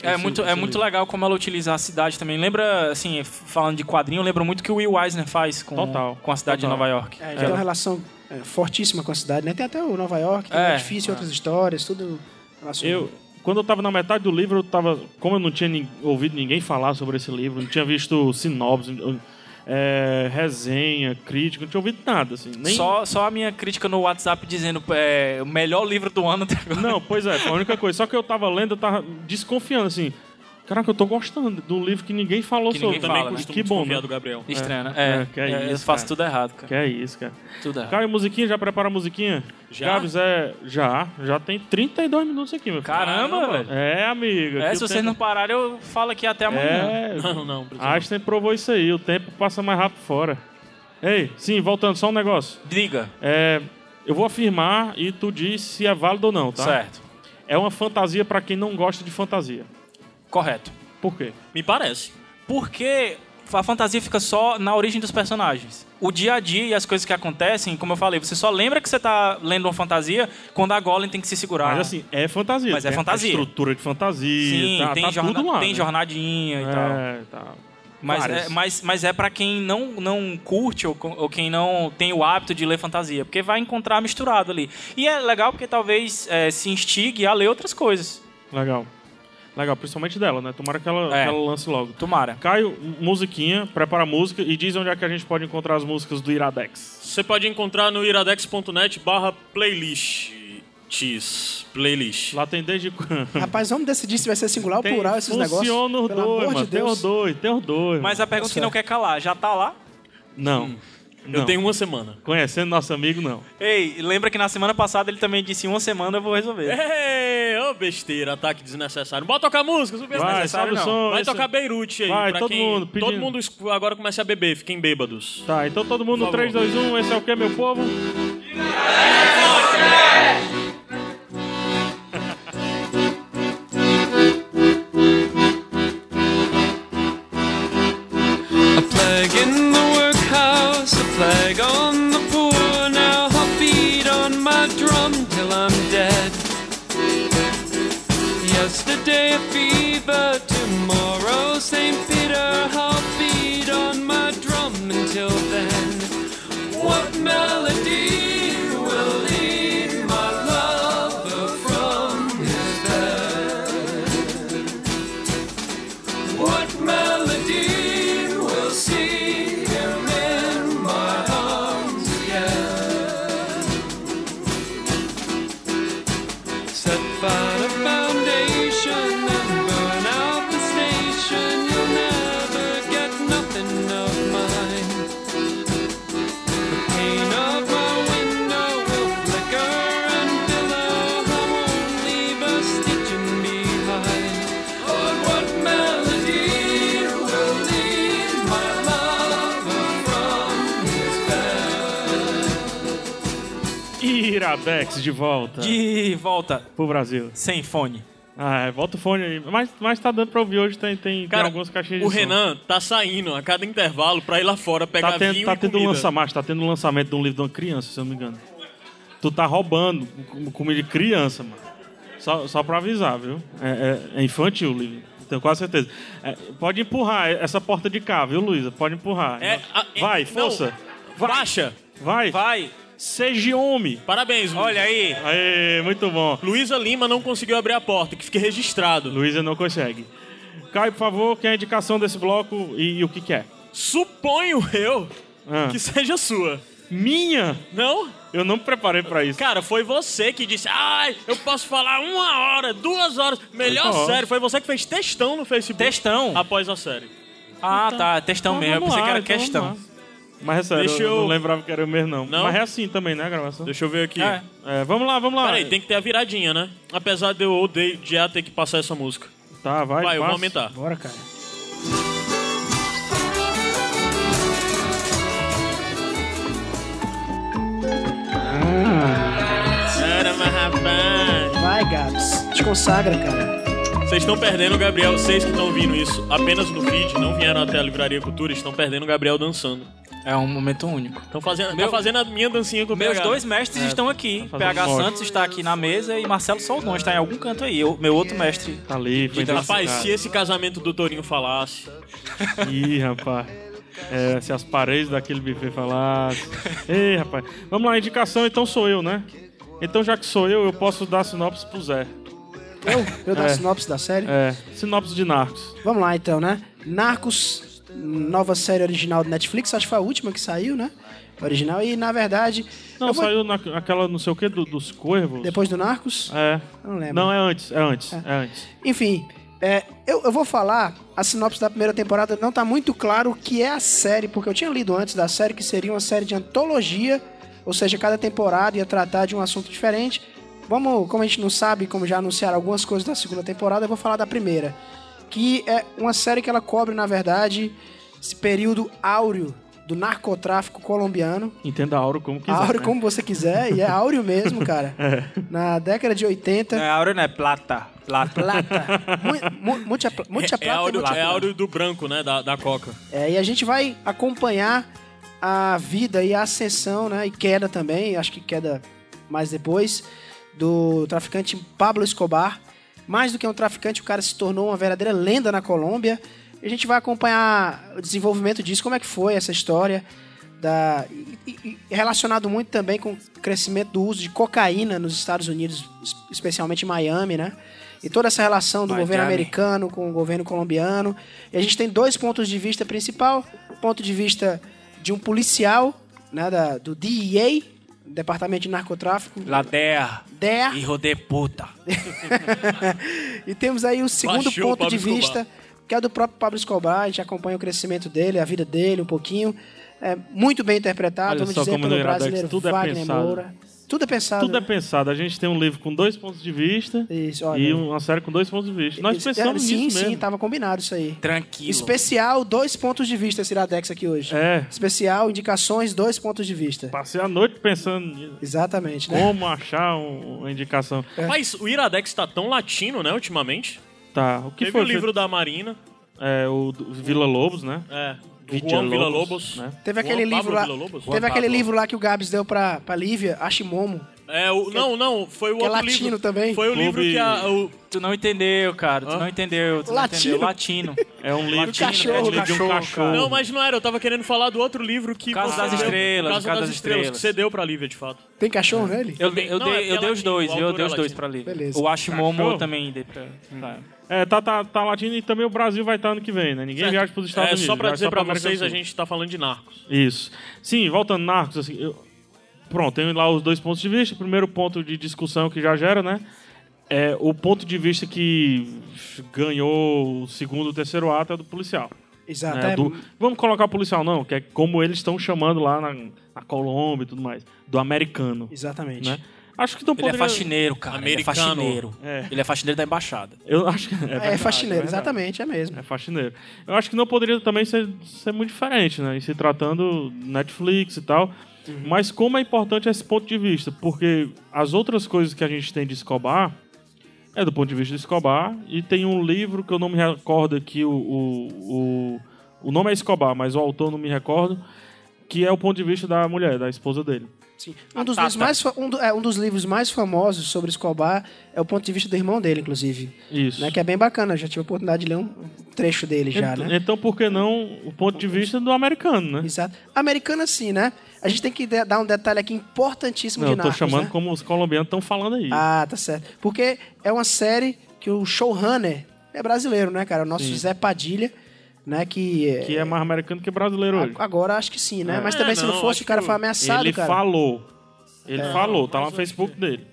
[SPEAKER 5] É
[SPEAKER 1] Esse-
[SPEAKER 5] muito, é
[SPEAKER 1] esse
[SPEAKER 5] muito
[SPEAKER 1] livro.
[SPEAKER 5] legal como ela utiliza a cidade também. Lembra, assim, f- falando de quadrinho, lembra muito o que o Will Eisner faz com,
[SPEAKER 1] Total.
[SPEAKER 5] com a cidade
[SPEAKER 1] Total.
[SPEAKER 5] de Nova York.
[SPEAKER 6] É, ele tem uma relação é, fortíssima com a cidade, né? Tem até o Nova York, tem
[SPEAKER 5] É,
[SPEAKER 6] o edifício e outras histórias, tudo relacionado.
[SPEAKER 1] Eu, quando eu tava na metade do livro, eu tava. Como eu não tinha nin- ouvido ninguém falar sobre esse livro, não tinha visto sinopse, eu- é, resenha, crítica, não tinha ouvido nada, assim. Nem...
[SPEAKER 5] Só, só a minha crítica no WhatsApp dizendo é, o melhor livro do ano até agora.
[SPEAKER 1] Não, pois é, foi a única coisa. Só que eu tava lendo, eu tava desconfiando, assim. Caraca, eu tô gostando do livro que ninguém falou
[SPEAKER 5] Que
[SPEAKER 1] sobre.
[SPEAKER 4] Eu
[SPEAKER 5] ninguém
[SPEAKER 4] também
[SPEAKER 5] fala, né?
[SPEAKER 4] costumo
[SPEAKER 1] Que bom, né?
[SPEAKER 4] desconfiar do Gabriel.
[SPEAKER 5] Estranho, né?
[SPEAKER 1] É,
[SPEAKER 5] É,
[SPEAKER 1] que é
[SPEAKER 5] é, eu
[SPEAKER 1] isso,
[SPEAKER 5] faço
[SPEAKER 1] cara.
[SPEAKER 5] tudo errado, cara.
[SPEAKER 1] Que é isso, cara.
[SPEAKER 5] Tudo errado.
[SPEAKER 1] Caio, musiquinha, já prepara a musiquinha?
[SPEAKER 4] Já?
[SPEAKER 1] Gabs, é. Já, já tem 32 minutos aqui, meu filho.
[SPEAKER 5] Caramba,
[SPEAKER 4] Caramba.
[SPEAKER 5] velho.
[SPEAKER 1] É, amigo.
[SPEAKER 5] É,
[SPEAKER 1] aqui
[SPEAKER 5] se
[SPEAKER 1] o
[SPEAKER 5] vocês não
[SPEAKER 1] tempo-
[SPEAKER 5] pararem, eu falo aqui até amanhã.
[SPEAKER 1] É,
[SPEAKER 4] Não, não, precisa.
[SPEAKER 1] Einstein provou isso aí, o tempo passa mais rápido fora. Ei, sim, voltando, só um negócio.
[SPEAKER 5] Diga.
[SPEAKER 1] É, eu vou afirmar e tu diz se é válido ou não, tá?
[SPEAKER 5] Certo.
[SPEAKER 1] É uma fantasia pra quem não gosta de fantasia.
[SPEAKER 5] Correto.
[SPEAKER 1] Por quê?
[SPEAKER 4] Me parece.
[SPEAKER 5] Porque a fantasia fica só na origem dos personagens. O dia a dia e as coisas que acontecem, como eu falei, você só lembra que você tá lendo uma fantasia quando a Golem tem que se segurar.
[SPEAKER 1] Mas assim, é fantasia.
[SPEAKER 5] Ah. Mas é
[SPEAKER 1] Tem
[SPEAKER 5] fantasia.
[SPEAKER 1] A estrutura de fantasia,
[SPEAKER 5] Sim,
[SPEAKER 1] tá,
[SPEAKER 5] tem,
[SPEAKER 1] tá
[SPEAKER 5] jorna-
[SPEAKER 1] tudo lá.
[SPEAKER 5] tem
[SPEAKER 1] né?
[SPEAKER 5] jornadinha e tal.
[SPEAKER 1] É, tá.
[SPEAKER 5] Mas
[SPEAKER 1] Várias.
[SPEAKER 5] é, mas, mas é para quem não, não curte ou, co- ou quem não tem o hábito de ler fantasia, porque vai encontrar misturado ali. E é legal porque talvez é, se instigue a ler outras coisas.
[SPEAKER 1] Legal. Legal, principalmente dela, né? Tomara que ela,
[SPEAKER 5] É.
[SPEAKER 1] que ela lance logo.
[SPEAKER 5] Tomara.
[SPEAKER 1] Caio, m- musiquinha, prepara a música e diz onde é que a gente pode encontrar as músicas do Iradex.
[SPEAKER 4] Você pode encontrar no iradex.net barra playlist. Tis, Playlist.
[SPEAKER 1] Lá tem desde quando?
[SPEAKER 6] Rapaz, vamos decidir se vai ser singular ou
[SPEAKER 1] Tem-
[SPEAKER 6] plural esses negócios.
[SPEAKER 1] Funciona os
[SPEAKER 6] Pelo
[SPEAKER 1] dois,
[SPEAKER 6] amor
[SPEAKER 1] mano.
[SPEAKER 6] de
[SPEAKER 1] Tem os
[SPEAKER 6] Deus.
[SPEAKER 1] dois, tem os dois.
[SPEAKER 5] Mas
[SPEAKER 1] mano.
[SPEAKER 5] a pergunta
[SPEAKER 6] Tá
[SPEAKER 5] que não quer calar, já tá lá?
[SPEAKER 1] Não.
[SPEAKER 4] Hum. Eu tenho um uma semana.
[SPEAKER 1] Conhecendo nosso amigo, não.
[SPEAKER 5] Ei, lembra que na semana passada ele também disse: em uma semana eu vou
[SPEAKER 1] É.
[SPEAKER 5] resolver.
[SPEAKER 4] Ei, ô besteira, ataque desnecessário. Bora tocar música, super
[SPEAKER 1] Vai,
[SPEAKER 4] desnecessário
[SPEAKER 1] sobe o
[SPEAKER 4] não.
[SPEAKER 1] som,
[SPEAKER 4] Vai
[SPEAKER 1] isso-
[SPEAKER 4] tocar Beirute aí.
[SPEAKER 1] Vai,
[SPEAKER 4] pra
[SPEAKER 1] todo
[SPEAKER 4] quem-
[SPEAKER 1] mundo,
[SPEAKER 4] Todo
[SPEAKER 1] pedindo.
[SPEAKER 4] mundo escu- agora comece a beber, fiquem bêbados.
[SPEAKER 1] Tá, então todo mundo no
[SPEAKER 4] Por favor.
[SPEAKER 1] 3, 2, 1, esse é o que, meu povo?
[SPEAKER 7] A plague in the workhouse, a plague on the poor. Now I'll beat on my drum till I'm dead. Yesterday a fever, tomorrow St. Peter. I'll beat on my drum until then. What melody will lead my
[SPEAKER 1] Iradex de volta
[SPEAKER 5] De volta,
[SPEAKER 1] pro Brasil.
[SPEAKER 5] sem fone.
[SPEAKER 1] Ah, é, volta o fone aí. Mas, mas tá dando pra ouvir hoje, tem, tem, tem
[SPEAKER 4] Cara,
[SPEAKER 1] algumas caixinhas de
[SPEAKER 4] o
[SPEAKER 1] som.
[SPEAKER 4] Renan tá saindo a cada intervalo pra ir lá fora pegar
[SPEAKER 1] Tá tendo,
[SPEAKER 4] vinho
[SPEAKER 1] tá
[SPEAKER 4] É e
[SPEAKER 1] tendo um
[SPEAKER 4] comida.
[SPEAKER 1] lançamento, tá tendo um lançamento de um livro de uma criança, se eu não me engano. Tu tá roubando com- comida de criança, mano. Só, só pra avisar, viu? É, é- é infantil o livro. Tenho quase certeza. É, pode empurrar essa porta de cá, viu, Luísa? Pode empurrar.
[SPEAKER 4] É, a- é-
[SPEAKER 1] vai,
[SPEAKER 4] não.
[SPEAKER 1] força.
[SPEAKER 4] Baixa.
[SPEAKER 1] Vai.
[SPEAKER 5] Vai,
[SPEAKER 1] Seja homem.
[SPEAKER 4] Parabéns, Luísa.
[SPEAKER 5] olha aí.
[SPEAKER 1] Aê, muito bom.
[SPEAKER 4] Luísa Lima não conseguiu abrir a porta, que fique registrado.
[SPEAKER 1] Luísa não consegue. Caio, por favor, que é a indicação desse bloco e, e o que, que é?
[SPEAKER 4] Suponho eu
[SPEAKER 1] Ah.
[SPEAKER 4] que seja sua.
[SPEAKER 1] Minha?
[SPEAKER 4] Não?
[SPEAKER 1] Eu não me preparei pra isso.
[SPEAKER 4] Cara, foi você que disse, ai, eu posso falar uma hora, duas horas, melhor
[SPEAKER 1] Ó.
[SPEAKER 4] série. Foi você que fez textão no Facebook.
[SPEAKER 5] Textão?
[SPEAKER 4] Após a série.
[SPEAKER 5] Ah, tá, textão
[SPEAKER 1] Então
[SPEAKER 5] mesmo. Eu
[SPEAKER 1] vamos
[SPEAKER 5] pensei que
[SPEAKER 1] lá,
[SPEAKER 5] era
[SPEAKER 1] então
[SPEAKER 5] questão.
[SPEAKER 1] vamos lá. Mas é sério,
[SPEAKER 4] Deixa
[SPEAKER 1] eu...
[SPEAKER 4] eu-
[SPEAKER 1] não lembrava que era eu mesmo, não.
[SPEAKER 4] Não?
[SPEAKER 1] Mas é assim também, né, a gravação?
[SPEAKER 4] Deixa eu ver aqui.
[SPEAKER 5] Ah,
[SPEAKER 1] É, vamos lá, vamos lá.
[SPEAKER 4] Peraí, tem que ter a viradinha, né? Apesar de eu odiar ter que passar essa música.
[SPEAKER 1] Tá, vai,
[SPEAKER 4] Vai, eu vou
[SPEAKER 1] passa.
[SPEAKER 4] aumentar.
[SPEAKER 6] Bora, cara.
[SPEAKER 4] Era, mas rapaz.
[SPEAKER 6] Vai, Gabs. Te consagra, cara.
[SPEAKER 4] Vocês estão perdendo o Gabriel, vocês que estão ouvindo isso apenas no feed, não vieram até a Livraria Cultura, estão perdendo o Gabriel dançando.
[SPEAKER 5] É um momento único.
[SPEAKER 4] Estão fazendo,
[SPEAKER 5] Meu-
[SPEAKER 4] tá fazendo a minha dancinha com o
[SPEAKER 5] Meus
[SPEAKER 4] PH.
[SPEAKER 5] dois mestres estão aqui.
[SPEAKER 1] É, tá fazendo um
[SPEAKER 5] PH
[SPEAKER 1] morte.
[SPEAKER 5] Santos está aqui na mesa e Marcelo Soldon está em algum canto aí. Eu, meu outro mestre.
[SPEAKER 1] Tá ali, foi
[SPEAKER 5] Diga,
[SPEAKER 4] Rapaz, se
[SPEAKER 1] intensificado.
[SPEAKER 4] esse casamento do Torinho falasse.
[SPEAKER 1] Ih, rapaz. É, se as paredes daquele buffet falassem. Ei, rapaz. Vamos lá, indicação, então sou eu, né? Então, já que sou eu, eu posso dar sinopse pro Zé.
[SPEAKER 6] Eu dou a
[SPEAKER 1] É.
[SPEAKER 6] sinopse da série.
[SPEAKER 1] É, sinopse de Narcos.
[SPEAKER 6] Vamos lá então, né? Narcos, nova série original do Netflix, acho que foi a última que saiu, né? Original. E na verdade.
[SPEAKER 1] Não,
[SPEAKER 6] eu vou-
[SPEAKER 1] saiu na, aquela não sei o que dos corvos.
[SPEAKER 6] Depois do Narcos?
[SPEAKER 1] É.
[SPEAKER 6] Eu Não lembro.
[SPEAKER 1] Não, é antes, é antes, é antes.
[SPEAKER 6] Enfim, é, eu, eu vou falar a sinopse da primeira temporada. Não tá muito claro o que é a série, porque eu tinha lido antes da série que seria uma série de antologia, ou seja, cada temporada ia tratar de um assunto diferente. Vamos, como a gente não sabe, como já anunciaram algumas coisas da segunda temporada, eu vou falar da primeira. Que é uma série que ela cobre, na verdade, esse período áureo do narcotráfico colombiano.
[SPEAKER 1] Entenda a Auro como quiser.
[SPEAKER 6] áureo
[SPEAKER 1] né?
[SPEAKER 6] como você quiser, e é áureo mesmo, cara. Na década de 80.
[SPEAKER 5] Não é áureo, não é plata. Plata.
[SPEAKER 6] Plata. Mu- mu- Muita, pla- muita
[SPEAKER 4] é,
[SPEAKER 6] plata.
[SPEAKER 4] áureo,
[SPEAKER 6] muita
[SPEAKER 4] é
[SPEAKER 6] plata.
[SPEAKER 4] áureo do branco, né? Da, da Coca.
[SPEAKER 6] É, e a gente vai acompanhar a vida e a ascensão, né? E queda também, acho que queda mais depois, do traficante Pablo Escobar. Mais do que um traficante, o cara se tornou uma verdadeira lenda na Colômbia. E a gente vai acompanhar o desenvolvimento disso, como é que foi essa história. Da, e- e- e relacionado muito também com o crescimento do uso de cocaína nos Estados Unidos, es- especialmente em Miami, né? E toda essa relação do
[SPEAKER 5] Miami.
[SPEAKER 6] governo americano americano com o governo colombiano. E a gente tem dois pontos de vista principal: ponto de vista de um policial, né, da- do DEA, Departamento de Narcotráfico,
[SPEAKER 5] Lader.
[SPEAKER 6] DEA,
[SPEAKER 5] Hijo de puta.
[SPEAKER 6] e temos aí o segundo
[SPEAKER 4] Baixou o
[SPEAKER 6] ponto
[SPEAKER 4] Pablo
[SPEAKER 6] de vista, que é do próprio Pablo Escobar. A gente acompanha o crescimento dele, a vida dele um pouquinho. É muito bem interpretado,
[SPEAKER 1] Olha
[SPEAKER 6] vamos
[SPEAKER 1] só
[SPEAKER 6] dizer,
[SPEAKER 1] como
[SPEAKER 6] pelo
[SPEAKER 1] no Iradex
[SPEAKER 6] brasileiro
[SPEAKER 1] tudo é
[SPEAKER 6] Wagner
[SPEAKER 1] pensado.
[SPEAKER 6] Moura. Tudo é pensado.
[SPEAKER 1] Tudo é pensado. A gente tem um livro com dois pontos de vista
[SPEAKER 6] Isso, olha.
[SPEAKER 1] e um- uma série com dois pontos de vista. Nós
[SPEAKER 6] Isso- é,
[SPEAKER 1] pensamos
[SPEAKER 6] sim,
[SPEAKER 1] nisso
[SPEAKER 6] Sim, tá.
[SPEAKER 1] mesmo.
[SPEAKER 6] tava combinado isso aí.
[SPEAKER 5] Tranquilo.
[SPEAKER 6] Especial, dois pontos de vista esse Iradex aqui hoje.
[SPEAKER 1] É,
[SPEAKER 6] Especial, indicações, dois pontos de vista.
[SPEAKER 1] passei a noite pensando nisso.
[SPEAKER 6] Exatamente, né?
[SPEAKER 1] como achar um- uma indicação.
[SPEAKER 4] Mas o Iradex tá tão latino, né, ultimamente.
[SPEAKER 1] Tá, o que
[SPEAKER 4] Teve
[SPEAKER 1] foi
[SPEAKER 4] o livro da Marina.
[SPEAKER 1] É, o do- Vila Lobos, né?
[SPEAKER 4] É. Do
[SPEAKER 1] Vidia
[SPEAKER 4] Juan
[SPEAKER 1] Lobos,
[SPEAKER 4] Vila Lobos.
[SPEAKER 1] né?
[SPEAKER 6] Teve aquele
[SPEAKER 4] Juan
[SPEAKER 6] livro
[SPEAKER 4] Pablo
[SPEAKER 6] lá.
[SPEAKER 4] Villa-Lobos?
[SPEAKER 6] Teve
[SPEAKER 5] Juan
[SPEAKER 6] aquele
[SPEAKER 5] Pablo.
[SPEAKER 6] livro lá que o Gabs deu pra, pra Lívia, Ashimomo.
[SPEAKER 4] É, o, não, não, foi o
[SPEAKER 6] que é
[SPEAKER 4] outro
[SPEAKER 6] latino
[SPEAKER 4] livro.
[SPEAKER 6] também.
[SPEAKER 4] Foi o
[SPEAKER 1] Clube-
[SPEAKER 4] livro que a, o,
[SPEAKER 5] Tu não entendeu, cara. Tu não entendeu. Tu
[SPEAKER 6] Latino.
[SPEAKER 5] Não entendeu. Latino.
[SPEAKER 1] É um livro,
[SPEAKER 6] Latino,
[SPEAKER 1] é um
[SPEAKER 6] cachorro,
[SPEAKER 1] livro de um
[SPEAKER 5] cachorro,
[SPEAKER 1] cachorro.
[SPEAKER 4] Não, mas não era, eu tava querendo falar do outro livro que
[SPEAKER 5] Casa
[SPEAKER 4] você
[SPEAKER 5] das
[SPEAKER 4] deu-
[SPEAKER 5] Estrelas,
[SPEAKER 4] Casa, das, Estrelas, que você deu pra Lívia, de fato.
[SPEAKER 6] Tem cachorro nele?
[SPEAKER 5] Eu, eu
[SPEAKER 4] Não, é
[SPEAKER 5] dei,
[SPEAKER 4] porque
[SPEAKER 5] eu dei
[SPEAKER 4] é
[SPEAKER 5] os dois,
[SPEAKER 4] latino, o
[SPEAKER 5] eu
[SPEAKER 4] autor
[SPEAKER 5] dei
[SPEAKER 4] é
[SPEAKER 5] os dois
[SPEAKER 4] latino.
[SPEAKER 5] pra Lívia.
[SPEAKER 6] Beleza.
[SPEAKER 5] O Ashimomo
[SPEAKER 1] Cachorro?
[SPEAKER 5] também dei pra. pra-
[SPEAKER 1] É, tá, tá, tá latindo e também o Brasil vai estar ano que vem, né? Ninguém
[SPEAKER 4] Certo.
[SPEAKER 1] viaja pros Estados
[SPEAKER 4] é,
[SPEAKER 1] Unidos.
[SPEAKER 4] só pra
[SPEAKER 1] viaja
[SPEAKER 4] dizer pra
[SPEAKER 1] América do
[SPEAKER 4] vocês,
[SPEAKER 1] Sul.
[SPEAKER 4] a gente tá falando de narcos.
[SPEAKER 1] Isso. Sim, voltando Narcos, assim, eu- pronto, tem lá os dois pontos de vista. O primeiro ponto de discussão que já gera, né? É o ponto de vista que ganhou o segundo, o terceiro ato é do policial.
[SPEAKER 6] Exato.
[SPEAKER 1] né?
[SPEAKER 6] é.
[SPEAKER 1] Do- vamos colocar o policial, não, que é como eles estão chamando lá na, na Colômbia e tudo mais. Do americano.
[SPEAKER 6] Exatamente.
[SPEAKER 1] Né? Acho que não
[SPEAKER 5] Ele é
[SPEAKER 1] poderia...
[SPEAKER 5] faxineiro, cara.
[SPEAKER 4] Americano.
[SPEAKER 5] Ele é faxineiro.
[SPEAKER 1] É.
[SPEAKER 5] Ele é faxineiro da embaixada.
[SPEAKER 1] Eu acho que é,
[SPEAKER 6] É,
[SPEAKER 1] verdade,
[SPEAKER 6] faxineiro,
[SPEAKER 1] é verdade.
[SPEAKER 6] exatamente, é mesmo.
[SPEAKER 1] É faxineiro. Eu acho que não poderia também ser, ser muito diferente, né? E se tratando Netflix e tal.
[SPEAKER 6] Uhum.
[SPEAKER 1] Mas como é importante esse ponto de vista? Porque as outras coisas que a gente tem de Escobar é do ponto de vista de Escobar. E tem um livro que eu não me recordo aqui, o, o, o, o nome é Escobar, mas o autor não me recordo, que é o ponto de vista da mulher, da esposa dele.
[SPEAKER 6] Sim. Um, dos livros mais, fa- um, do- é, um dos livros mais famosos sobre Escobar é o ponto de vista do irmão dele, inclusive.
[SPEAKER 1] Isso.
[SPEAKER 6] Né, que é bem bacana, eu já tive a oportunidade de ler um trecho dele já,
[SPEAKER 1] Ent-
[SPEAKER 6] né?
[SPEAKER 1] Então, por que não o ponto de vista do americano, né?
[SPEAKER 6] Exato. Americana sim, né? A gente tem que de- dar um detalhe aqui importantíssimo
[SPEAKER 1] Não,
[SPEAKER 6] de
[SPEAKER 1] eu tô
[SPEAKER 6] Narcos,
[SPEAKER 1] chamando
[SPEAKER 6] né?
[SPEAKER 1] como os colombianos estão falando aí.
[SPEAKER 6] Ah, tá certo. Porque é uma série que o showrunner é brasileiro, né, cara? O nosso Zé Padilha, né, que... é-
[SPEAKER 1] que é mais americano que
[SPEAKER 6] Ah,
[SPEAKER 1] brasileiro hoje.
[SPEAKER 6] Agora acho que sim, né?
[SPEAKER 1] É.
[SPEAKER 6] Mas também se
[SPEAKER 4] É,
[SPEAKER 6] não
[SPEAKER 4] não,
[SPEAKER 6] fosse,
[SPEAKER 4] acho
[SPEAKER 6] o cara
[SPEAKER 4] que
[SPEAKER 6] foi
[SPEAKER 4] o-
[SPEAKER 6] ameaçado,
[SPEAKER 1] ele
[SPEAKER 6] cara. É.
[SPEAKER 1] falou. Ele falou, tá lá no Facebook dele.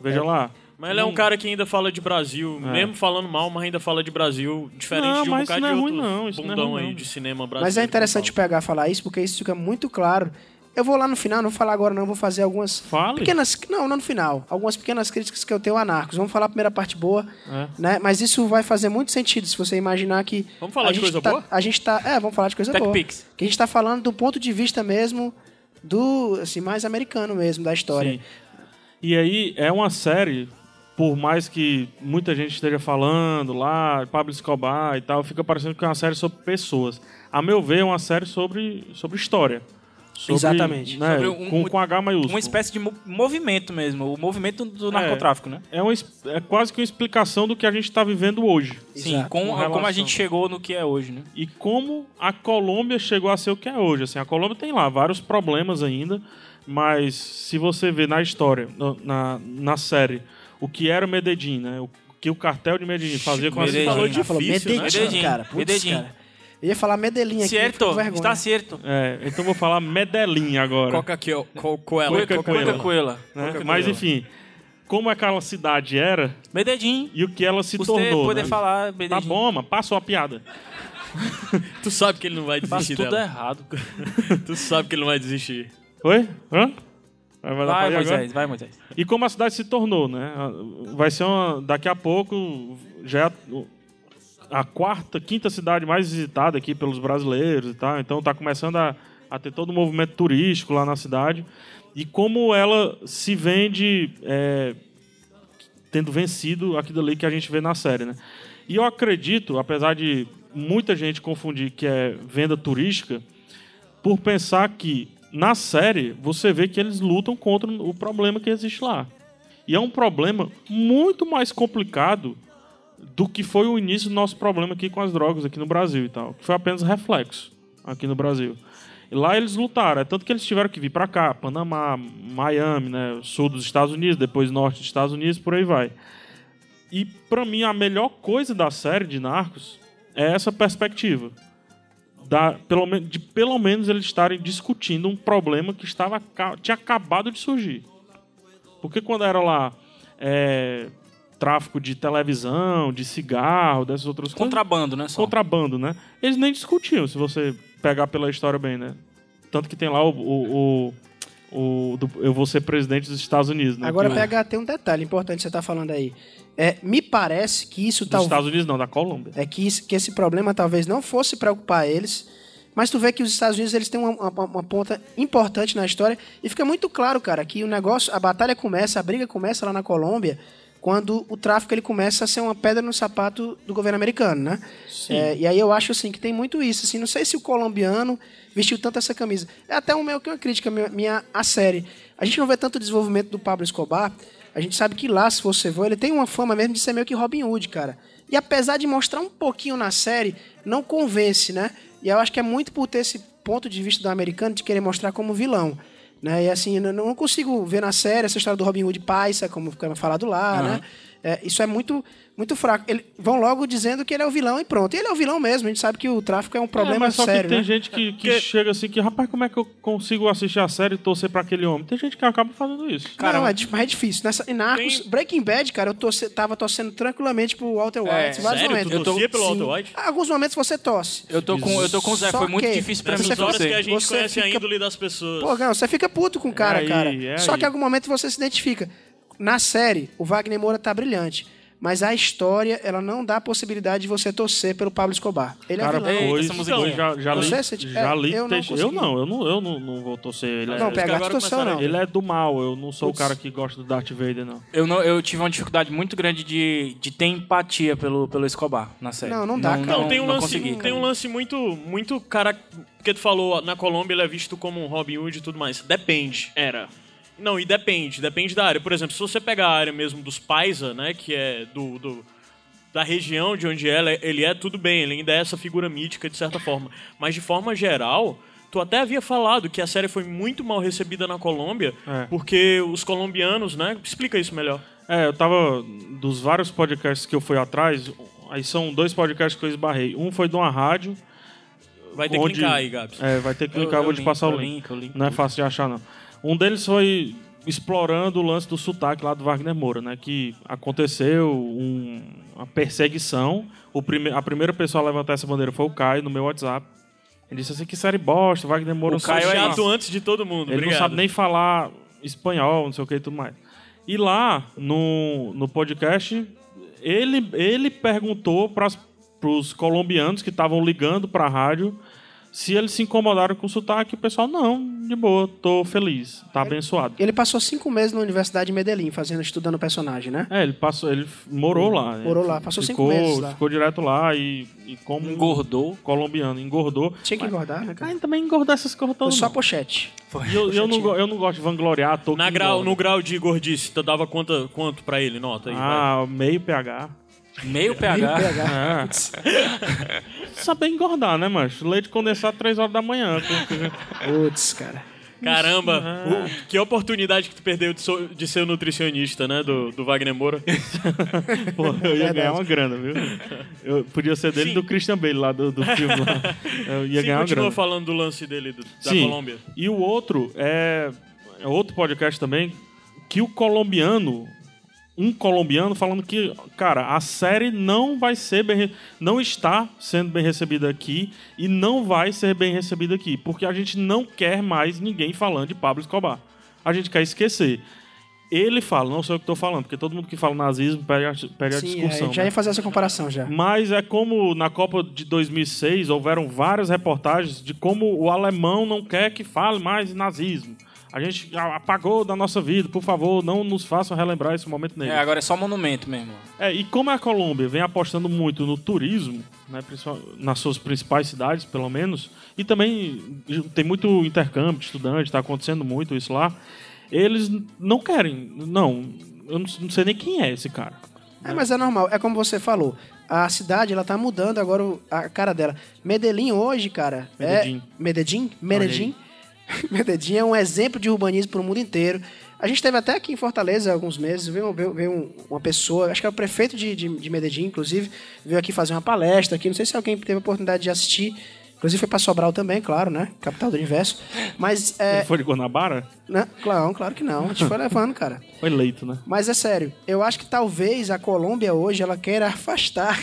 [SPEAKER 1] Veja lá.
[SPEAKER 4] Mas
[SPEAKER 1] Hum.
[SPEAKER 4] ele é um cara que ainda fala de Brasil, mesmo falando mal, mas ainda fala de Brasil, diferente
[SPEAKER 1] É. Não,
[SPEAKER 4] de um
[SPEAKER 1] mas
[SPEAKER 4] bocado
[SPEAKER 1] isso não é
[SPEAKER 4] de
[SPEAKER 1] ruim,
[SPEAKER 4] outros
[SPEAKER 1] não, isso não é
[SPEAKER 4] bundão
[SPEAKER 1] ruim,
[SPEAKER 4] aí
[SPEAKER 1] não.
[SPEAKER 4] de cinema brasileiro.
[SPEAKER 6] Mas é interessante
[SPEAKER 4] que
[SPEAKER 6] pegar falar isso, porque isso fica muito claro. Eu vou lá no final, não vou falar agora não, vou fazer algumas
[SPEAKER 1] Fale.
[SPEAKER 6] pequenas... Não, não no final. Algumas pequenas críticas que eu tenho a Narcos. Vamos falar a primeira parte boa,
[SPEAKER 1] É.
[SPEAKER 6] né? Mas isso vai fazer muito sentido se você imaginar que...
[SPEAKER 4] Vamos falar
[SPEAKER 6] a
[SPEAKER 4] de
[SPEAKER 6] gente
[SPEAKER 4] coisa
[SPEAKER 6] tá-
[SPEAKER 4] boa?
[SPEAKER 6] A gente tá... É, vamos falar de coisa boa.
[SPEAKER 4] TechPix.
[SPEAKER 6] Que a gente tá falando do ponto de vista mesmo do, assim, mais americano mesmo, da história.
[SPEAKER 1] Sim. E aí é uma série, por mais que muita gente esteja falando lá, Pablo Escobar e tal, fica parecendo que é uma série sobre pessoas. A meu ver, é uma série sobre, sobre história. Sobre,
[SPEAKER 6] Exatamente.
[SPEAKER 1] né,
[SPEAKER 5] Sobre um-
[SPEAKER 1] com, com H maiúsculo.
[SPEAKER 5] Uma espécie de mo- movimento mesmo, o movimento do narcotráfico, né?
[SPEAKER 1] é, uma, es- é quase que uma explicação do que a gente está vivendo hoje.
[SPEAKER 5] Sim,
[SPEAKER 6] Exato.
[SPEAKER 5] com-
[SPEAKER 1] Com
[SPEAKER 5] como
[SPEAKER 1] relação.
[SPEAKER 5] a gente chegou no que é hoje, né?
[SPEAKER 1] e como a Colômbia chegou a ser o que é hoje. Assim, a Colômbia tem lá vários problemas ainda, mas se você vê na história, no- na, na série, o que era o Medellín, né? O que o cartel de Medellín fazia com as
[SPEAKER 5] Medellín.
[SPEAKER 1] pessoas.
[SPEAKER 6] Ela falou
[SPEAKER 4] difícil,
[SPEAKER 6] Medellín,
[SPEAKER 4] né?
[SPEAKER 5] Medellín,
[SPEAKER 6] cara. Putz,
[SPEAKER 5] Medellín.
[SPEAKER 6] cara. Eu ia falar Medellín aqui, fico com
[SPEAKER 5] Cierto,
[SPEAKER 6] vergonha.
[SPEAKER 5] está certo.
[SPEAKER 1] É, então vou falar Medellín agora.
[SPEAKER 4] Coca Cola. Coca
[SPEAKER 1] Coca- Coca-
[SPEAKER 5] Coca-Cola.
[SPEAKER 1] né? Mas enfim, como aquela cidade era
[SPEAKER 5] Medellín,
[SPEAKER 1] e o que ela se
[SPEAKER 5] você
[SPEAKER 1] tornou.
[SPEAKER 5] poder
[SPEAKER 1] né?
[SPEAKER 5] falar
[SPEAKER 1] Tá
[SPEAKER 5] Medellín.
[SPEAKER 1] bom, mas passou a piada.
[SPEAKER 4] Tu sabe que ele não vai
[SPEAKER 5] Faz
[SPEAKER 4] desistir
[SPEAKER 5] tudo é.
[SPEAKER 4] dela.
[SPEAKER 5] errado.
[SPEAKER 4] Tu sabe que ele não vai desistir.
[SPEAKER 1] Oi? Hã? Vai, vai dar pra
[SPEAKER 5] Vai,
[SPEAKER 1] ir agora?
[SPEAKER 5] Moisés, vai, Moisés.
[SPEAKER 1] E como a cidade se tornou, né? Vai ser uma, daqui a pouco já é a, a quarta, quinta cidade mais visitada aqui pelos brasileiros e tal. Então tá começando a, a ter todo o movimento turístico lá na cidade. E como ela se vende é, tendo vencido aquilo ali que a gente vê na série, né? E eu acredito, apesar de muita gente confundir que é venda turística, por pensar que na série você vê que eles lutam contra o problema que existe lá. E é um problema muito mais complicado do que foi o início do nosso problema aqui com as drogas aqui no Brasil e tal, que foi apenas reflexo aqui no Brasil. E lá eles lutaram, é tanto que eles tiveram que vir para cá, Panamá, Miami, né, sul dos Estados Unidos, depois norte dos Estados Unidos, por aí vai. E pra mim a melhor coisa da série de Narcos é essa perspectiva da, pelo, men- de pelo menos eles estarem discutindo um problema que estava aca- tinha acabado de surgir. Porque quando era lá é, tráfico de televisão, de cigarro, dessas outras coisas.
[SPEAKER 5] Contrabando, né? Só.
[SPEAKER 1] Contrabando, né? Eles nem discutiam, se você pegar pela história bem, né? Tanto que tem lá o. o, o- o do- eu vou ser presidente dos Estados Unidos, né?
[SPEAKER 6] Agora
[SPEAKER 1] Que o-
[SPEAKER 6] pega, tem um detalhe importante que você tá falando aí. É, me parece que isso
[SPEAKER 1] Dos
[SPEAKER 6] talvez
[SPEAKER 1] Estados Unidos, não, da Colômbia.
[SPEAKER 6] é que, isso- que esse problema talvez não fosse preocupar eles, mas tu vê que os Estados Unidos eles têm uma, uma- uma ponta importante na história e fica muito claro, cara, que o negócio, a batalha começa, a briga começa lá na Colômbia quando o tráfico ele começa a ser uma pedra no sapato do governo americano, né? É, e aí eu acho assim que tem muito isso, assim, não sei se o colombiano vestiu tanto essa camisa. É até um meio que uma crítica minha, minha à série. A gente não vê tanto o desenvolvimento do Pablo Escobar. A gente sabe que lá, se você for, ele tem uma fama mesmo de ser meio que Robin Hood, cara. E apesar de mostrar um pouquinho na série, não convence, né? E eu acho que é muito por ter esse ponto de vista do americano de querer mostrar como vilão. Né? E assim, eu não consigo ver na série essa história do Robin Hood Paisa, como fica falado lá, né? É, isso é muito, muito fraco. Eles vão logo dizendo que ele é o vilão e pronto. E ele é o vilão mesmo, a gente sabe que o tráfico é um
[SPEAKER 1] É,
[SPEAKER 6] problema
[SPEAKER 1] mas só
[SPEAKER 6] sério.
[SPEAKER 1] que tem
[SPEAKER 6] né?
[SPEAKER 1] gente que, que chega assim que, rapaz, como é que eu consigo assistir a série e torcer pra aquele homem? Tem gente que acaba fazendo isso.
[SPEAKER 6] não, é, di- mas é difícil. Nessa, em Narcos, Breaking Bad, cara, eu torce- tava torcendo tranquilamente pro
[SPEAKER 1] É,
[SPEAKER 6] Walter White. em vários
[SPEAKER 4] sério?
[SPEAKER 5] é.
[SPEAKER 6] momentos.
[SPEAKER 4] Tu torcia pelo
[SPEAKER 6] Sim.
[SPEAKER 4] Walter White?
[SPEAKER 6] Alguns momentos você torce.
[SPEAKER 5] Eu tô com, eu tô com o Zé,
[SPEAKER 6] Só
[SPEAKER 5] foi muito
[SPEAKER 6] que
[SPEAKER 5] difícil pra mim é
[SPEAKER 4] Nessas horas que a
[SPEAKER 5] você.
[SPEAKER 4] gente
[SPEAKER 6] Você
[SPEAKER 4] conhece a
[SPEAKER 6] fica-
[SPEAKER 4] índole das pessoas.
[SPEAKER 6] Pô, não, você fica puto com o cara,
[SPEAKER 1] É aí,
[SPEAKER 6] cara.
[SPEAKER 1] é
[SPEAKER 6] Só
[SPEAKER 1] aí.
[SPEAKER 6] que em algum momento você se identifica. Na série, o Wagner Moura tá brilhante. mas a história, ela não dá a possibilidade de você torcer pelo Pablo Escobar. Ele
[SPEAKER 1] Cara,
[SPEAKER 6] é vilão.
[SPEAKER 5] Eita,
[SPEAKER 1] pois,
[SPEAKER 5] essa
[SPEAKER 1] pois
[SPEAKER 5] musiquinha.
[SPEAKER 1] já, já li,
[SPEAKER 6] Você, Cid?
[SPEAKER 1] já
[SPEAKER 6] É,
[SPEAKER 1] li
[SPEAKER 6] eu não
[SPEAKER 1] texto- eu
[SPEAKER 6] consegui.
[SPEAKER 1] não, eu não, eu não, não vou torcer. Ele é,
[SPEAKER 6] Não, pega
[SPEAKER 5] agora
[SPEAKER 6] a torção
[SPEAKER 5] começaram
[SPEAKER 6] não. né?
[SPEAKER 1] ele é do mal, eu não sou
[SPEAKER 5] Putz.
[SPEAKER 1] o cara que gosta do Darth Vader, não.
[SPEAKER 5] Eu, não, eu tive uma dificuldade muito grande de, de ter empatia pelo, pelo Escobar na série.
[SPEAKER 6] Não, não dá, cara.
[SPEAKER 4] Não, tem um lance,
[SPEAKER 5] consegui, cara.
[SPEAKER 4] tem um lance muito, muito cara, porque tu falou na Colômbia ele é visto como um Robin Hood e tudo mais. Depende. Era. Não, e depende, depende da área. Por exemplo, se você pegar a área mesmo dos Paisa, né, que é do, do- da região de onde ela, ele é, tudo bem, ele ainda é essa figura mítica de certa forma. Mas de forma geral, tu até havia falado que a série foi muito mal recebida na Colômbia,
[SPEAKER 1] É.
[SPEAKER 4] porque os colombianos, né, explica isso melhor.
[SPEAKER 1] É, eu tava. Dos vários podcasts que eu fui atrás, aí são dois podcasts que eu esbarrei. Um foi de uma rádio.
[SPEAKER 4] Vai ter
[SPEAKER 1] onde-
[SPEAKER 4] que clicar aí, Gabs.
[SPEAKER 1] É, vai ter que
[SPEAKER 5] Eu-
[SPEAKER 1] clicar, eu,
[SPEAKER 5] eu
[SPEAKER 1] vou te
[SPEAKER 5] linko,
[SPEAKER 1] passar
[SPEAKER 5] eu
[SPEAKER 1] o link.
[SPEAKER 5] linko, eu linko
[SPEAKER 1] Não é fácil de achar, não. Um deles foi explorando o lance do sotaque lá do Wagner Moura, né? Que aconteceu um- uma perseguição. O prime- a primeira pessoa a levantar essa bandeira foi o Caio no meu WhatsApp. Ele disse assim, que série bosta, Wagner Moura...
[SPEAKER 5] O
[SPEAKER 1] não sabe
[SPEAKER 5] Caio é
[SPEAKER 1] falar."
[SPEAKER 4] Chato antes de todo mundo,
[SPEAKER 1] Ele
[SPEAKER 4] obrigado.
[SPEAKER 1] não sabe nem falar espanhol, não sei o que e tudo mais. E lá, no, no podcast, ele, ele perguntou para os colombianos que estavam ligando para a rádio se eles se incomodaram com o sotaque. O pessoal, não, de boa, tô feliz, tá abençoado.
[SPEAKER 6] Ele passou cinco meses na Universidade de Medellín, fazendo, estudando o personagem, né?
[SPEAKER 1] É, ele passou, ele f- morou lá. né?
[SPEAKER 6] Morou lá, passou cinco
[SPEAKER 1] ficou,
[SPEAKER 6] meses lá.
[SPEAKER 1] Ficou direto lá e, e como
[SPEAKER 5] Engordou.
[SPEAKER 1] colombiano, engordou.
[SPEAKER 6] Tinha que engordar, né, cara?
[SPEAKER 1] Ah, também engordar essas coisas
[SPEAKER 6] Foi
[SPEAKER 1] todas.
[SPEAKER 6] só
[SPEAKER 1] não.
[SPEAKER 6] pochete.
[SPEAKER 1] E eu, eu, não, go- eu não gosto de vangloriar ator
[SPEAKER 4] Na
[SPEAKER 1] que
[SPEAKER 4] grau,
[SPEAKER 1] engorda.
[SPEAKER 4] no grau de gordice, tu dava quanto, quanto pra ele? Nota aí. vai.
[SPEAKER 1] Ah, meio pH.
[SPEAKER 5] Meio pH.
[SPEAKER 1] Saber engordar, né, macho? Leite condensado 3 horas da manhã. Com-
[SPEAKER 6] Putz, cara.
[SPEAKER 4] Caramba, o- que oportunidade que tu perdeu de, so- de ser o nutricionista, né? Do, do Wagner Moura.
[SPEAKER 1] Pô, eu ia ganhar uma grana, viu? Eu podia ser dele e do Christian Bale lá do, do filme. Lá. Eu ia
[SPEAKER 4] Sim,
[SPEAKER 1] ganhar uma
[SPEAKER 4] continua
[SPEAKER 1] grana.
[SPEAKER 4] falando do lance dele do- da Colômbia.
[SPEAKER 1] E o outro é, é outro podcast também que o colombiano, um colombiano falando que, cara, a série não vai ser bem, re- não está sendo bem recebida aqui e não vai ser bem recebida aqui, porque a gente não quer mais ninguém falando de Pablo Escobar. A gente quer esquecer. Ele fala, não sei o que estou falando, porque todo mundo que fala nazismo perde a, perde a
[SPEAKER 6] Sim, é,
[SPEAKER 1] discussão.
[SPEAKER 6] já
[SPEAKER 1] né?
[SPEAKER 6] ia fazer essa comparação já.
[SPEAKER 1] Mas é como na Copa de 2006 houveram várias reportagens de como o alemão não quer que fale mais nazismo. A gente a- apagou da nossa vida, por favor, não nos façam relembrar esse momento negro.
[SPEAKER 5] É, agora é só monumento mesmo.
[SPEAKER 1] É, e como a Colômbia vem apostando muito no turismo, né, principal- nas suas principais cidades, pelo menos, e também tem muito intercâmbio de estudante, está acontecendo muito isso lá, eles n- não querem, não, eu não s- não sei nem quem é esse cara.
[SPEAKER 6] É, mas é normal. É como você falou. A cidade, ela tá mudando agora o- a cara dela. Medellín hoje, cara...
[SPEAKER 1] Medellín.
[SPEAKER 6] É... Medellín? Medellín. Medellín é um exemplo de urbanismo pro mundo inteiro. A gente teve até aqui em Fortaleza há alguns meses, veio, veio- veio um- uma pessoa, acho que é o prefeito de, de, de Medellín, inclusive, veio aqui fazer uma palestra aqui. Não sei se alguém teve a oportunidade de assistir. Inclusive foi pra Sobral também, claro, né? Capital do universo. Mas,
[SPEAKER 1] Ele
[SPEAKER 6] é...
[SPEAKER 1] foi de Guanabara?
[SPEAKER 6] né? Claro, claro que não. A gente foi levando, cara.
[SPEAKER 1] Foi eleito, né?
[SPEAKER 6] Mas é sério, eu acho que talvez a Colômbia hoje ela queira afastar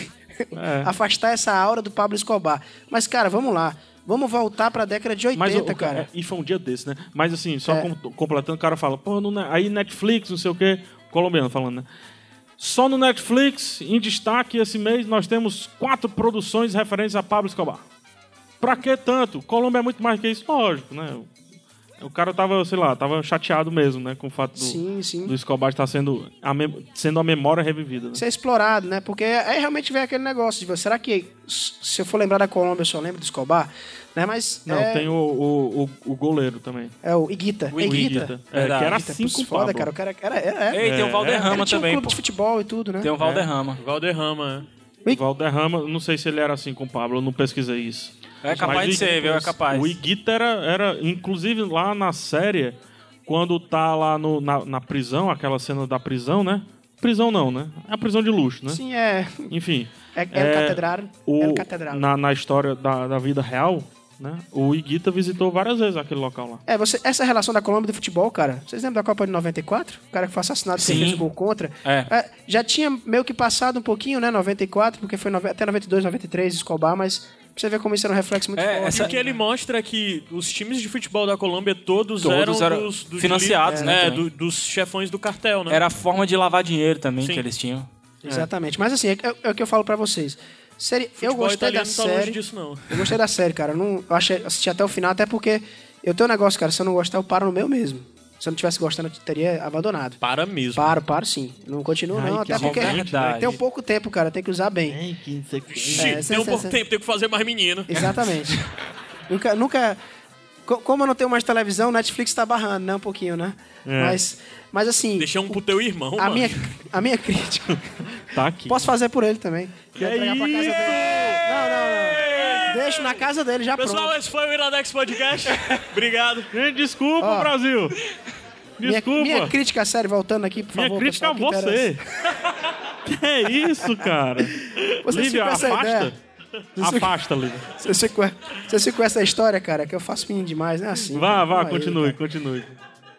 [SPEAKER 1] É.
[SPEAKER 6] afastar essa aura do Pablo Escobar. Mas cara, vamos lá. Vamos voltar pra década de 80,
[SPEAKER 1] Mas o, o
[SPEAKER 6] cara.
[SPEAKER 1] cara. E foi um dia desse, né? Mas assim, só
[SPEAKER 6] É.
[SPEAKER 1] com- completando, o cara fala, pô, no ne- aí Netflix, não sei o quê, colombiano falando, né? Só no Netflix, em destaque, esse mês nós temos quatro produções referentes a Pablo Escobar. Pra que tanto? Colômbia é muito mais que isso, lógico, né? O cara tava, sei lá, tava chateado mesmo, né? Com o fato do,
[SPEAKER 6] Sim, sim.
[SPEAKER 1] do Escobar estar sendo a, mem- sendo a memória revivida. né?
[SPEAKER 6] Isso é explorado, né? Porque aí realmente vem aquele negócio de, será que se eu for lembrar da Colômbia eu só lembro do Escobar, né? Mas
[SPEAKER 1] Não,
[SPEAKER 6] é,
[SPEAKER 1] tem o, o, o- o goleiro também.
[SPEAKER 6] é o Iguita,
[SPEAKER 5] O
[SPEAKER 6] Iguita.
[SPEAKER 1] É, que era
[SPEAKER 6] Iguita, putz,
[SPEAKER 1] cinco
[SPEAKER 6] foda,
[SPEAKER 1] Pablo.
[SPEAKER 6] cara, o cara era, era, era,
[SPEAKER 5] Ei, tem o Valderrama
[SPEAKER 6] Ele tinha um
[SPEAKER 5] também,
[SPEAKER 6] clube
[SPEAKER 5] pô.
[SPEAKER 6] de futebol e tudo, né?
[SPEAKER 1] um
[SPEAKER 5] Tem o Valderrama.
[SPEAKER 4] Valderrama.
[SPEAKER 1] O Valderrama, não sei se ele era assim com o Pablo, eu não pesquisei isso.
[SPEAKER 5] É capaz
[SPEAKER 1] Mas
[SPEAKER 5] de
[SPEAKER 1] o-
[SPEAKER 5] ser, viu? É capaz.
[SPEAKER 1] O Iguita era, era, inclusive lá na série, quando tá lá no- na, na prisão, aquela cena da prisão, né? Prisão não, né? É a prisão de luxo, né?
[SPEAKER 6] Sim, é.
[SPEAKER 1] Enfim.
[SPEAKER 6] É, é, o catedrário,
[SPEAKER 1] o-
[SPEAKER 6] é o catedrário.
[SPEAKER 1] Na, na história da, da vida real, né? O Iguita visitou várias vezes aquele local lá.
[SPEAKER 6] É, você, essa relação da Colômbia do futebol, cara. Vocês lembram da Copa de 94? O cara que foi assassinado porque
[SPEAKER 5] Sim.
[SPEAKER 6] fez o gol contra.
[SPEAKER 5] É.
[SPEAKER 6] já tinha meio que passado um pouquinho, né? 94, porque foi nove- até 92, 93, Escobar, mas pra você ver como isso era um reflexo muito
[SPEAKER 5] É,
[SPEAKER 6] forte.
[SPEAKER 5] essa-
[SPEAKER 4] E que ele mostra é que os times de futebol da Colômbia todos,
[SPEAKER 5] Todos
[SPEAKER 4] eram,
[SPEAKER 5] eram
[SPEAKER 4] dos, dos
[SPEAKER 5] financiados,
[SPEAKER 4] li-
[SPEAKER 5] né,
[SPEAKER 4] É,
[SPEAKER 5] também.
[SPEAKER 4] do- dos chefões do cartel, né?
[SPEAKER 5] Era a forma de lavar dinheiro também
[SPEAKER 4] Sim.
[SPEAKER 5] que eles tinham.
[SPEAKER 6] Exatamente. Mas assim, é, é o que eu falo pra vocês. Série, eu
[SPEAKER 4] Futebol
[SPEAKER 6] gostei da
[SPEAKER 4] italiano não tá longe
[SPEAKER 6] série.
[SPEAKER 4] disso, não.
[SPEAKER 6] Eu gostei da série, cara. Eu não, eu achei, assisti até o final, até porque eu tenho um negócio, cara. Se eu não gostar, eu paro no meu mesmo. Se eu não tivesse gostando, eu teria abandonado.
[SPEAKER 4] Para mesmo.
[SPEAKER 6] Paro, paro sim. Não continuo, não.
[SPEAKER 1] Ai, que
[SPEAKER 6] Até porque
[SPEAKER 1] arrogante,
[SPEAKER 5] né?
[SPEAKER 6] tem um pouco tempo, cara. Tem que usar bem.
[SPEAKER 1] Ai, que
[SPEAKER 4] Shit,
[SPEAKER 1] insegurança.
[SPEAKER 6] É, sim,
[SPEAKER 4] tem um
[SPEAKER 6] sim,
[SPEAKER 4] pouco
[SPEAKER 6] sim.
[SPEAKER 4] tempo, tem que fazer mais menino.
[SPEAKER 6] Exatamente. nunca, nunca. co- Como eu não tenho mais televisão, Netflix tá barrando, né? Um pouquinho, né? Mas, mas assim.
[SPEAKER 4] Deixamos um pro teu irmão,
[SPEAKER 6] a
[SPEAKER 4] mano.
[SPEAKER 6] minha, a minha crítica.
[SPEAKER 1] Tá aqui.
[SPEAKER 6] Posso fazer por ele também. Vou entregar pra casa
[SPEAKER 1] isso?
[SPEAKER 6] dele. Não, não, não. Deixo na casa dele já
[SPEAKER 4] Pessoal,
[SPEAKER 1] é
[SPEAKER 6] pronto.
[SPEAKER 4] esse foi o Iradex Podcast. Obrigado.
[SPEAKER 1] Gente, desculpa,
[SPEAKER 6] Ó.
[SPEAKER 1] Brasil.
[SPEAKER 6] Minha,
[SPEAKER 1] Desculpa.
[SPEAKER 6] minha crítica séria, voltando aqui, por
[SPEAKER 1] Minha
[SPEAKER 6] favor.
[SPEAKER 1] crítica a
[SPEAKER 6] pessoal, que interessa.
[SPEAKER 1] você. Que é isso, cara?
[SPEAKER 6] Vocês
[SPEAKER 1] Lívia,
[SPEAKER 6] ficam com essa
[SPEAKER 1] afasta.
[SPEAKER 6] ideia. Vocês ficam-
[SPEAKER 1] Afasta, Lívia.
[SPEAKER 6] Vocês ficam vocês ficam com essa história, cara, que eu faço menino demais, né? Assim.
[SPEAKER 1] Vá,
[SPEAKER 6] cara,
[SPEAKER 1] vá,
[SPEAKER 6] calma aí,
[SPEAKER 1] continue, continue.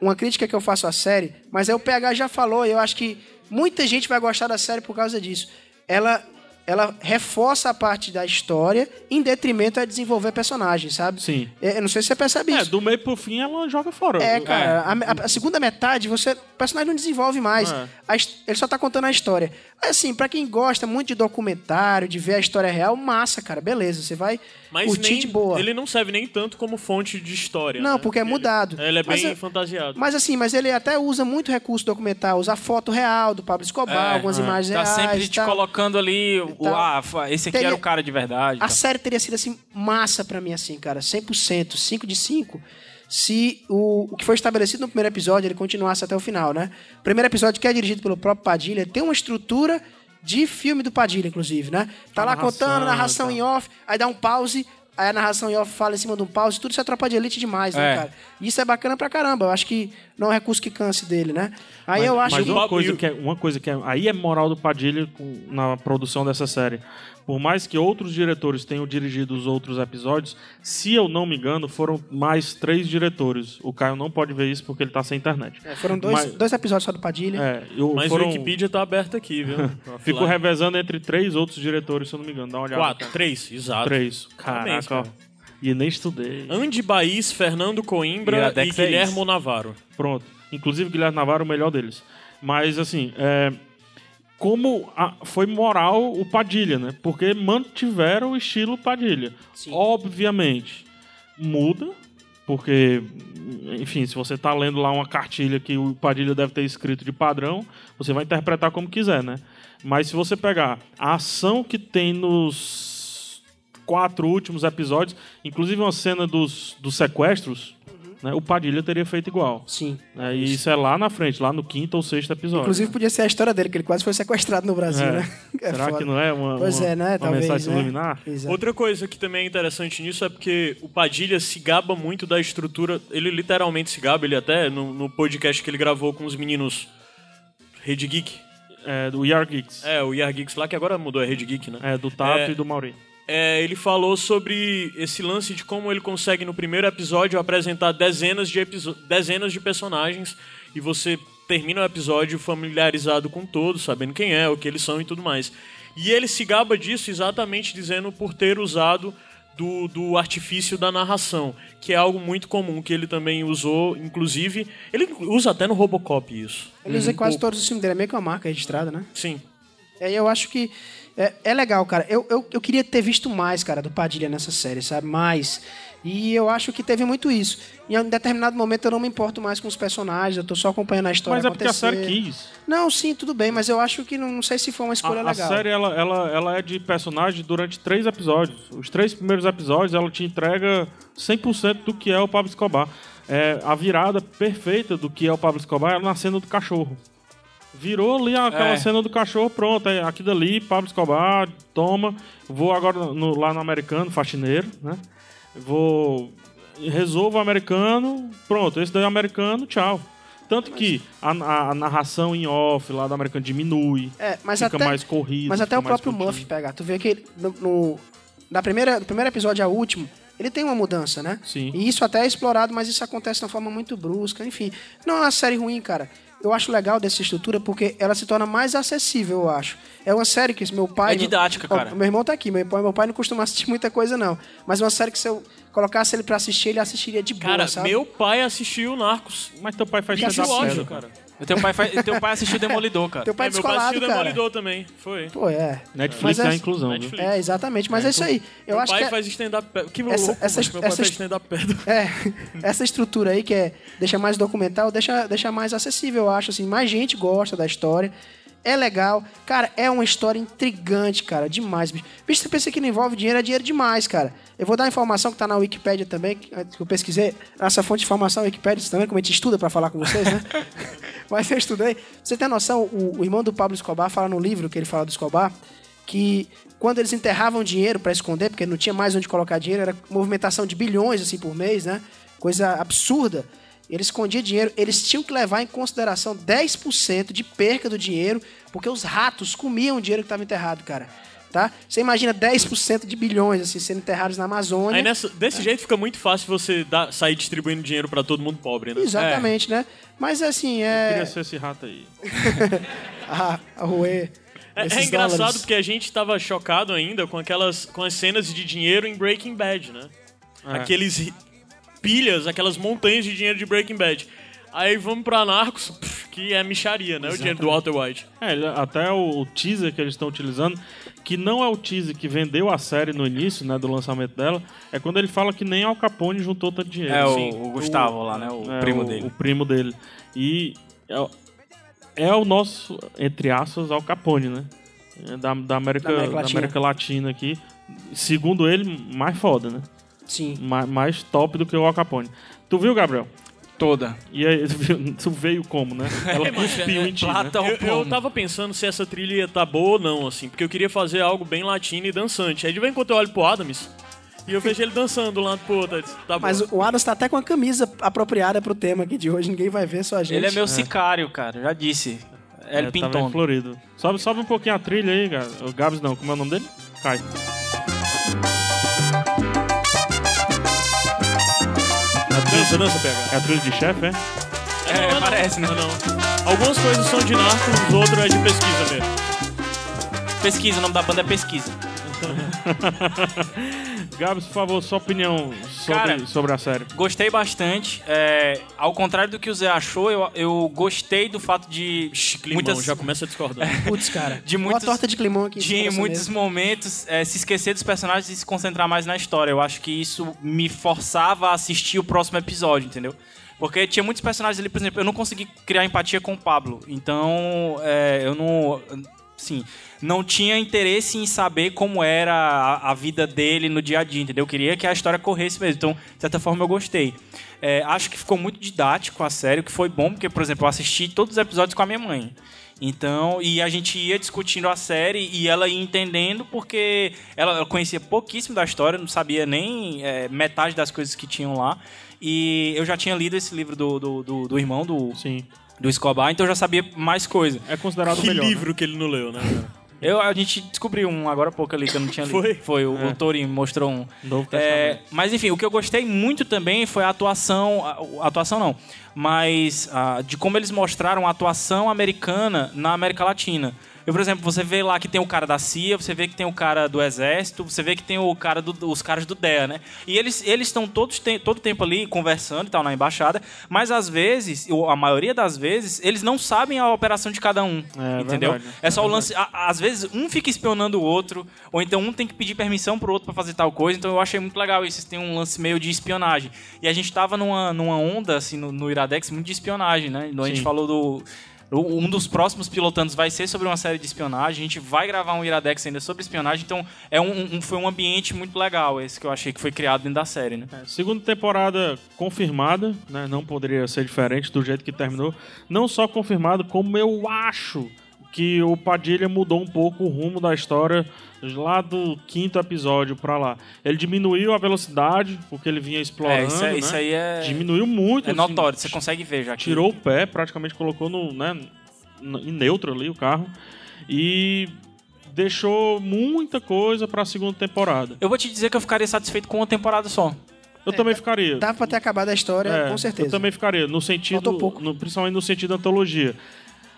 [SPEAKER 6] uma crítica que eu faço à série, mas aí o PH já falou, e eu acho que muita gente vai gostar da série por causa disso. Ela ela reforça a parte da história em detrimento a desenvolver personagens, sabe?
[SPEAKER 1] Sim.
[SPEAKER 6] É, Eu não sei se você percebe
[SPEAKER 1] É,
[SPEAKER 6] isso.
[SPEAKER 1] do meio pro fim ela joga fora.
[SPEAKER 6] É, cara, a me- A, a segunda metade, você, o personagem não desenvolve mais.
[SPEAKER 1] É.
[SPEAKER 6] A his- ele só tá contando a história. Mas, Assim, pra quem gosta muito de documentário, de ver a história real, massa, cara, beleza. Você vai
[SPEAKER 4] Mas
[SPEAKER 6] curtir
[SPEAKER 4] nem,
[SPEAKER 6] de boa.
[SPEAKER 4] ele não serve nem tanto como fonte de história.
[SPEAKER 6] Não,
[SPEAKER 4] né?
[SPEAKER 6] porque é
[SPEAKER 4] Ele-
[SPEAKER 6] mudado.
[SPEAKER 4] Ele é
[SPEAKER 6] Mas
[SPEAKER 4] bem
[SPEAKER 6] é-
[SPEAKER 4] fantasiado.
[SPEAKER 6] Mas assim, mas ele até usa muito recurso documental, usa foto real do Pablo Escobar,
[SPEAKER 5] É,
[SPEAKER 6] algumas
[SPEAKER 5] é.
[SPEAKER 6] imagens
[SPEAKER 5] Tá
[SPEAKER 6] reais.
[SPEAKER 5] sempre
[SPEAKER 6] e
[SPEAKER 5] te
[SPEAKER 6] tal.
[SPEAKER 5] colocando ali, o,
[SPEAKER 6] tal.
[SPEAKER 5] ah, fa- esse aqui
[SPEAKER 6] tá Teria-
[SPEAKER 5] era o cara de verdade.
[SPEAKER 6] A
[SPEAKER 5] tá.
[SPEAKER 6] série teria sido assim, massa pra mim, assim, cara. 100%, 5 de 5. Se o, o que foi estabelecido no primeiro episódio ele continuasse até o final, né? O primeiro episódio, que é dirigido pelo próprio Padilha, tem uma estrutura de filme do Padilha, inclusive, né? Tá lá
[SPEAKER 1] narração,
[SPEAKER 6] contando, narração
[SPEAKER 1] tá.
[SPEAKER 6] em off, aí dá um pause, aí a narração em off fala em cima de um pause, tudo isso é tropa de elite demais, né,
[SPEAKER 5] É.
[SPEAKER 6] cara? E Isso é bacana pra caramba. Eu acho que não é um recurso que canse dele, né? Aí eu acho
[SPEAKER 1] Mas
[SPEAKER 6] que.
[SPEAKER 1] uma
[SPEAKER 4] Bob
[SPEAKER 1] coisa,
[SPEAKER 4] Yu-
[SPEAKER 1] que é, uma coisa que é. Aí é moral do Padilha com- na produção dessa série. Por mais que outros diretores tenham dirigido os outros episódios, se eu não me engano, foram mais três diretores. O Caio não pode ver isso porque ele tá sem internet.
[SPEAKER 6] É, Foram dois,
[SPEAKER 1] Mas-
[SPEAKER 6] dois episódios só do Padilha.
[SPEAKER 1] É, eu,
[SPEAKER 4] Mas
[SPEAKER 1] foram,
[SPEAKER 4] o Wikipedia tá aberto aqui, viu?
[SPEAKER 1] Ficou revezando entre três outros diretores, se eu não me engano. Dá uma olhada.
[SPEAKER 4] Quatro, três, exato.
[SPEAKER 1] Três. Caraca,
[SPEAKER 4] Parabéns, cara.
[SPEAKER 1] ó. E nem estudei.
[SPEAKER 4] Andy Baiz, Fernando Coimbra
[SPEAKER 5] Iradex
[SPEAKER 4] e
[SPEAKER 5] é
[SPEAKER 4] Guilherme
[SPEAKER 5] isso.
[SPEAKER 4] Navaro.
[SPEAKER 1] Pronto. Inclusive, Guilherme Navarro é o melhor deles. Mas, assim, é, como a- foi moral o Padilha, né? Porque mantiveram o estilo Padilha. Obviamente, muda, porque, enfim, se você tá lendo lá uma cartilha que o Padilha deve ter escrito de padrão, você vai interpretar como quiser, né? Mas se você pegar a ação que tem nos quatro últimos episódios, inclusive uma cena dos, dos sequestros, né, o Padilha teria feito igual.
[SPEAKER 6] Sim.
[SPEAKER 1] É, e isso é lá na frente, lá no quinto ou sexto episódio.
[SPEAKER 6] Inclusive, podia ser a história dele, que ele quase foi sequestrado no Brasil,
[SPEAKER 1] É.
[SPEAKER 6] né? É
[SPEAKER 1] Será
[SPEAKER 6] foda.
[SPEAKER 1] que não é uma,
[SPEAKER 6] Pois
[SPEAKER 1] uma-
[SPEAKER 6] é, né?
[SPEAKER 1] uma
[SPEAKER 6] Talvez,
[SPEAKER 1] mensagem
[SPEAKER 6] né?
[SPEAKER 1] subliminar?
[SPEAKER 6] Exato.
[SPEAKER 4] Outra coisa que também é interessante nisso é porque o Padilha se gaba muito da estrutura. Ele literalmente se gaba, ele até no, no podcast que ele gravou com os meninos Rede Geek.
[SPEAKER 1] É, do Yar Geeks. É.
[SPEAKER 4] É, o Yar Geeks lá, que agora mudou, é Rede Geek, né?
[SPEAKER 1] do Tato
[SPEAKER 4] É.
[SPEAKER 1] e do Mauri.
[SPEAKER 4] É, ele falou sobre esse lance de como ele consegue no primeiro episódio apresentar dezenas de, episo- dezenas de personagens e você termina o episódio familiarizado com todos, sabendo quem é, o que eles são e tudo mais. E ele se gaba disso exatamente dizendo por ter usado do, do artifício da narração, que é algo muito comum que ele também usou, inclusive. Ele usa até no Robocop isso.
[SPEAKER 6] Ele usa quase todos os filmes dele, é meio que uma marca registrada, né?
[SPEAKER 4] Sim.
[SPEAKER 6] É, eu acho que é, é legal, cara. Eu, eu, eu queria ter visto mais, cara, do Padilha nessa série, sabe? Mais. E eu acho que teve muito isso. Em um determinado momento eu não me importo mais com os personagens, eu tô só acompanhando a história
[SPEAKER 1] Mas é porque a
[SPEAKER 6] acontecer.
[SPEAKER 1] série quis.
[SPEAKER 6] Não, sim, tudo bem, mas eu acho que não, não sei se foi
[SPEAKER 1] A,
[SPEAKER 6] uma escolha
[SPEAKER 1] a
[SPEAKER 6] legal.
[SPEAKER 1] série ela, ela, ela é de personagem durante três episódios. Os três primeiros episódios ela te entrega 100% do que é o Pablo Escobar. É, a virada perfeita do que é o Pablo Escobar é na cena do cachorro. Virou ali aquela
[SPEAKER 5] É.
[SPEAKER 1] cena do cachorro, pronto. É aqui dali, Pablo Escobar, toma. Vou agora no- lá no americano, faxineiro, né? Vou. Resolvo o americano, pronto. Esse daí é o americano, tchau.
[SPEAKER 6] É,
[SPEAKER 1] Tanto que a, a- a narração em off lá do americano diminui.
[SPEAKER 6] É, mas
[SPEAKER 1] fica
[SPEAKER 6] até-
[SPEAKER 1] mais corrido.
[SPEAKER 6] Mas até
[SPEAKER 1] fica
[SPEAKER 6] o próprio
[SPEAKER 1] mais
[SPEAKER 6] Murphy pegar. Tu vê que ele, no, no- na primeira, do primeiro episódio ao último, ele tem uma mudança, né?
[SPEAKER 1] Sim.
[SPEAKER 6] E isso até é explorado, mas isso acontece de uma forma muito brusca, enfim. Não é uma série ruim, cara. Eu acho legal dessa estrutura porque ela se torna mais acessível, eu acho. É uma série que meu pai.
[SPEAKER 5] É didática,
[SPEAKER 6] Ó,
[SPEAKER 5] cara.
[SPEAKER 6] meu irmão tá aqui, meu pai, meu pai não costuma assistir muita coisa, não. Mas é uma série que se eu colocasse ele pra assistir, ele assistiria de boa,
[SPEAKER 4] Cara,
[SPEAKER 6] sabe?
[SPEAKER 4] meu pai assistiu Narcos.
[SPEAKER 1] Mas teu pai faz
[SPEAKER 6] E
[SPEAKER 4] Pediu
[SPEAKER 1] stand-up
[SPEAKER 6] assiste,
[SPEAKER 4] ódio,
[SPEAKER 1] pedra.
[SPEAKER 4] cara.
[SPEAKER 5] Teu pai, faz- teu pai assistiu Demolidor, cara.
[SPEAKER 6] Teu
[SPEAKER 4] é,
[SPEAKER 6] pai
[SPEAKER 4] meu pai
[SPEAKER 6] descolado,
[SPEAKER 4] assistiu
[SPEAKER 6] cara.
[SPEAKER 4] Demolidor também. Foi.
[SPEAKER 6] Pô, é.
[SPEAKER 1] Netflix
[SPEAKER 6] Mas
[SPEAKER 1] é a
[SPEAKER 6] é-
[SPEAKER 1] inclusão, viu?
[SPEAKER 4] Netflix.
[SPEAKER 6] É, exatamente. Mas
[SPEAKER 1] então,
[SPEAKER 6] é isso aí. Eu
[SPEAKER 4] meu
[SPEAKER 6] acho
[SPEAKER 4] pai
[SPEAKER 6] que é-
[SPEAKER 4] faz stand-up. pe- Que
[SPEAKER 6] Essa-
[SPEAKER 4] louco,
[SPEAKER 6] essa-
[SPEAKER 4] mas meu pai
[SPEAKER 6] essa-
[SPEAKER 4] faz stand-up pedra.
[SPEAKER 6] É, essa estrutura aí que é deixa mais documental, deixa, deixa mais acessível, eu acho, assim, mais gente gosta da história. É legal. Cara, é uma história intrigante, cara, demais, bicho. Bicho, você pensa que não envolve dinheiro, é dinheiro demais, cara. Eu vou dar a informação que tá na Wikipédia também, que é, que eu pesquisei. Nossa fonte de informação é a Wikipédia, isso também, como a gente estuda pra falar com vocês, né? Mas eu estudei. Pra Você tem noção, o, o irmão do Pablo Escobar fala no livro que ele fala do Escobar, que quando eles enterravam dinheiro para esconder, porque não tinha mais onde colocar dinheiro, era movimentação de bilhões assim por mês, né? Coisa absurda. Ele escondia dinheiro, eles tinham que levar em consideração 10% de perca do dinheiro, porque os ratos comiam o dinheiro que estava enterrado, cara. Tá? Você imagina 10% de bilhões assim sendo enterrados na Amazônia.
[SPEAKER 4] Aí nessa- desse jeito fica muito fácil você dar- sair distribuindo dinheiro pra todo mundo pobre, né?
[SPEAKER 6] Exatamente, né? Mas assim,
[SPEAKER 1] Queria
[SPEAKER 6] é.
[SPEAKER 1] ser esse rato aí.
[SPEAKER 6] Ah, a Rue.
[SPEAKER 4] É, é
[SPEAKER 6] esses
[SPEAKER 4] engraçado
[SPEAKER 6] dólares.
[SPEAKER 4] porque a gente tava chocado ainda com aquelas com as cenas de dinheiro em Breaking Bad, né?
[SPEAKER 6] É.
[SPEAKER 4] Aqueles ri- pilhas, aquelas montanhas de dinheiro de Breaking Bad. Aí vamos pra Narcos, pff, que é micharia, né? O dinheiro do Walter White.
[SPEAKER 1] É, ele- até o, o teaser que eles estão utilizando, que não é o teaser que vendeu a série no início, né, do lançamento dela, é quando ele fala que nem Al Capone juntou tanto dinheiro.
[SPEAKER 5] É
[SPEAKER 1] Sim.
[SPEAKER 5] o, o Gustavo lá, né? O
[SPEAKER 1] É,
[SPEAKER 5] primo dele.
[SPEAKER 1] O primo dele. E é, o- é o nosso, entre aspas, Al Capone, né? É Da, da América,
[SPEAKER 6] Da
[SPEAKER 1] da
[SPEAKER 6] América
[SPEAKER 1] América, Latina
[SPEAKER 6] Latina.
[SPEAKER 1] aqui. Segundo ele, mais foda, né?
[SPEAKER 6] Sim.
[SPEAKER 1] Ma- Mais, top do que o Al Capone. Tu viu, Gabriel?
[SPEAKER 5] Toda.
[SPEAKER 1] E aí, tu viu- tu veio como, né? Ela cuspiu em ti, né?
[SPEAKER 5] Plata ao
[SPEAKER 4] Eu, eu
[SPEAKER 5] plomo.
[SPEAKER 4] tava pensando se essa trilha ia tá boa ou não, assim, porque eu queria fazer algo bem latino e dançante. Aí de vez em quando eu olho pro Adams e eu vejo ele dançando do lado pro outro. aí eu disse, Tá bom.
[SPEAKER 6] Mas o Adams tá até com a camisa apropriada pro tema aqui de hoje, ninguém vai ver, só a gente.
[SPEAKER 5] Ele é meu sicário, cara. Já disse.
[SPEAKER 1] É,
[SPEAKER 5] El
[SPEAKER 1] tá
[SPEAKER 5] Pinton.
[SPEAKER 1] bem florido. Sobe, sobe um pouquinho a trilha aí, cara. O Gabs não, como é o nome dele? Cai.
[SPEAKER 4] Dança, dança, pega.
[SPEAKER 1] É a trilha de chefe, é?
[SPEAKER 5] É, parece, né?
[SPEAKER 4] Não, não. Algumas coisas são de Narcos, outras é de pesquisa mesmo.
[SPEAKER 5] Pesquisa, o nome da banda é Pesquisa.
[SPEAKER 1] Gabs, por favor, sua opinião sobre,
[SPEAKER 5] Cara,
[SPEAKER 1] sobre a série.
[SPEAKER 5] Gostei bastante. É, ao contrário do que o Zé achou, eu, eu gostei do fato de
[SPEAKER 4] Climão,
[SPEAKER 5] muitas,
[SPEAKER 4] já começa a discordar.
[SPEAKER 6] Putz, cara.
[SPEAKER 5] De
[SPEAKER 6] Uma
[SPEAKER 5] muitos-
[SPEAKER 6] torta de climão aqui.
[SPEAKER 5] de em
[SPEAKER 6] começa
[SPEAKER 5] muitos
[SPEAKER 6] mesmo.
[SPEAKER 5] momentos é, se esquecer dos personagens e se concentrar mais na história. Eu acho que isso me forçava a assistir o próximo episódio, entendeu? Porque tinha muitos personagens ali, por exemplo, eu não consegui criar empatia com o Pablo. Então, é, eu não. Sim, não tinha interesse em saber como era a, a vida dele no dia a dia, entendeu? Eu queria que a história corresse mesmo. Então, de certa forma, eu gostei. É, acho que ficou muito didático a série, o que foi bom, porque, por exemplo, eu assisti todos os episódios com a minha mãe. Então, e a gente ia discutindo a série e ela ia entendendo, porque ela, ela conhecia pouquíssimo da história, não sabia nem é, metade das coisas que tinham lá. E eu já tinha lido esse livro do, do, do- do irmão do,
[SPEAKER 1] Sim.
[SPEAKER 5] do Escobar, então eu já sabia mais coisa.
[SPEAKER 1] É considerado o
[SPEAKER 4] que
[SPEAKER 1] melhor.
[SPEAKER 4] livro que ele não leu, né? cara?
[SPEAKER 5] Eu, a gente descobriu um agora há pouco ali que eu não tinha lido.
[SPEAKER 4] Foi?
[SPEAKER 5] Foi, o, o Torin mostrou um.
[SPEAKER 1] Né? É. Novo
[SPEAKER 5] É,
[SPEAKER 1] testamento.
[SPEAKER 5] mas enfim, o que eu gostei muito também foi a atuação, a- a atuação não, mas ah, de como eles mostraram a atuação americana na América Latina. Eu, por exemplo, você vê lá que tem o cara da CIA, você vê que tem o cara do Exército, você vê que tem o cara do- os caras do DEA, né? E eles eles estão todos te- todo tempo ali conversando e tal na embaixada, mas às vezes, ou a maioria das vezes, eles não sabem a operação de cada um,
[SPEAKER 1] É,
[SPEAKER 5] entendeu?
[SPEAKER 1] verdade.
[SPEAKER 5] É só o lance. a- às vezes um fica espionando o outro, ou então um tem que pedir permissão pro outro pra fazer tal coisa. Então eu achei muito legal isso. Tem um lance meio de espionagem. E a gente tava numa, numa onda, assim, no, no Iradex, muito de espionagem, né? Então A gente
[SPEAKER 1] Sim.
[SPEAKER 5] falou do. o- Um dos próximos pilotandos vai ser sobre uma série de espionagem. A gente vai gravar um Iradex ainda sobre espionagem. Então é um, um- foi um ambiente muito legal esse que eu achei que foi criado dentro da série, né?
[SPEAKER 1] É, segunda temporada confirmada, né? Não poderia ser diferente do jeito que terminou. Não só confirmado, como eu acho que o Padilha mudou um pouco o rumo da história lá do quinto episódio pra lá. Ele diminuiu a velocidade, porque ele vinha explorando.
[SPEAKER 5] É, isso, é- isso
[SPEAKER 1] né?
[SPEAKER 5] aí é,
[SPEAKER 1] Diminuiu muito.
[SPEAKER 5] é
[SPEAKER 1] assim,
[SPEAKER 5] notório. Você consegue ver já. que-
[SPEAKER 1] tirou o pé, praticamente colocou no, né, n- em neutro ali o carro e deixou muita coisa pra segunda temporada.
[SPEAKER 5] Eu vou te dizer que eu ficaria satisfeito com uma temporada só.
[SPEAKER 1] Eu também ficaria.
[SPEAKER 6] Dava pra ter acabado a história,
[SPEAKER 1] É,
[SPEAKER 6] É, com certeza.
[SPEAKER 1] Eu também ficaria, no sentido,
[SPEAKER 6] Faltou pouco.
[SPEAKER 1] no- principalmente no sentido da antologia.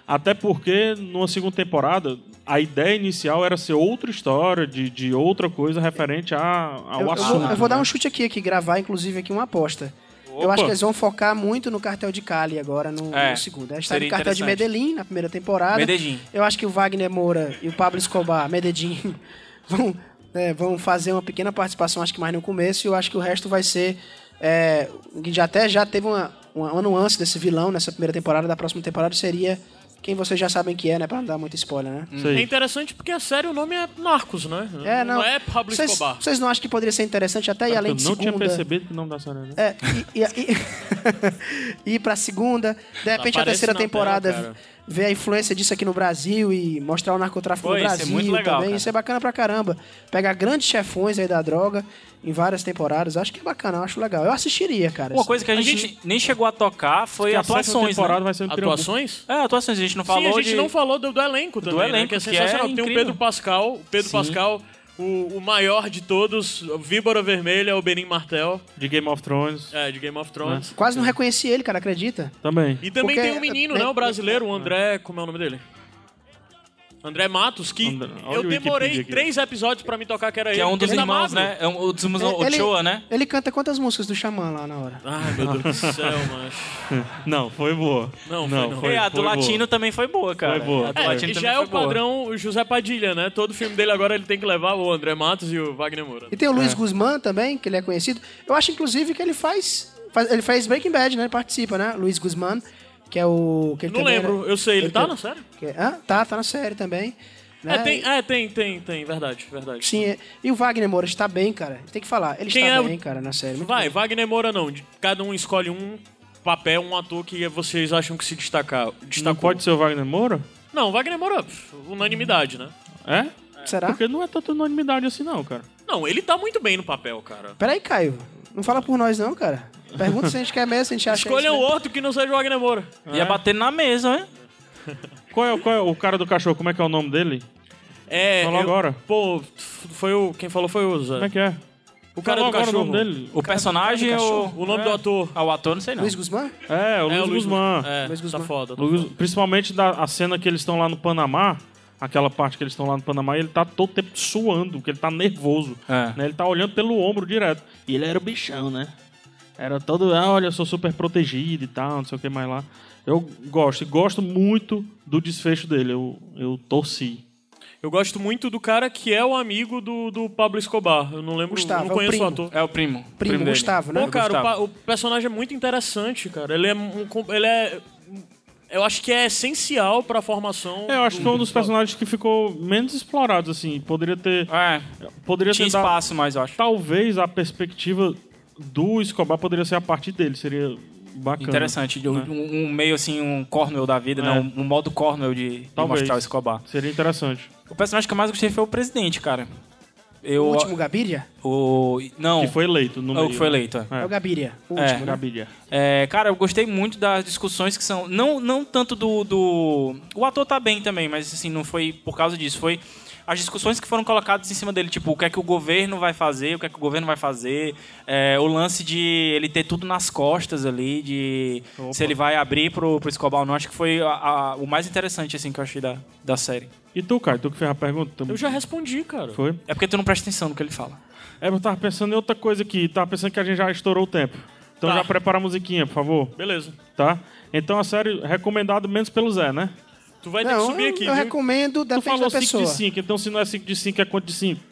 [SPEAKER 1] Até porque, numa segunda temporada, a ideia inicial era ser outra história, de, de outra coisa referente a, ao
[SPEAKER 6] Eu, eu
[SPEAKER 1] assunto.
[SPEAKER 6] vou, eu vou dar
[SPEAKER 1] né?
[SPEAKER 6] um chute aqui, aqui, gravar, inclusive, aqui uma aposta. Eu
[SPEAKER 1] Opa.
[SPEAKER 6] acho que eles vão focar muito no cartel de Cali agora, no,
[SPEAKER 5] É,
[SPEAKER 6] no segundo. A gente tá no
[SPEAKER 5] seria
[SPEAKER 6] cartel de
[SPEAKER 5] interessante.
[SPEAKER 6] Medellín na primeira temporada.
[SPEAKER 5] Medellín.
[SPEAKER 6] Eu acho que o Wagner Moura e o Pablo Escobar, Medellín, vão, é, vão fazer uma pequena participação, acho que mais no começo, e eu acho que o resto vai ser. É, que já até já teve uma, uma, uma nuance desse vilão nessa primeira temporada, da próxima temporada seria quem vocês já sabem que é, né? Pra não dar muito spoiler, né?
[SPEAKER 1] Isso
[SPEAKER 4] É
[SPEAKER 1] aí.
[SPEAKER 4] interessante porque a série o nome é Narcos, né?
[SPEAKER 6] É, não.
[SPEAKER 4] é Pablo
[SPEAKER 6] Vocês-
[SPEAKER 4] Escobar.
[SPEAKER 6] Vocês não acham que poderia ser interessante até ir além
[SPEAKER 1] Eu
[SPEAKER 6] de
[SPEAKER 1] não tinha
[SPEAKER 6] segunda?
[SPEAKER 1] percebido que o nome da série era. né?
[SPEAKER 6] É, e, e, e, ir pra segunda, de repente a
[SPEAKER 4] Aparece
[SPEAKER 6] terceira
[SPEAKER 4] na tela,
[SPEAKER 6] temporada
[SPEAKER 4] cara.
[SPEAKER 6] ver a influência disso aqui no Brasil e mostrar o narcotráfico
[SPEAKER 5] Pô,
[SPEAKER 6] no
[SPEAKER 5] isso é
[SPEAKER 6] Brasil
[SPEAKER 5] muito legal,
[SPEAKER 6] também.
[SPEAKER 5] cara.
[SPEAKER 6] Isso é bacana pra caramba. Pegar grandes chefões aí da droga em várias temporadas. Acho que é bacana, eu acho legal. Eu assistiria, cara.
[SPEAKER 5] Uma coisa que a, gente, nem chegou a tocar foi
[SPEAKER 1] Que a sétima
[SPEAKER 5] atuações.
[SPEAKER 1] temporada
[SPEAKER 5] né?
[SPEAKER 1] vai ser um no Pirambu.
[SPEAKER 4] Atuações?
[SPEAKER 5] É, atuações. A gente não falou
[SPEAKER 4] Sim, a gente
[SPEAKER 5] de...
[SPEAKER 4] não falou do, do elenco também, né?
[SPEAKER 5] elenco,
[SPEAKER 4] que é
[SPEAKER 5] que é
[SPEAKER 4] sensacional. Tem o
[SPEAKER 5] incrível.
[SPEAKER 4] Pedro Pascal, o Pedro Pascal, o, o maior de todos, o Víbora Vermelha, o Benin Martel,
[SPEAKER 1] De Game of Thrones.
[SPEAKER 4] é, de Game of Thrones.
[SPEAKER 6] Quase não reconheci ele, cara, acredita?
[SPEAKER 1] Também.
[SPEAKER 4] E também
[SPEAKER 6] Porque-
[SPEAKER 4] tem um menino, né, o brasileiro, o André, como é o nome dele? André Matos, que
[SPEAKER 1] André- olha
[SPEAKER 4] eu
[SPEAKER 1] o
[SPEAKER 4] demorei
[SPEAKER 1] Wikipedia aqui.
[SPEAKER 4] três episódios pra me tocar que era
[SPEAKER 5] Que
[SPEAKER 4] ele.
[SPEAKER 5] é um
[SPEAKER 4] porque
[SPEAKER 5] dos
[SPEAKER 4] ele tá
[SPEAKER 5] irmãos,
[SPEAKER 4] magro.
[SPEAKER 5] né? É um um dos irmãos
[SPEAKER 6] Ele-
[SPEAKER 5] Ochoa, né?
[SPEAKER 6] Ele canta quantas músicas do Xamã lá na hora?
[SPEAKER 4] Ai, meu Deus do céu, mano.
[SPEAKER 1] Não, foi boa.
[SPEAKER 4] Não, foi não.
[SPEAKER 5] É, a do
[SPEAKER 1] boa.
[SPEAKER 5] latino também foi boa, cara.
[SPEAKER 1] Foi boa.
[SPEAKER 5] A do
[SPEAKER 4] É,
[SPEAKER 5] latino
[SPEAKER 4] e
[SPEAKER 5] também
[SPEAKER 4] já é
[SPEAKER 5] foi
[SPEAKER 4] o
[SPEAKER 5] boa.
[SPEAKER 4] padrão o José Padilha, né? Todo filme dele agora ele tem que levar o André Matos e o Wagner Moura.
[SPEAKER 6] E tem o
[SPEAKER 5] É.
[SPEAKER 6] Luiz Guzmán também, que ele é conhecido. Eu acho, inclusive, que ele faz. faz- ele fez Breaking Bad, né? Ele participa, né? Luiz Guzmán, que é o. Que ele
[SPEAKER 4] Não
[SPEAKER 6] também é-
[SPEAKER 4] lembro,
[SPEAKER 6] era-
[SPEAKER 4] eu sei, ele, tá
[SPEAKER 6] tem-
[SPEAKER 4] na série?
[SPEAKER 6] que é- hã? Tá, tá na série também. né?
[SPEAKER 4] É, tem, é, tem, tem, tem, verdade, verdade.
[SPEAKER 6] Sim, é- e o Wagner Moura está bem, cara. Tem que falar. Ele
[SPEAKER 4] Quem
[SPEAKER 6] está
[SPEAKER 4] é o-
[SPEAKER 6] bem, cara, na série. Muito
[SPEAKER 4] Vai,
[SPEAKER 6] bem.
[SPEAKER 4] Wagner Moura não. De- Cada um escolhe um papel, um ator que vocês acham que se destacar.
[SPEAKER 1] Não
[SPEAKER 4] Destacou.
[SPEAKER 1] pode ser o tá Wagner Moura?
[SPEAKER 4] Não, Wagner Moura, pff, unanimidade, né?
[SPEAKER 1] É?
[SPEAKER 6] Será?
[SPEAKER 1] Porque não é tanta unanimidade assim, não, cara.
[SPEAKER 4] Não, ele tá muito bem no papel, cara.
[SPEAKER 6] Peraí, Caio. Não fala por nós, não, cara. Pergunta se a gente quer mesmo, se a gente acha.
[SPEAKER 4] Escolha
[SPEAKER 6] isso,
[SPEAKER 4] o
[SPEAKER 6] né?
[SPEAKER 4] outro que não seja o Wagner Moura.
[SPEAKER 5] Ia bater na mesa, né?
[SPEAKER 1] Qual é, o- qual é o cara do cachorro? Como é que é o nome dele?
[SPEAKER 4] É.
[SPEAKER 1] Fala
[SPEAKER 4] eu-
[SPEAKER 1] agora.
[SPEAKER 4] Pô, f- foi o. Quem falou foi o
[SPEAKER 1] Como é
[SPEAKER 4] Zé.
[SPEAKER 1] que é?
[SPEAKER 4] O cara
[SPEAKER 1] Fala
[SPEAKER 4] do
[SPEAKER 1] agora
[SPEAKER 4] cachorro.
[SPEAKER 1] o nome dele.
[SPEAKER 5] O personagem
[SPEAKER 4] O nome do ator.
[SPEAKER 5] Ah, o ator, não sei não.
[SPEAKER 6] Luiz Guzmán?
[SPEAKER 1] É, o
[SPEAKER 4] É,
[SPEAKER 1] Luiz Guzmán.
[SPEAKER 4] É,
[SPEAKER 6] Luiz
[SPEAKER 4] Tá
[SPEAKER 6] Guzmán.
[SPEAKER 4] foda. tá
[SPEAKER 1] Luiz-
[SPEAKER 4] foda.
[SPEAKER 1] principalmente da, a cena que eles estão lá no Panamá, aquela parte que eles estão lá no Panamá, ele tá todo tempo suando, porque ele tá nervoso.
[SPEAKER 5] É.
[SPEAKER 1] né? Ele tá olhando pelo ombro direto. E ele era o bichão, né? Era todo, ah, olha, eu sou super protegido e tal, não sei o que mais lá. Eu gosto, e gosto muito do desfecho dele. Eu, eu torci.
[SPEAKER 4] Eu gosto muito do cara que é o amigo do, do Pablo Escobar. Eu não lembro,
[SPEAKER 6] Gustavo, é
[SPEAKER 4] não
[SPEAKER 6] o
[SPEAKER 4] conheço o,
[SPEAKER 6] primo.
[SPEAKER 4] ator.
[SPEAKER 5] É o primo.
[SPEAKER 6] Primo,
[SPEAKER 5] dele.
[SPEAKER 6] Gustavo, né?
[SPEAKER 4] Pô, cara, o,
[SPEAKER 5] Gustavo.
[SPEAKER 4] pa- o personagem é muito interessante, cara. Ele é um, com- ele é eu acho que é essencial pra formação.
[SPEAKER 1] É, eu acho que
[SPEAKER 4] do-
[SPEAKER 1] foi um dos personagens que ficou menos explorado, assim. Poderia ter.
[SPEAKER 5] É,
[SPEAKER 1] Poderia
[SPEAKER 5] tinha
[SPEAKER 1] ter dado-
[SPEAKER 5] espaço, mas eu acho.
[SPEAKER 1] Talvez a perspectiva do Escobar poderia ser a partir dele. Seria bacana.
[SPEAKER 5] Interessante. de Um, um- um meio assim, um Cornwell da vida,
[SPEAKER 1] É.
[SPEAKER 5] né? Um, um modo Cornwell de, de
[SPEAKER 1] Talvez.
[SPEAKER 5] mostrar o Escobar.
[SPEAKER 1] Seria interessante.
[SPEAKER 5] O personagem que eu mais gostei foi o presidente, cara. Eu,
[SPEAKER 6] O último Gabiria?
[SPEAKER 5] O, não,
[SPEAKER 1] Que foi eleito no
[SPEAKER 5] é
[SPEAKER 1] meio. né?
[SPEAKER 5] o que foi eleito. é.
[SPEAKER 6] É, o Gabiria. O
[SPEAKER 5] É.
[SPEAKER 6] último, né?
[SPEAKER 1] Gabiria.
[SPEAKER 5] É, cara, eu gostei muito das discussões que são. Não, não tanto do, do. O ator tá bem também, mas assim, não foi por causa disso. Foi as discussões que foram colocadas em cima dele. Tipo, o que é que o governo vai fazer, o que é que o governo vai fazer. é, o lance de ele ter tudo nas costas ali, de se ele vai abrir pro, pro Escobar ou não. Acho que foi a- a- o mais interessante, assim, que eu achei da, da série.
[SPEAKER 1] E tu, Caio, tu que fez a pergunta?
[SPEAKER 4] Eu já respondi, cara.
[SPEAKER 1] Foi?
[SPEAKER 5] É porque tu não presta atenção no que ele fala.
[SPEAKER 1] É, eu tava pensando em outra coisa aqui. Tava pensando que a gente já estourou o tempo. Então
[SPEAKER 4] Tá.
[SPEAKER 1] já prepara a musiquinha, por favor.
[SPEAKER 4] Beleza.
[SPEAKER 1] Tá? Então a série recomendada menos pelo Zé, né?
[SPEAKER 4] Tu vai ter que
[SPEAKER 6] Não,
[SPEAKER 4] subir
[SPEAKER 6] eu,
[SPEAKER 4] aqui,
[SPEAKER 6] eu
[SPEAKER 4] viu?
[SPEAKER 6] recomendo,
[SPEAKER 1] Tu
[SPEAKER 6] depende
[SPEAKER 1] falou
[SPEAKER 6] da
[SPEAKER 1] 5
[SPEAKER 6] pessoa.
[SPEAKER 1] de 5, então se não é 5 de 5, é quanto de 5?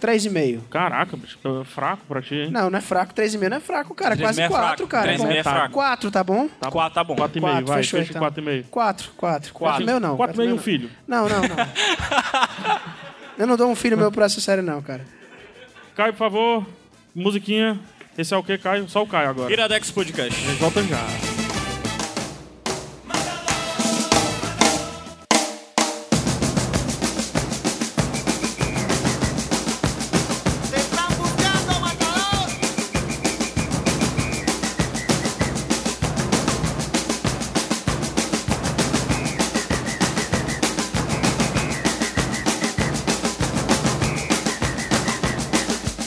[SPEAKER 6] 3,5.
[SPEAKER 1] Caraca, bicho, é fraco pra ti, hein?
[SPEAKER 6] Não, não é fraco. 3,5 não é fraco, cara.
[SPEAKER 5] Três e meio
[SPEAKER 6] Quase
[SPEAKER 5] é fraco.
[SPEAKER 6] 4, cara.
[SPEAKER 5] Três e meio é
[SPEAKER 6] Bom,
[SPEAKER 5] fraco.
[SPEAKER 6] 4, tá bom?
[SPEAKER 5] Tá, Quatro, tá bom.
[SPEAKER 1] 4,5,
[SPEAKER 6] Quatro,
[SPEAKER 1] vai,
[SPEAKER 6] fechou,
[SPEAKER 1] fecha
[SPEAKER 6] então.
[SPEAKER 1] 4,5.
[SPEAKER 6] 4, 4. 4 meu não.
[SPEAKER 1] 4,5
[SPEAKER 6] meu
[SPEAKER 1] um
[SPEAKER 6] não.
[SPEAKER 1] filho.
[SPEAKER 6] Não, não, não. Eu não dou um filho meu pra essa série, não, cara.
[SPEAKER 1] Caio, por favor, musiquinha. Esse é o que, Caio? Só o Caio agora.
[SPEAKER 4] Iradex Podcast.
[SPEAKER 1] Volta já.
[SPEAKER 3] Te están buscando, matador.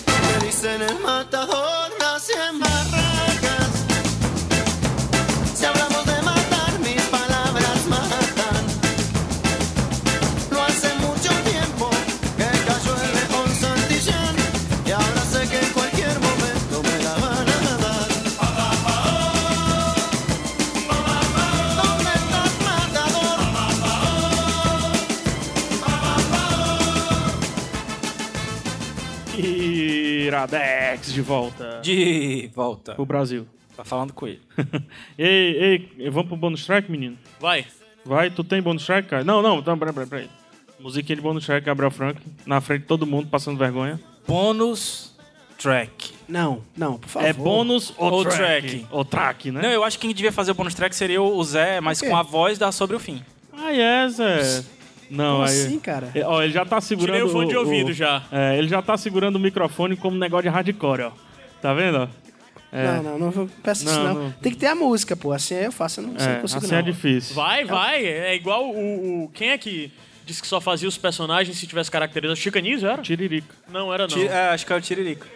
[SPEAKER 3] Me dicen el matador, nace en barracas. Si hablamos de matar, mis palabras matan. No hace mucho tiempo que cayó el león Santillán y ahora sé que en cualquier momento me la van a dar.
[SPEAKER 1] Iradex de volta
[SPEAKER 5] De volta.
[SPEAKER 1] pro Brasil.
[SPEAKER 5] Tá falando com ele.
[SPEAKER 1] ei, ei, vamos pro bonus track, menino?
[SPEAKER 4] Vai.
[SPEAKER 1] Vai, tu tem bonus track, cara? Não, não, então, peraí, peraí, peraí. Musiquinha de bonus track, Gabriel Franco, na frente de todo mundo, passando vergonha.
[SPEAKER 5] Bônus track.
[SPEAKER 6] Não, não, por favor.
[SPEAKER 1] É bônus ou,
[SPEAKER 5] Ou
[SPEAKER 1] track?
[SPEAKER 5] track.
[SPEAKER 1] Ou track,
[SPEAKER 5] Não,
[SPEAKER 1] né?
[SPEAKER 5] eu acho que quem devia fazer o bônus track seria o Zé, mas
[SPEAKER 6] Por quê?
[SPEAKER 5] com a voz da Sobre o Fim.
[SPEAKER 1] Ah, é, Zé. Não,
[SPEAKER 6] Como
[SPEAKER 1] aí...
[SPEAKER 6] assim, cara?
[SPEAKER 1] É, Ó, ele já tá segurando
[SPEAKER 4] Tirei o fone de ouvido já.
[SPEAKER 1] É, ele já tá segurando o microfone como um negócio de hardcore, ó. Tá vendo, ó? É,
[SPEAKER 6] Não, não, não vou- peço isso
[SPEAKER 1] Não,
[SPEAKER 6] não.
[SPEAKER 1] não.
[SPEAKER 6] Tem que ter a música, pô. Assim eu faço, eu não,
[SPEAKER 1] é,
[SPEAKER 6] não consigo
[SPEAKER 1] assim
[SPEAKER 6] não.
[SPEAKER 1] é difícil.
[SPEAKER 4] Vai, vai. É igual o, o- Quem é que disse que só fazia os personagens se tivesse caracterização? Chicanis, era?
[SPEAKER 1] Tiririca.
[SPEAKER 4] Não, era não.
[SPEAKER 5] Ti- é, acho que é o Tiririca.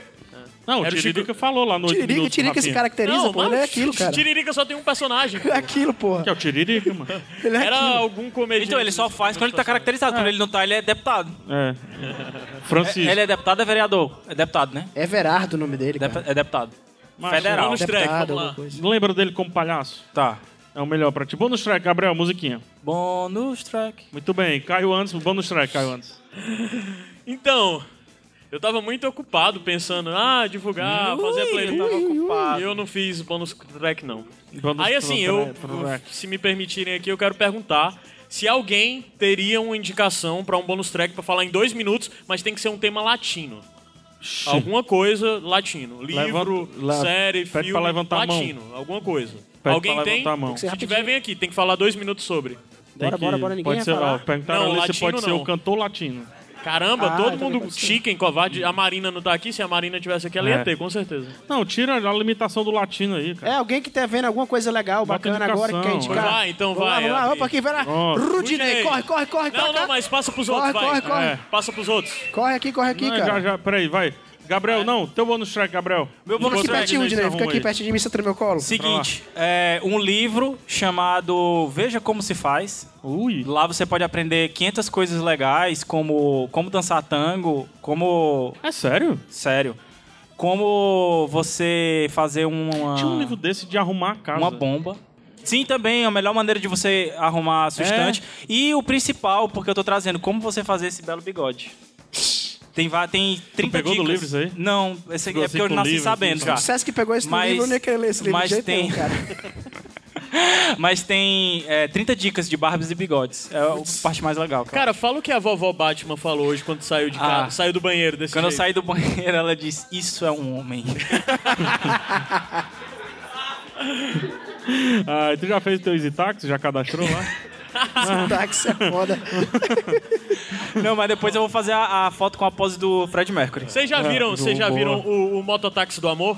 [SPEAKER 1] Não, o
[SPEAKER 4] Era o Chico-
[SPEAKER 1] Tiririca falou lá no oito
[SPEAKER 6] Tiririca,
[SPEAKER 1] minutos,
[SPEAKER 6] Tiririca se
[SPEAKER 1] Rafinha.
[SPEAKER 6] caracteriza,
[SPEAKER 4] não,
[SPEAKER 6] pô.
[SPEAKER 4] mas
[SPEAKER 6] Ele é aquilo, cara.
[SPEAKER 4] Tiririca só tem um personagem.
[SPEAKER 6] É aquilo, pô.
[SPEAKER 1] Que é o Tiririca, mano.
[SPEAKER 6] Ele é
[SPEAKER 4] Era
[SPEAKER 6] aquilo.
[SPEAKER 4] algum comediante.
[SPEAKER 5] Então, ele só faz quando ele tá caracterizado. Quando ele não tá, ele é deputado.
[SPEAKER 1] É.
[SPEAKER 5] É,
[SPEAKER 1] Francisco.
[SPEAKER 5] ele é deputado, é vereador. É deputado, né?
[SPEAKER 6] Everardo o nome dele,
[SPEAKER 5] Dep-
[SPEAKER 6] cara.
[SPEAKER 5] é deputado.
[SPEAKER 1] Macho,
[SPEAKER 5] Federal.
[SPEAKER 4] Bônus track,
[SPEAKER 6] Deputado,
[SPEAKER 4] vamos lá.
[SPEAKER 6] alguma coisa.
[SPEAKER 1] Lembra dele como palhaço?
[SPEAKER 5] Tá.
[SPEAKER 1] É o melhor pra ti. Bônus track, Gabriel, musiquinha.
[SPEAKER 5] Bônus track.
[SPEAKER 1] Muito bem, Caio antes, bônus track, Caio antes.
[SPEAKER 4] Então, eu tava muito ocupado pensando, ah, divulgar, fazer playlist. E eu não fiz bônus track, não.
[SPEAKER 1] Bônus
[SPEAKER 4] Aí assim,
[SPEAKER 1] track,
[SPEAKER 4] eu,
[SPEAKER 1] track.
[SPEAKER 4] se me permitirem aqui, eu quero perguntar se alguém teria uma indicação pra um bônus track pra falar em dois minutos, mas tem que ser um tema latino. Alguma coisa latino. Livro,
[SPEAKER 1] Levanta- le-
[SPEAKER 4] série,
[SPEAKER 1] pede pra
[SPEAKER 4] filme.
[SPEAKER 1] levantar a mão.
[SPEAKER 4] latino, alguma coisa.
[SPEAKER 1] pra
[SPEAKER 4] alguém
[SPEAKER 1] levantar
[SPEAKER 4] tem?
[SPEAKER 1] a mão. Tem que
[SPEAKER 6] ser
[SPEAKER 4] Se
[SPEAKER 6] rapidinho.
[SPEAKER 4] tiver, vem aqui, tem que falar dois minutos sobre.
[SPEAKER 1] Tem
[SPEAKER 6] Bora, bora, bora, ninguém
[SPEAKER 1] pode
[SPEAKER 6] ia
[SPEAKER 1] ser, ó,
[SPEAKER 6] falar.
[SPEAKER 1] perguntaram
[SPEAKER 4] Não,
[SPEAKER 1] ali se
[SPEAKER 4] latino
[SPEAKER 1] pode ser
[SPEAKER 4] não.
[SPEAKER 1] o cantor latino.
[SPEAKER 4] Caramba,
[SPEAKER 6] Ah,
[SPEAKER 4] todo
[SPEAKER 6] então
[SPEAKER 4] mundo
[SPEAKER 6] pode ser.
[SPEAKER 4] chique, covarde. A Marina não tá aqui, se a Marina tivesse aqui, ela
[SPEAKER 1] É.
[SPEAKER 4] ia ter, com certeza.
[SPEAKER 1] Não, tira a limitação do latino aí,
[SPEAKER 6] É
[SPEAKER 1] cara.
[SPEAKER 6] alguém que tá vendo alguma coisa legal,
[SPEAKER 1] Bota
[SPEAKER 6] bacana agora, que quer
[SPEAKER 1] indicação,
[SPEAKER 6] indicar.
[SPEAKER 4] vai, então
[SPEAKER 6] vamos
[SPEAKER 4] vai,
[SPEAKER 6] Lá, vamos lá,
[SPEAKER 4] abre.
[SPEAKER 6] opa, aqui, vai lá.
[SPEAKER 1] Ó.
[SPEAKER 6] Rudinei, corre, corre, corre. pra
[SPEAKER 4] Não,
[SPEAKER 6] cá.
[SPEAKER 4] não, mas passa pros
[SPEAKER 6] Corre,
[SPEAKER 4] outros, vai.
[SPEAKER 6] corre, corre.
[SPEAKER 1] É.
[SPEAKER 4] Passa pros outros.
[SPEAKER 6] Corre aqui, corre aqui,
[SPEAKER 1] Não,
[SPEAKER 6] cara.
[SPEAKER 1] já, já, peraí, vai. Gabriel, não, teu bônus track, Gabriel.
[SPEAKER 5] Meu bônus
[SPEAKER 6] Fica aqui
[SPEAKER 5] track
[SPEAKER 6] pertinho,
[SPEAKER 1] nesse
[SPEAKER 6] Rudinei. Fica
[SPEAKER 1] né, arrumo um
[SPEAKER 6] aqui
[SPEAKER 1] aí.
[SPEAKER 6] pertinho de mim, senta no meu colo.
[SPEAKER 5] Seguinte, é um livro chamado Veja Como Se Faz.
[SPEAKER 1] Ui.
[SPEAKER 5] Lá você pode aprender 500 coisas legais, como como dançar tango, como...
[SPEAKER 1] É sério?
[SPEAKER 5] Sério. Como você fazer
[SPEAKER 8] Ah.
[SPEAKER 5] uma...
[SPEAKER 1] Tinha um livro desse de arrumar a casa.
[SPEAKER 5] Uma bomba. Sim, também é a melhor maneira de você arrumar a sua
[SPEAKER 1] É.
[SPEAKER 5] estante. E o principal, porque eu tô trazendo, como você fazer esse belo bigode. Tem, va- tem 30
[SPEAKER 1] pegou do
[SPEAKER 5] dicas.
[SPEAKER 1] livro isso aí?
[SPEAKER 5] Não, esse aqui
[SPEAKER 1] Ficou
[SPEAKER 5] é porque eu
[SPEAKER 1] assim com
[SPEAKER 5] nasci
[SPEAKER 1] livro,
[SPEAKER 5] sabendo
[SPEAKER 1] assim,
[SPEAKER 5] já.
[SPEAKER 6] Se dissesse que pegou esse
[SPEAKER 5] Mas-
[SPEAKER 6] livro, eu não ia querer ler esse livro
[SPEAKER 5] mas
[SPEAKER 6] de jeito
[SPEAKER 5] tem-
[SPEAKER 6] nenhum, cara.
[SPEAKER 5] Mas tem é, 30 dicas de barbas e bigodes. É a parte mais legal, cara.
[SPEAKER 4] Cara, fala o que a vovó Batman falou hoje quando saiu de casa,
[SPEAKER 5] Ah.
[SPEAKER 4] saiu do banheiro desse
[SPEAKER 5] Quando eu
[SPEAKER 4] jeito.
[SPEAKER 5] saí do banheiro, ela disse, isso é um homem.
[SPEAKER 1] Ah, e tu já fez teu Easy Taxi? Já cadastrou lá?
[SPEAKER 6] Táxi é foda.
[SPEAKER 5] Não, mas depois eu vou fazer a, a foto com a pose do Fred Mercury.
[SPEAKER 4] Vocês já viram,
[SPEAKER 1] do-
[SPEAKER 4] vocês já
[SPEAKER 1] boa.
[SPEAKER 4] viram o, o Mototáxi do Amor?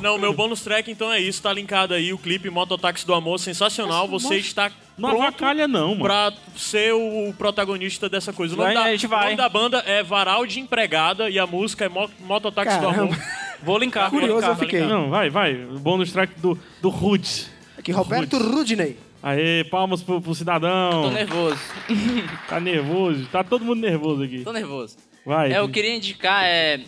[SPEAKER 4] Não, meu bônus track então é isso, tá linkado aí o clipe Mototáxi do Amor, sensacional, você está
[SPEAKER 1] Não
[SPEAKER 4] pronto
[SPEAKER 1] avacalha não, mano.
[SPEAKER 4] pra ser o protagonista dessa coisa. O nome,
[SPEAKER 5] Vai,
[SPEAKER 4] da,
[SPEAKER 5] a gente
[SPEAKER 4] o nome
[SPEAKER 5] vai.
[SPEAKER 4] da banda é Varal de Empregada e a música é Mo- Mototáxi do Amor.
[SPEAKER 6] Caramba.
[SPEAKER 5] Vou linkar. vou
[SPEAKER 6] Curioso eu
[SPEAKER 5] linkar.
[SPEAKER 6] fiquei.
[SPEAKER 1] Não, vai, vai. Bônus track do, do Roots.
[SPEAKER 6] Aqui, Roberto Rudinei.
[SPEAKER 1] Aê, palmas pro, pro cidadão.
[SPEAKER 8] Tô nervoso,
[SPEAKER 1] Tá nervoso. Tá todo mundo nervoso aqui.
[SPEAKER 8] tô nervoso.
[SPEAKER 1] Vai.
[SPEAKER 8] É, eu queria indicar é,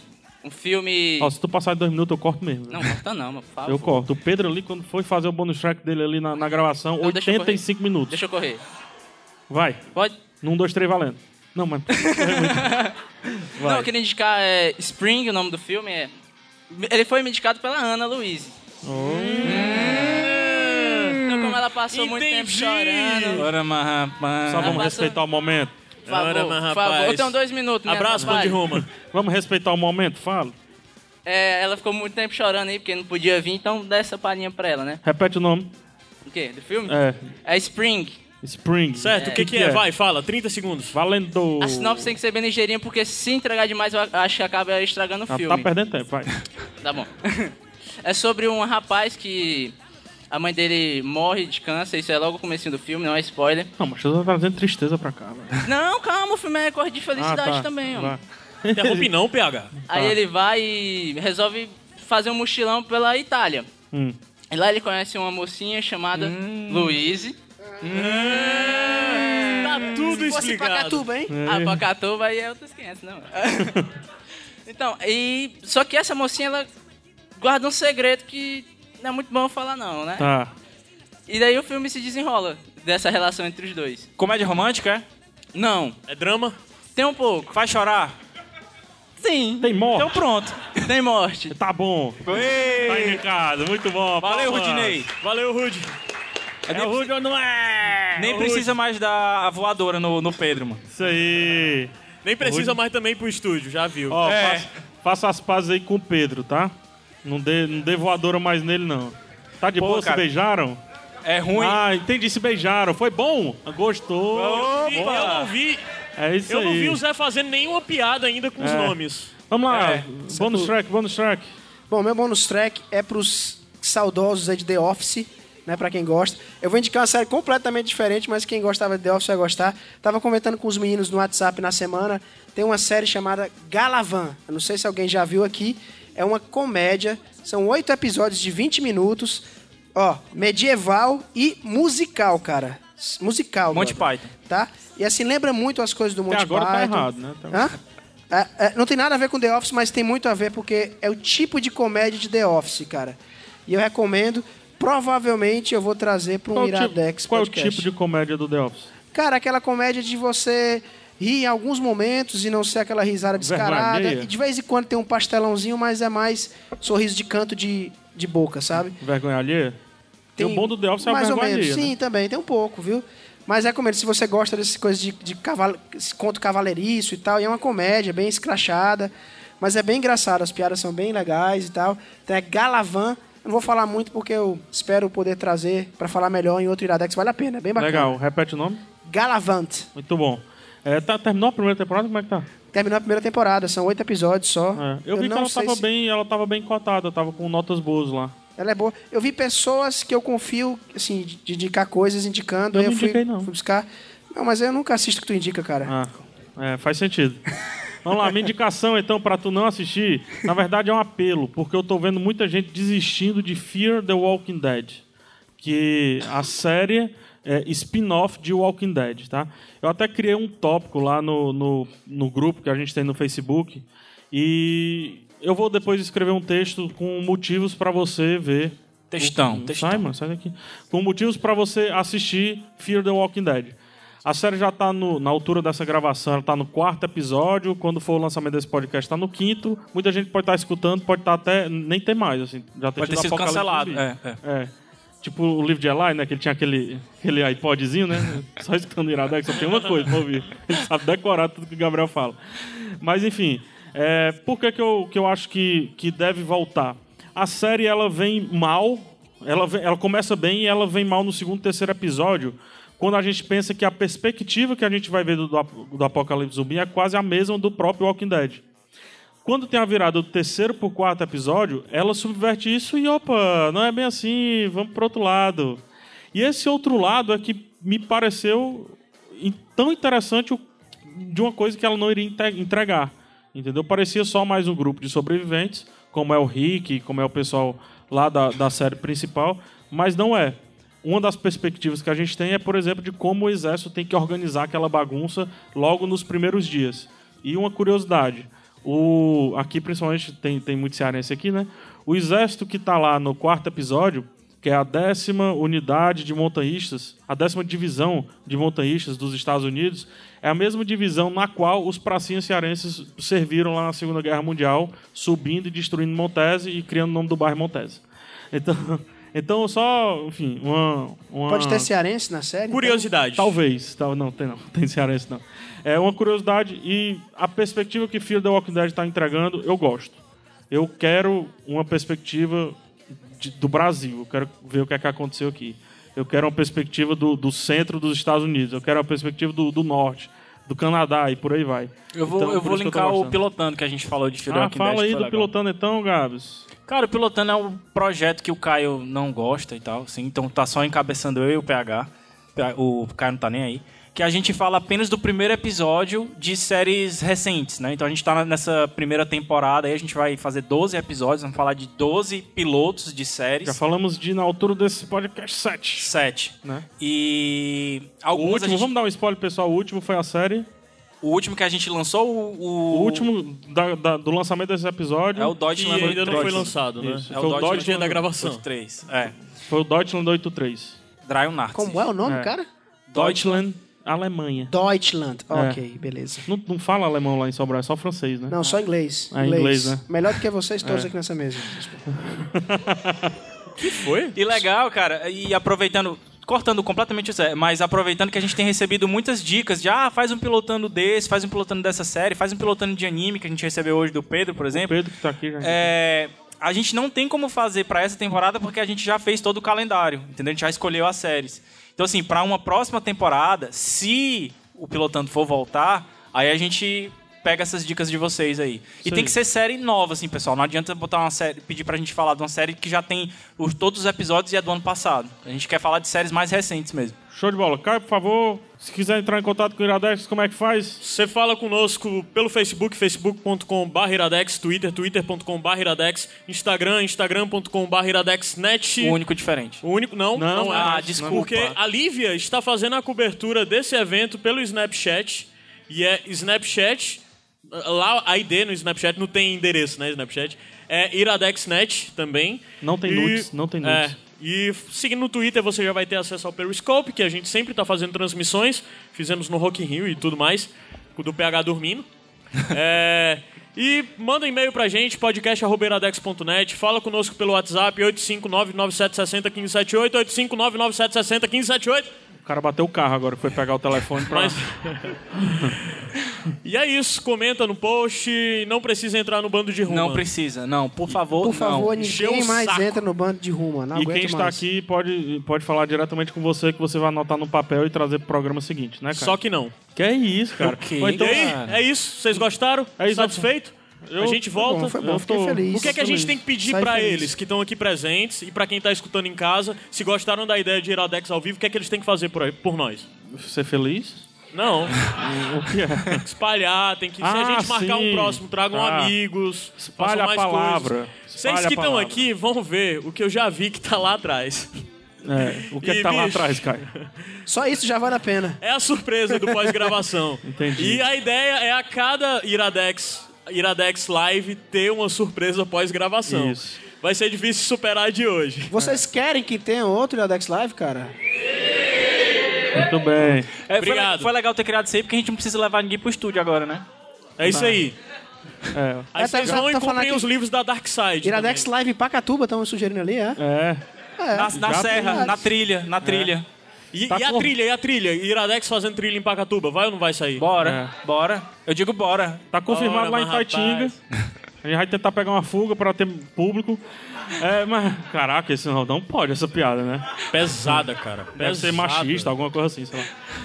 [SPEAKER 8] um filme.
[SPEAKER 1] Ó, se tu passar de dois minutos, eu corto mesmo.
[SPEAKER 8] Não, corta não, mas por favor.
[SPEAKER 1] Eu corto. O Pedro ali, quando foi fazer o bônus track dele ali na, na gravação,
[SPEAKER 8] Não, deixa eu
[SPEAKER 1] 85 minutos.
[SPEAKER 8] Deixa eu correr.
[SPEAKER 1] Vai.
[SPEAKER 8] Pode?
[SPEAKER 1] Num, dois, três, valendo. Não, mas...
[SPEAKER 8] Não, eu queria indicar é, Spring, o nome do filme é. Ele foi me indicado pela Ana Luiz.
[SPEAKER 4] Oh.
[SPEAKER 8] Então, como ela passou muito tempo
[SPEAKER 4] Entendi.
[SPEAKER 8] chorando.
[SPEAKER 5] Ora, mas, mas-
[SPEAKER 1] Só vamos
[SPEAKER 8] Rapaz,
[SPEAKER 1] respeitar o momento.
[SPEAKER 8] Por favor,
[SPEAKER 4] Ora, mas,
[SPEAKER 8] por favor.
[SPEAKER 4] rapaz.
[SPEAKER 8] Eu tenho dois minutos, né?
[SPEAKER 4] Abraço,
[SPEAKER 8] rapaz?
[SPEAKER 4] Pão de Roma.
[SPEAKER 1] Vamos respeitar o momento? Fala.
[SPEAKER 8] É, ela ficou muito tempo chorando aí, porque não podia vir, então dá essa palhinha pra ela, né?
[SPEAKER 1] Repete o nome.
[SPEAKER 8] O quê? Do filme?
[SPEAKER 1] É.
[SPEAKER 8] É Spring.
[SPEAKER 1] Spring.
[SPEAKER 4] Certo, o que, que é? Vai, fala, 30 segundos.
[SPEAKER 1] Valendo.
[SPEAKER 8] A sinopse tem que ser bem ligeirinha, porque se entregar demais, eu acho que acaba estragando o
[SPEAKER 1] Ah,
[SPEAKER 8] filme.
[SPEAKER 1] Tá perdendo tempo, vai.
[SPEAKER 8] Tá bom. é sobre um rapaz que a mãe dele morre de câncer, isso é logo o comecinho do filme, não é spoiler.
[SPEAKER 1] Não, mas eu tô trazendo tristeza pra cá. velho.
[SPEAKER 8] Não, calma, o filme é cor de felicidade
[SPEAKER 1] tá.
[SPEAKER 8] também, ó.
[SPEAKER 1] Vai.
[SPEAKER 4] Interrompe não, PH.
[SPEAKER 8] Aí ele vai e resolve fazer um mochilão pela Itália.
[SPEAKER 1] Hum.
[SPEAKER 8] E lá ele conhece uma mocinha chamada Luíse.
[SPEAKER 4] Tá tudo
[SPEAKER 6] Se fosse
[SPEAKER 4] explicado.
[SPEAKER 6] Pacatuba, hein?
[SPEAKER 8] Ah, Pacatuba aí é outros 500, não. então, e... Só que essa mocinha, ela guarda um segredo que não é muito bom falar não, né?
[SPEAKER 1] Tá.
[SPEAKER 8] E daí o filme se desenrola dessa relação entre os dois.
[SPEAKER 5] Comédia romântica, é?
[SPEAKER 8] Não,
[SPEAKER 4] É drama?
[SPEAKER 8] tem um pouco.
[SPEAKER 5] Faz chorar?
[SPEAKER 8] tem. um
[SPEAKER 1] Tem morte.
[SPEAKER 5] Então pronto.
[SPEAKER 8] Tem morte.
[SPEAKER 1] Tá bom. Tá indicado. Muito bom.
[SPEAKER 5] Valeu,
[SPEAKER 1] palmas.
[SPEAKER 5] Rudinei.
[SPEAKER 4] Valeu, Rude. É
[SPEAKER 5] nem
[SPEAKER 4] o Rude ou não é?
[SPEAKER 5] Nem
[SPEAKER 4] O Rude.
[SPEAKER 5] precisa mais dar a voadora no, no Pedro, mano.
[SPEAKER 1] Isso aí.
[SPEAKER 4] Nem precisa
[SPEAKER 1] Rude.
[SPEAKER 4] mais também pro estúdio, já viu.
[SPEAKER 1] Ó,
[SPEAKER 5] É.
[SPEAKER 1] faça, faça as pazes aí com o Pedro, tá? Não dê, não dê voadora mais nele, não. Tá de
[SPEAKER 5] Pô,
[SPEAKER 1] boa? Se
[SPEAKER 5] cara.
[SPEAKER 1] beijaram?
[SPEAKER 5] É ruim.
[SPEAKER 1] Ah, entendi. Se beijaram. Foi bom? Gostou?
[SPEAKER 4] E eu não vi,
[SPEAKER 1] É isso
[SPEAKER 4] eu
[SPEAKER 1] aí.
[SPEAKER 4] não vi o Zé fazendo nenhuma piada ainda com os
[SPEAKER 1] É.
[SPEAKER 4] nomes.
[SPEAKER 1] Vamos lá.
[SPEAKER 5] É.
[SPEAKER 1] Bônus track, bônus track.
[SPEAKER 6] Bom, meu bonus track é pros saudosos aí de The Office, né, pra quem gosta. Eu vou indicar uma série completamente diferente, mas quem gostava de The Office vai gostar. Tava comentando com os meninos no WhatsApp na semana, tem uma série chamada Galavan. Eu não sei se alguém já viu aqui. É uma comédia, são oito episódios de 20 minutos, ó, medieval e musical, cara. S- Musical.
[SPEAKER 5] Monty
[SPEAKER 6] brother,
[SPEAKER 5] Python.
[SPEAKER 6] Tá? E assim, lembra muito as coisas do Monty
[SPEAKER 1] agora tá
[SPEAKER 6] Python.
[SPEAKER 1] errado, né? Tá-
[SPEAKER 6] Hã? É, é, não tem nada a ver com The Office, mas tem muito a ver porque é o tipo de comédia de The Office, cara. E eu recomendo. Provavelmente eu vou trazer para um
[SPEAKER 1] Qual, o tipo-
[SPEAKER 6] Iradex
[SPEAKER 1] qual é o
[SPEAKER 6] podcast.
[SPEAKER 1] tipo de comédia do The Office?
[SPEAKER 6] Cara, aquela comédia de você rir em alguns momentos e não ser aquela risada
[SPEAKER 1] Vergonha
[SPEAKER 6] descarada.
[SPEAKER 1] alheia.
[SPEAKER 6] E de vez em quando tem um pastelãozinho, mas é mais sorriso de canto de, de boca, sabe?
[SPEAKER 1] Vergonha alheia? Tem, o bom do The Office é a
[SPEAKER 6] Mais ou
[SPEAKER 1] vergonha
[SPEAKER 6] menos,
[SPEAKER 1] alheia, né?
[SPEAKER 6] sim, também, tem um pouco, viu? Mas recomendo, se você gosta dessas coisas de, de cavalo, esse conto cavaleiriço e tal, e é uma comédia bem escrachada, mas é bem engraçado, as piadas são bem legais e tal. Tem a Galavan, eu não vou falar muito porque eu espero poder trazer pra falar melhor em outro Iradex, vale a pena, é bem bacana.
[SPEAKER 1] Legal. Repete o nome?
[SPEAKER 6] Galavant.
[SPEAKER 1] Muito bom. É, tá, terminou a primeira temporada? Como é que tá?
[SPEAKER 6] Terminou a primeira temporada, são oito episódios só.
[SPEAKER 1] É, Eu, vi que
[SPEAKER 6] não
[SPEAKER 1] ela
[SPEAKER 6] sei
[SPEAKER 1] tava,
[SPEAKER 6] se-
[SPEAKER 1] bem, ela tava bem cotada, tava com notas boas lá.
[SPEAKER 6] Ela é boa. Eu vi pessoas que eu confio, assim, de de indicar coisas, indicando.
[SPEAKER 1] Eu
[SPEAKER 6] aí
[SPEAKER 1] não
[SPEAKER 6] eu fui,
[SPEAKER 1] indiquei, não.
[SPEAKER 6] fui buscar. Não, mas eu nunca assisto o que tu indica, cara.
[SPEAKER 1] Ah, é, faz sentido. Vamos lá, minha indicação então pra tu não assistir, na verdade é um apelo, porque eu tô vendo muita gente desistindo de Fear the Walking Dead, que a série é spin-off de Walking Dead, tá? Eu até criei um tópico lá no, no, no grupo que a gente tem no Facebook e eu vou depois escrever um texto com motivos pra você ver
[SPEAKER 5] Textão,
[SPEAKER 1] Hum,
[SPEAKER 5] textão.
[SPEAKER 1] Sai, mano, sai daqui. Com motivos pra você assistir Fear the Walking Dead. A série já tá no- na altura dessa gravação, ela tá no quarto episódio. Quando for o lançamento desse podcast, tá no quinto. Muita gente pode estar escutando, pode estar até. nem ter mais, assim. Já ter
[SPEAKER 5] Pode ter
[SPEAKER 1] tido
[SPEAKER 5] sido
[SPEAKER 1] apocalipse
[SPEAKER 5] cancelado.
[SPEAKER 1] zumbi.
[SPEAKER 5] É, é.
[SPEAKER 1] É. Tipo o livro de Eli, né? Que ele tinha aquele, aquele iPodzinho, né? Só escutando o Iradex, só tem uma coisa pra ouvir. Ele sabe decorar tudo que o Gabriel fala. Mas, enfim, é, por que, que, eu, que eu acho que, que deve voltar? A série, ela vem mal, ela, vem- ela começa bem e ela vem mal no segundo, terceiro episódio, quando a gente pensa que a perspectiva que a gente vai ver do, do, ap- do Apocalipse Zumbi é quase a mesma do próprio Walking Dead quando tem a virada do terceiro pro quarto episódio, ela subverte isso e opa, não é bem assim, vamos pro outro lado. E esse outro lado é que me pareceu in- tão interessante o- de uma coisa que ela não iria inte- entregar. Entendeu? Parecia só mais um grupo de sobreviventes, como é o Rick, como é o pessoal lá da, da série principal, mas não é. Uma das perspectivas que a gente tem é, por exemplo, de como o exército tem que organizar aquela bagunça logo nos primeiros dias. E uma curiosidade: o aqui principalmente tem, tem muito cearense aqui, né? O exército que tá lá no quarto episódio, que é a décima unidade de montanhistas, a décima divisão de montanhistas dos Estados Unidos, é a mesma divisão na qual os pracinhas cearenses serviram lá na Segunda Guerra Mundial, subindo e destruindo Montese e criando o nome do bairro Montese. Então, então só, enfim, uma, uma
[SPEAKER 6] Pode
[SPEAKER 4] Hum.
[SPEAKER 6] ter cearense na série?
[SPEAKER 4] Curiosidade.
[SPEAKER 1] Talvez. Tal, não, tem não. Tem cearense não. É uma curiosidade e a perspectiva que Fear the Walking Dead está entregando, eu gosto. Eu quero uma perspectiva de- do Brasil. Eu quero ver o que é que aconteceu aqui. Eu quero uma perspectiva do, do centro dos Estados Unidos. Eu quero uma perspectiva do, do norte, do Canadá e por aí vai.
[SPEAKER 5] Eu vou,
[SPEAKER 1] Então,
[SPEAKER 5] eu
[SPEAKER 1] por
[SPEAKER 5] vou
[SPEAKER 1] isso que tô
[SPEAKER 5] linkar o
[SPEAKER 1] gostando.
[SPEAKER 5] Pilotando que a gente falou de Fear the
[SPEAKER 1] Ah,
[SPEAKER 5] Walking
[SPEAKER 1] fala
[SPEAKER 5] Dead,
[SPEAKER 1] aí do
[SPEAKER 5] que foi legal.
[SPEAKER 1] pilotando então, Gabs.
[SPEAKER 5] Cara, o Pilotando é um projeto que o Caio não gosta e tal, assim, então tá só encabeçando eu e o PH. O Caio não tá nem aí. Que a gente fala apenas do primeiro episódio de séries recentes, né? Então a gente tá nessa primeira temporada aí, a gente vai fazer 12 episódios, vamos falar de 12 pilotos de séries.
[SPEAKER 1] Já falamos de na altura desse podcast 7.
[SPEAKER 5] 7.
[SPEAKER 1] Né?
[SPEAKER 5] E.
[SPEAKER 1] O
[SPEAKER 5] Alguns. a
[SPEAKER 1] último,
[SPEAKER 5] gente-
[SPEAKER 1] vamos dar um spoiler pessoal. O último foi a série.
[SPEAKER 5] O último que a gente lançou, o.
[SPEAKER 1] O último da- da- do lançamento desse episódio
[SPEAKER 5] É o Dodge
[SPEAKER 4] Que ainda não foi lançado, né?
[SPEAKER 1] Isso.
[SPEAKER 5] É
[SPEAKER 1] Foi o
[SPEAKER 5] o
[SPEAKER 1] Dodge
[SPEAKER 5] Dodge
[SPEAKER 4] Dia da gravação.
[SPEAKER 5] 3. É.
[SPEAKER 1] foi o Deutschland 83.
[SPEAKER 5] Dragon Narcis.
[SPEAKER 6] Como é o nome,
[SPEAKER 1] É.
[SPEAKER 6] cara?
[SPEAKER 5] Deutschland.
[SPEAKER 1] Deutschland Alemanha.
[SPEAKER 6] Deutschland.
[SPEAKER 4] É.
[SPEAKER 6] Ok, beleza.
[SPEAKER 1] Não, não fala alemão lá em Sobral, é só francês, né?
[SPEAKER 6] Não, só inglês.
[SPEAKER 4] É
[SPEAKER 1] Ah, inglês, né?
[SPEAKER 6] Melhor do que vocês todos aqui nessa mesa.
[SPEAKER 1] Foi?
[SPEAKER 5] E legal, cara, e aproveitando, cortando completamente isso, é, mas aproveitando que a gente tem recebido muitas dicas de, ah, faz um pilotando desse, faz um pilotando dessa série, faz um pilotando de anime, que a gente recebeu hoje do Pedro, por exemplo.
[SPEAKER 1] Pedro que tá aqui já.
[SPEAKER 5] É, a gente não tem como fazer pra essa temporada porque a gente já fez todo o calendário, entendeu? A gente já escolheu as séries. Então, assim, pra uma próxima temporada, se o pilotando for voltar, aí a gente pega essas dicas de vocês aí. E
[SPEAKER 1] Isso
[SPEAKER 5] tem
[SPEAKER 1] aí.
[SPEAKER 5] que ser série nova, assim, pessoal. Não adianta botar uma série, pedir pra gente falar de uma série que já tem os, todos os episódios e é do ano passado. A gente quer falar de séries mais recentes mesmo.
[SPEAKER 1] Show de bola. Caio, por favor, se quiser entrar em contato com o Iradex, como é que faz?
[SPEAKER 4] Você fala conosco pelo Facebook, facebook.com.br iradex, Twitter, twitter.com.br iradex, Instagram, instagram.com.br iradexnet.
[SPEAKER 5] O único diferente.
[SPEAKER 4] O único, não.
[SPEAKER 1] Não,
[SPEAKER 4] é.
[SPEAKER 5] ah, desculpa.
[SPEAKER 4] Porque a Lívia está fazendo a cobertura desse evento pelo Snapchat. E é Snapchat. Lá a ID no Snapchat não tem endereço, né? Snapchat. É Iradexnet também.
[SPEAKER 1] Não tem
[SPEAKER 4] E-
[SPEAKER 1] nudes, não tem nudes.
[SPEAKER 4] É. E f- seguindo no Twitter você já vai ter acesso ao Periscope, que a gente sempre está fazendo transmissões. Fizemos no Rock in Rio e tudo mais. com o Do PH dormindo. É, E manda um e-mail pra gente, podcast.iradex.net. Fala conosco pelo WhatsApp, 859-9760-1578, 859-9760-1578.
[SPEAKER 1] O cara bateu o carro agora, foi pegar o telefone pra...
[SPEAKER 4] Mas- E é isso, comenta no post, não precisa entrar no bando de rua.
[SPEAKER 5] Não precisa, não, por favor,
[SPEAKER 6] Por favor,
[SPEAKER 5] não.
[SPEAKER 4] encheu
[SPEAKER 6] ninguém
[SPEAKER 4] o
[SPEAKER 6] mais
[SPEAKER 4] saco.
[SPEAKER 6] entra no bando de rumo. Não
[SPEAKER 1] E
[SPEAKER 6] aguento
[SPEAKER 1] quem está
[SPEAKER 6] mais.
[SPEAKER 1] aqui pode, pode falar diretamente com você, que você vai anotar no papel e trazer pro programa seguinte, né, cara?
[SPEAKER 4] Só que não.
[SPEAKER 1] Que é isso, cara.
[SPEAKER 5] Ok.
[SPEAKER 1] Ou
[SPEAKER 4] E
[SPEAKER 1] então,
[SPEAKER 4] aí, é isso. Vocês gostaram?
[SPEAKER 1] É isso. Tá
[SPEAKER 4] Satisfeito? a gente volta.
[SPEAKER 6] bom, foi bom,
[SPEAKER 1] Eu
[SPEAKER 6] fiquei
[SPEAKER 1] tô-
[SPEAKER 6] feliz.
[SPEAKER 4] O que é que a gente tem que pedir
[SPEAKER 6] Sai
[SPEAKER 4] pra
[SPEAKER 6] feliz.
[SPEAKER 4] eles que estão aqui presentes e pra quem tá escutando em casa, se gostaram da ideia de Iradex ao vivo, o que é que eles têm que fazer por, aí, por nós?
[SPEAKER 1] Ser feliz?
[SPEAKER 4] Não,
[SPEAKER 1] O que é?
[SPEAKER 4] tem que espalhar, tem que se
[SPEAKER 1] Ah,
[SPEAKER 4] a gente marcar
[SPEAKER 1] sim.
[SPEAKER 4] um próximo, tragam
[SPEAKER 1] Tá.
[SPEAKER 4] amigos,
[SPEAKER 1] Espalha
[SPEAKER 4] façam
[SPEAKER 1] a
[SPEAKER 4] mais
[SPEAKER 1] palavra.
[SPEAKER 4] coisas.
[SPEAKER 1] Espalha
[SPEAKER 4] Vocês
[SPEAKER 1] a
[SPEAKER 4] que estão
[SPEAKER 1] palavra.
[SPEAKER 4] aqui vão ver o que eu já vi que tá lá atrás.
[SPEAKER 1] É, o que é que
[SPEAKER 4] E,
[SPEAKER 1] tá lá
[SPEAKER 4] bicho.
[SPEAKER 1] atrás, Caio?
[SPEAKER 6] Só isso já vale a pena.
[SPEAKER 4] É a surpresa do pós-gravação.
[SPEAKER 1] Entendi.
[SPEAKER 4] E a ideia é a cada Iradex, Iradex Live ter uma surpresa pós-gravação.
[SPEAKER 1] Isso.
[SPEAKER 4] Vai ser difícil superar a de hoje.
[SPEAKER 6] Vocês querem que tenha outro Iradex Live, cara?
[SPEAKER 1] Muito bem.
[SPEAKER 5] É, foi
[SPEAKER 4] Obrigado.
[SPEAKER 5] le- Foi, legal ter criado isso aí, porque a gente não precisa levar ninguém pro estúdio agora, né?
[SPEAKER 4] É isso aí.
[SPEAKER 1] É,
[SPEAKER 4] Aí
[SPEAKER 6] É, tá-
[SPEAKER 4] vocês
[SPEAKER 6] tá-
[SPEAKER 4] vão e
[SPEAKER 6] tá falando
[SPEAKER 4] comprem
[SPEAKER 6] aqui-
[SPEAKER 4] os livros da Dark Side.
[SPEAKER 6] Iradex
[SPEAKER 4] também.
[SPEAKER 6] Live em Pacatuba, estão sugerindo ali, é?
[SPEAKER 1] é.
[SPEAKER 5] na na
[SPEAKER 1] já
[SPEAKER 5] serra,
[SPEAKER 6] tem.
[SPEAKER 5] na trilha, na trilha.
[SPEAKER 4] E,
[SPEAKER 1] Tá
[SPEAKER 4] e a
[SPEAKER 1] com-
[SPEAKER 4] trilha, e a trilha? Iradex fazendo trilha em Pacatuba, vai ou não vai sair?
[SPEAKER 5] Bora, bora. Eu digo bora.
[SPEAKER 1] Tá confirmado
[SPEAKER 4] Ora,
[SPEAKER 1] lá em
[SPEAKER 4] mas, rapaz.
[SPEAKER 1] Taitinga. A gente vai tentar pegar uma fuga pra ter público. É, mas, caraca, isso não, não pode, essa piada, né?
[SPEAKER 4] Pesada, cara.
[SPEAKER 1] Deve ser machista, alguma coisa assim, sei lá.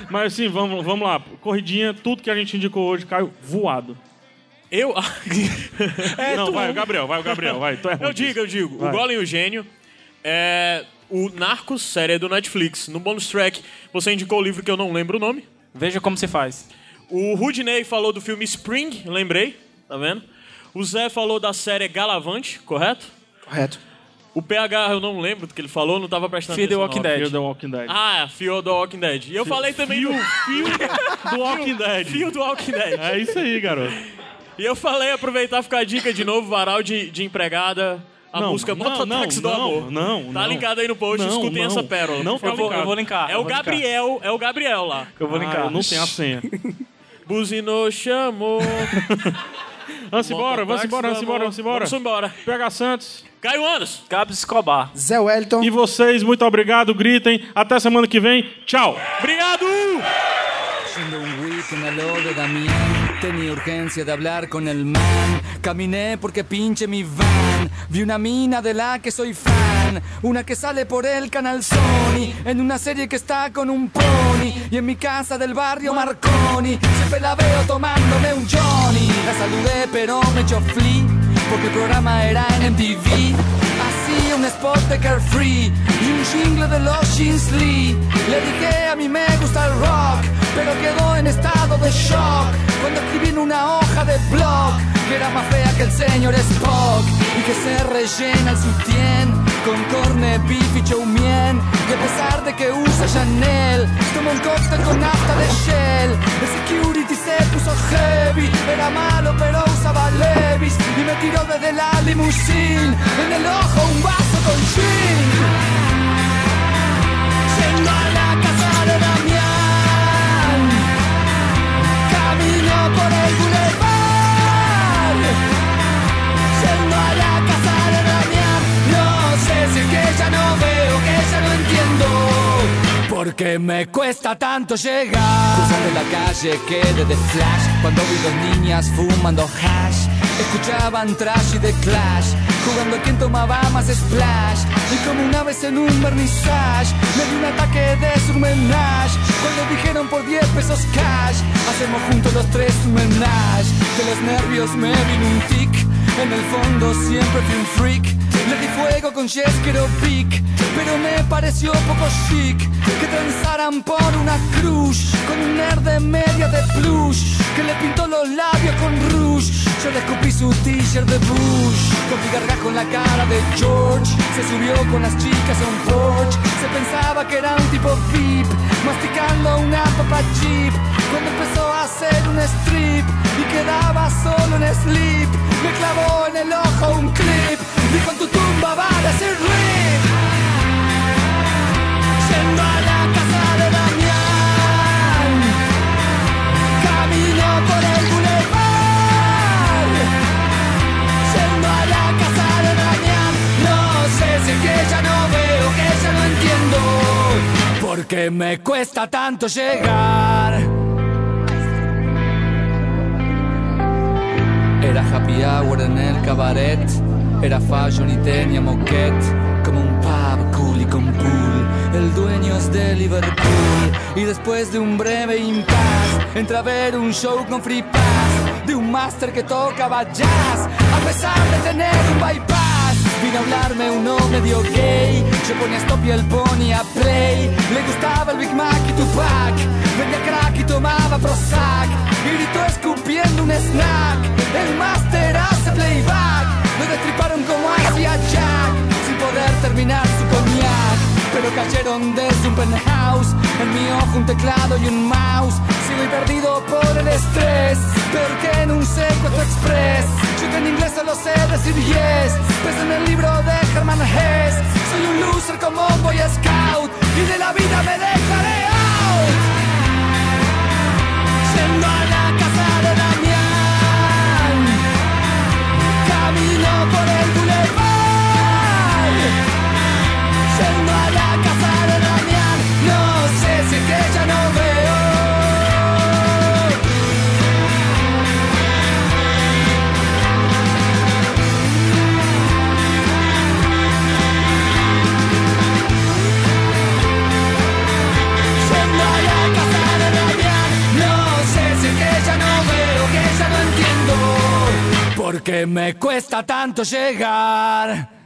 [SPEAKER 1] Mas assim, vamos, vamos lá. Corridinha, tudo que a gente indicou hoje, Caio, voado.
[SPEAKER 4] Eu.
[SPEAKER 1] não, vai, o Gabriel, vai, o Gabriel, vai. Tu é ruim
[SPEAKER 4] É eu digo, eu digo.
[SPEAKER 1] Vai.
[SPEAKER 4] O Golem e o Gênio. É. O Narcos, série do Netflix. No bonus track, você indicou o livro que eu não lembro o nome.
[SPEAKER 5] Veja como se faz.
[SPEAKER 4] O Rudney falou do filme Spring, lembrei, tá vendo? O Zé falou da série Galavante, correto?
[SPEAKER 6] Correto.
[SPEAKER 4] O PH eu não lembro do que ele falou, não tava prestando
[SPEAKER 5] Fear the
[SPEAKER 4] atenção. na
[SPEAKER 5] Walking
[SPEAKER 4] hora.
[SPEAKER 5] Dead.
[SPEAKER 1] Fear the Walking Dead.
[SPEAKER 4] Ah, Fio do Walking Dead. E eu falei também do Fio
[SPEAKER 1] do Walking Dead.
[SPEAKER 4] Fio do Walking Dead.
[SPEAKER 1] É isso aí, garoto.
[SPEAKER 4] E eu falei, aproveitar e ficar a dica de novo, varal de, de empregada, a
[SPEAKER 1] Não,
[SPEAKER 4] música
[SPEAKER 1] não,
[SPEAKER 4] Mototáxi
[SPEAKER 1] não,
[SPEAKER 4] do
[SPEAKER 1] não,
[SPEAKER 4] Amor.
[SPEAKER 1] não,
[SPEAKER 4] tá
[SPEAKER 1] não.
[SPEAKER 4] linkado aí no post,
[SPEAKER 1] Não,
[SPEAKER 4] escutem
[SPEAKER 1] não.
[SPEAKER 4] essa pérola.
[SPEAKER 1] Não,
[SPEAKER 5] Eu
[SPEAKER 1] tá
[SPEAKER 5] vou,
[SPEAKER 1] linkado.
[SPEAKER 5] eu vou linkar.
[SPEAKER 4] É
[SPEAKER 5] eu
[SPEAKER 4] o
[SPEAKER 5] vou linkar.
[SPEAKER 4] Gabriel, é o Gabriel lá.
[SPEAKER 5] Eu vou
[SPEAKER 1] Ah,
[SPEAKER 5] linkar.
[SPEAKER 1] eu não tenho a senha.
[SPEAKER 4] Buzinou, chamou.
[SPEAKER 1] Vamos embora, vamos embora, vamos
[SPEAKER 4] Mototáxi do
[SPEAKER 1] embora,
[SPEAKER 4] amor.
[SPEAKER 1] vamos embora.
[SPEAKER 4] Vamos embora.
[SPEAKER 1] PH Santos.
[SPEAKER 4] Caio Anos.
[SPEAKER 5] Gabs Escobar.
[SPEAKER 6] Zé Wellington.
[SPEAKER 1] E vocês, muito obrigado, gritem. Até semana que vem. Tchau.
[SPEAKER 4] Obrigado!
[SPEAKER 9] Siendo un whiz en el de Damián, tenía urgencia de hablar con el man. Caminé porque pinche mi van. Vi una mina de la que soy fan. Una que sale por el canal Sony. En una serie que está con un pony. Y en mi casa del barrio Marconi. Siempre la veo tomándome un Johnny. La saludé, pero me echó flea porque el programa era en MTV. Hacía un spot de Carefree y un jingle de los Jeans Lee. Le dije a mí me gusta el rock, pero quedó en estado de shock cuando escribí en una hoja de blog que era más fea que el señor Spock y que se rellena el sutién con corne, beef y chow mein. Y a pesar de que usa Chanel, toma un cóctel con nafta de Shell. El security se puso heavy, era malo pero usaba Levis. Y me tiró desde la limusine, en el ojo un vaso con gin. Yendo a la casa de Damián.
[SPEAKER 3] por el boulevard Yendo a la casa de Damián No sé si es que ya no veo, que ya no entiendo
[SPEAKER 9] Porque me cuesta tanto llegar. Cruzando la calle quedé de flash cuando vi dos niñas fumando hash. Escuchaban trash y de clash, jugando a quien tomaba más splash. Y como una vez en un vernissage, me di un ataque de surmenage. Cuando dijeron por 10 pesos cash, hacemos juntos los tres un menage. De los nervios me vino un tic, en el fondo siempre fui un freak. Le di fuego con yes, quiero pic Pero me pareció poco chic Que trenzaran por una cruz Con un nerd de media de plush Que le pintó los labios con rouge Yo le escupí su t-shirt de Bush Con mi gargajo en la cara de George Se subió con las chicas a un porch Se pensaba que era un tipo VIP Masticando una papa chip Cuando empezó a hacer un strip Y quedaba solo en slip Me clavó en el ojo un clip y con tu tumba van a ser rip Yendo a la casa de Damián Camino por el boulevard Yendo a la casa de Damián No sé si es que ya no veo, que ya no entiendo Porque me cuesta tanto llegar. Era happy hour en el cabaret. Era fashion y tenía moquette. Como un pub cool y con pool. El dueño es de Liverpool. Y después de un breve impasse, entra a ver un show con free pass. De un máster que tocaba jazz. A pesar de tener un bypass. Vino a hablarme un hombre medio gay Yo ponía stop y él ponía play Le gustaba el Big Mac y Tupac Vendía crack y tomaba Prozac Y gritó escupiendo un snack El master hace playback Lo destriparon como hacía Jack Sin poder terminar su coñac Pero cayeron desde un penthouse En mi ojo un teclado y un mouse Sigo y perdido por el estrés Peor que en un secuestro express Yo que en inglés solo sé decir yes Pues en el libro de Herman Hess Soy un loser como un boy scout Y de la vida me dejaré out Yendo a la casa de Damián Camino por el boulevard Yendo a la casa de Damián No sé si es que ya no veo Yendo a la casa de Damián No sé si es que ya no veo, que ya no entiendo Porque me cuesta tanto llegar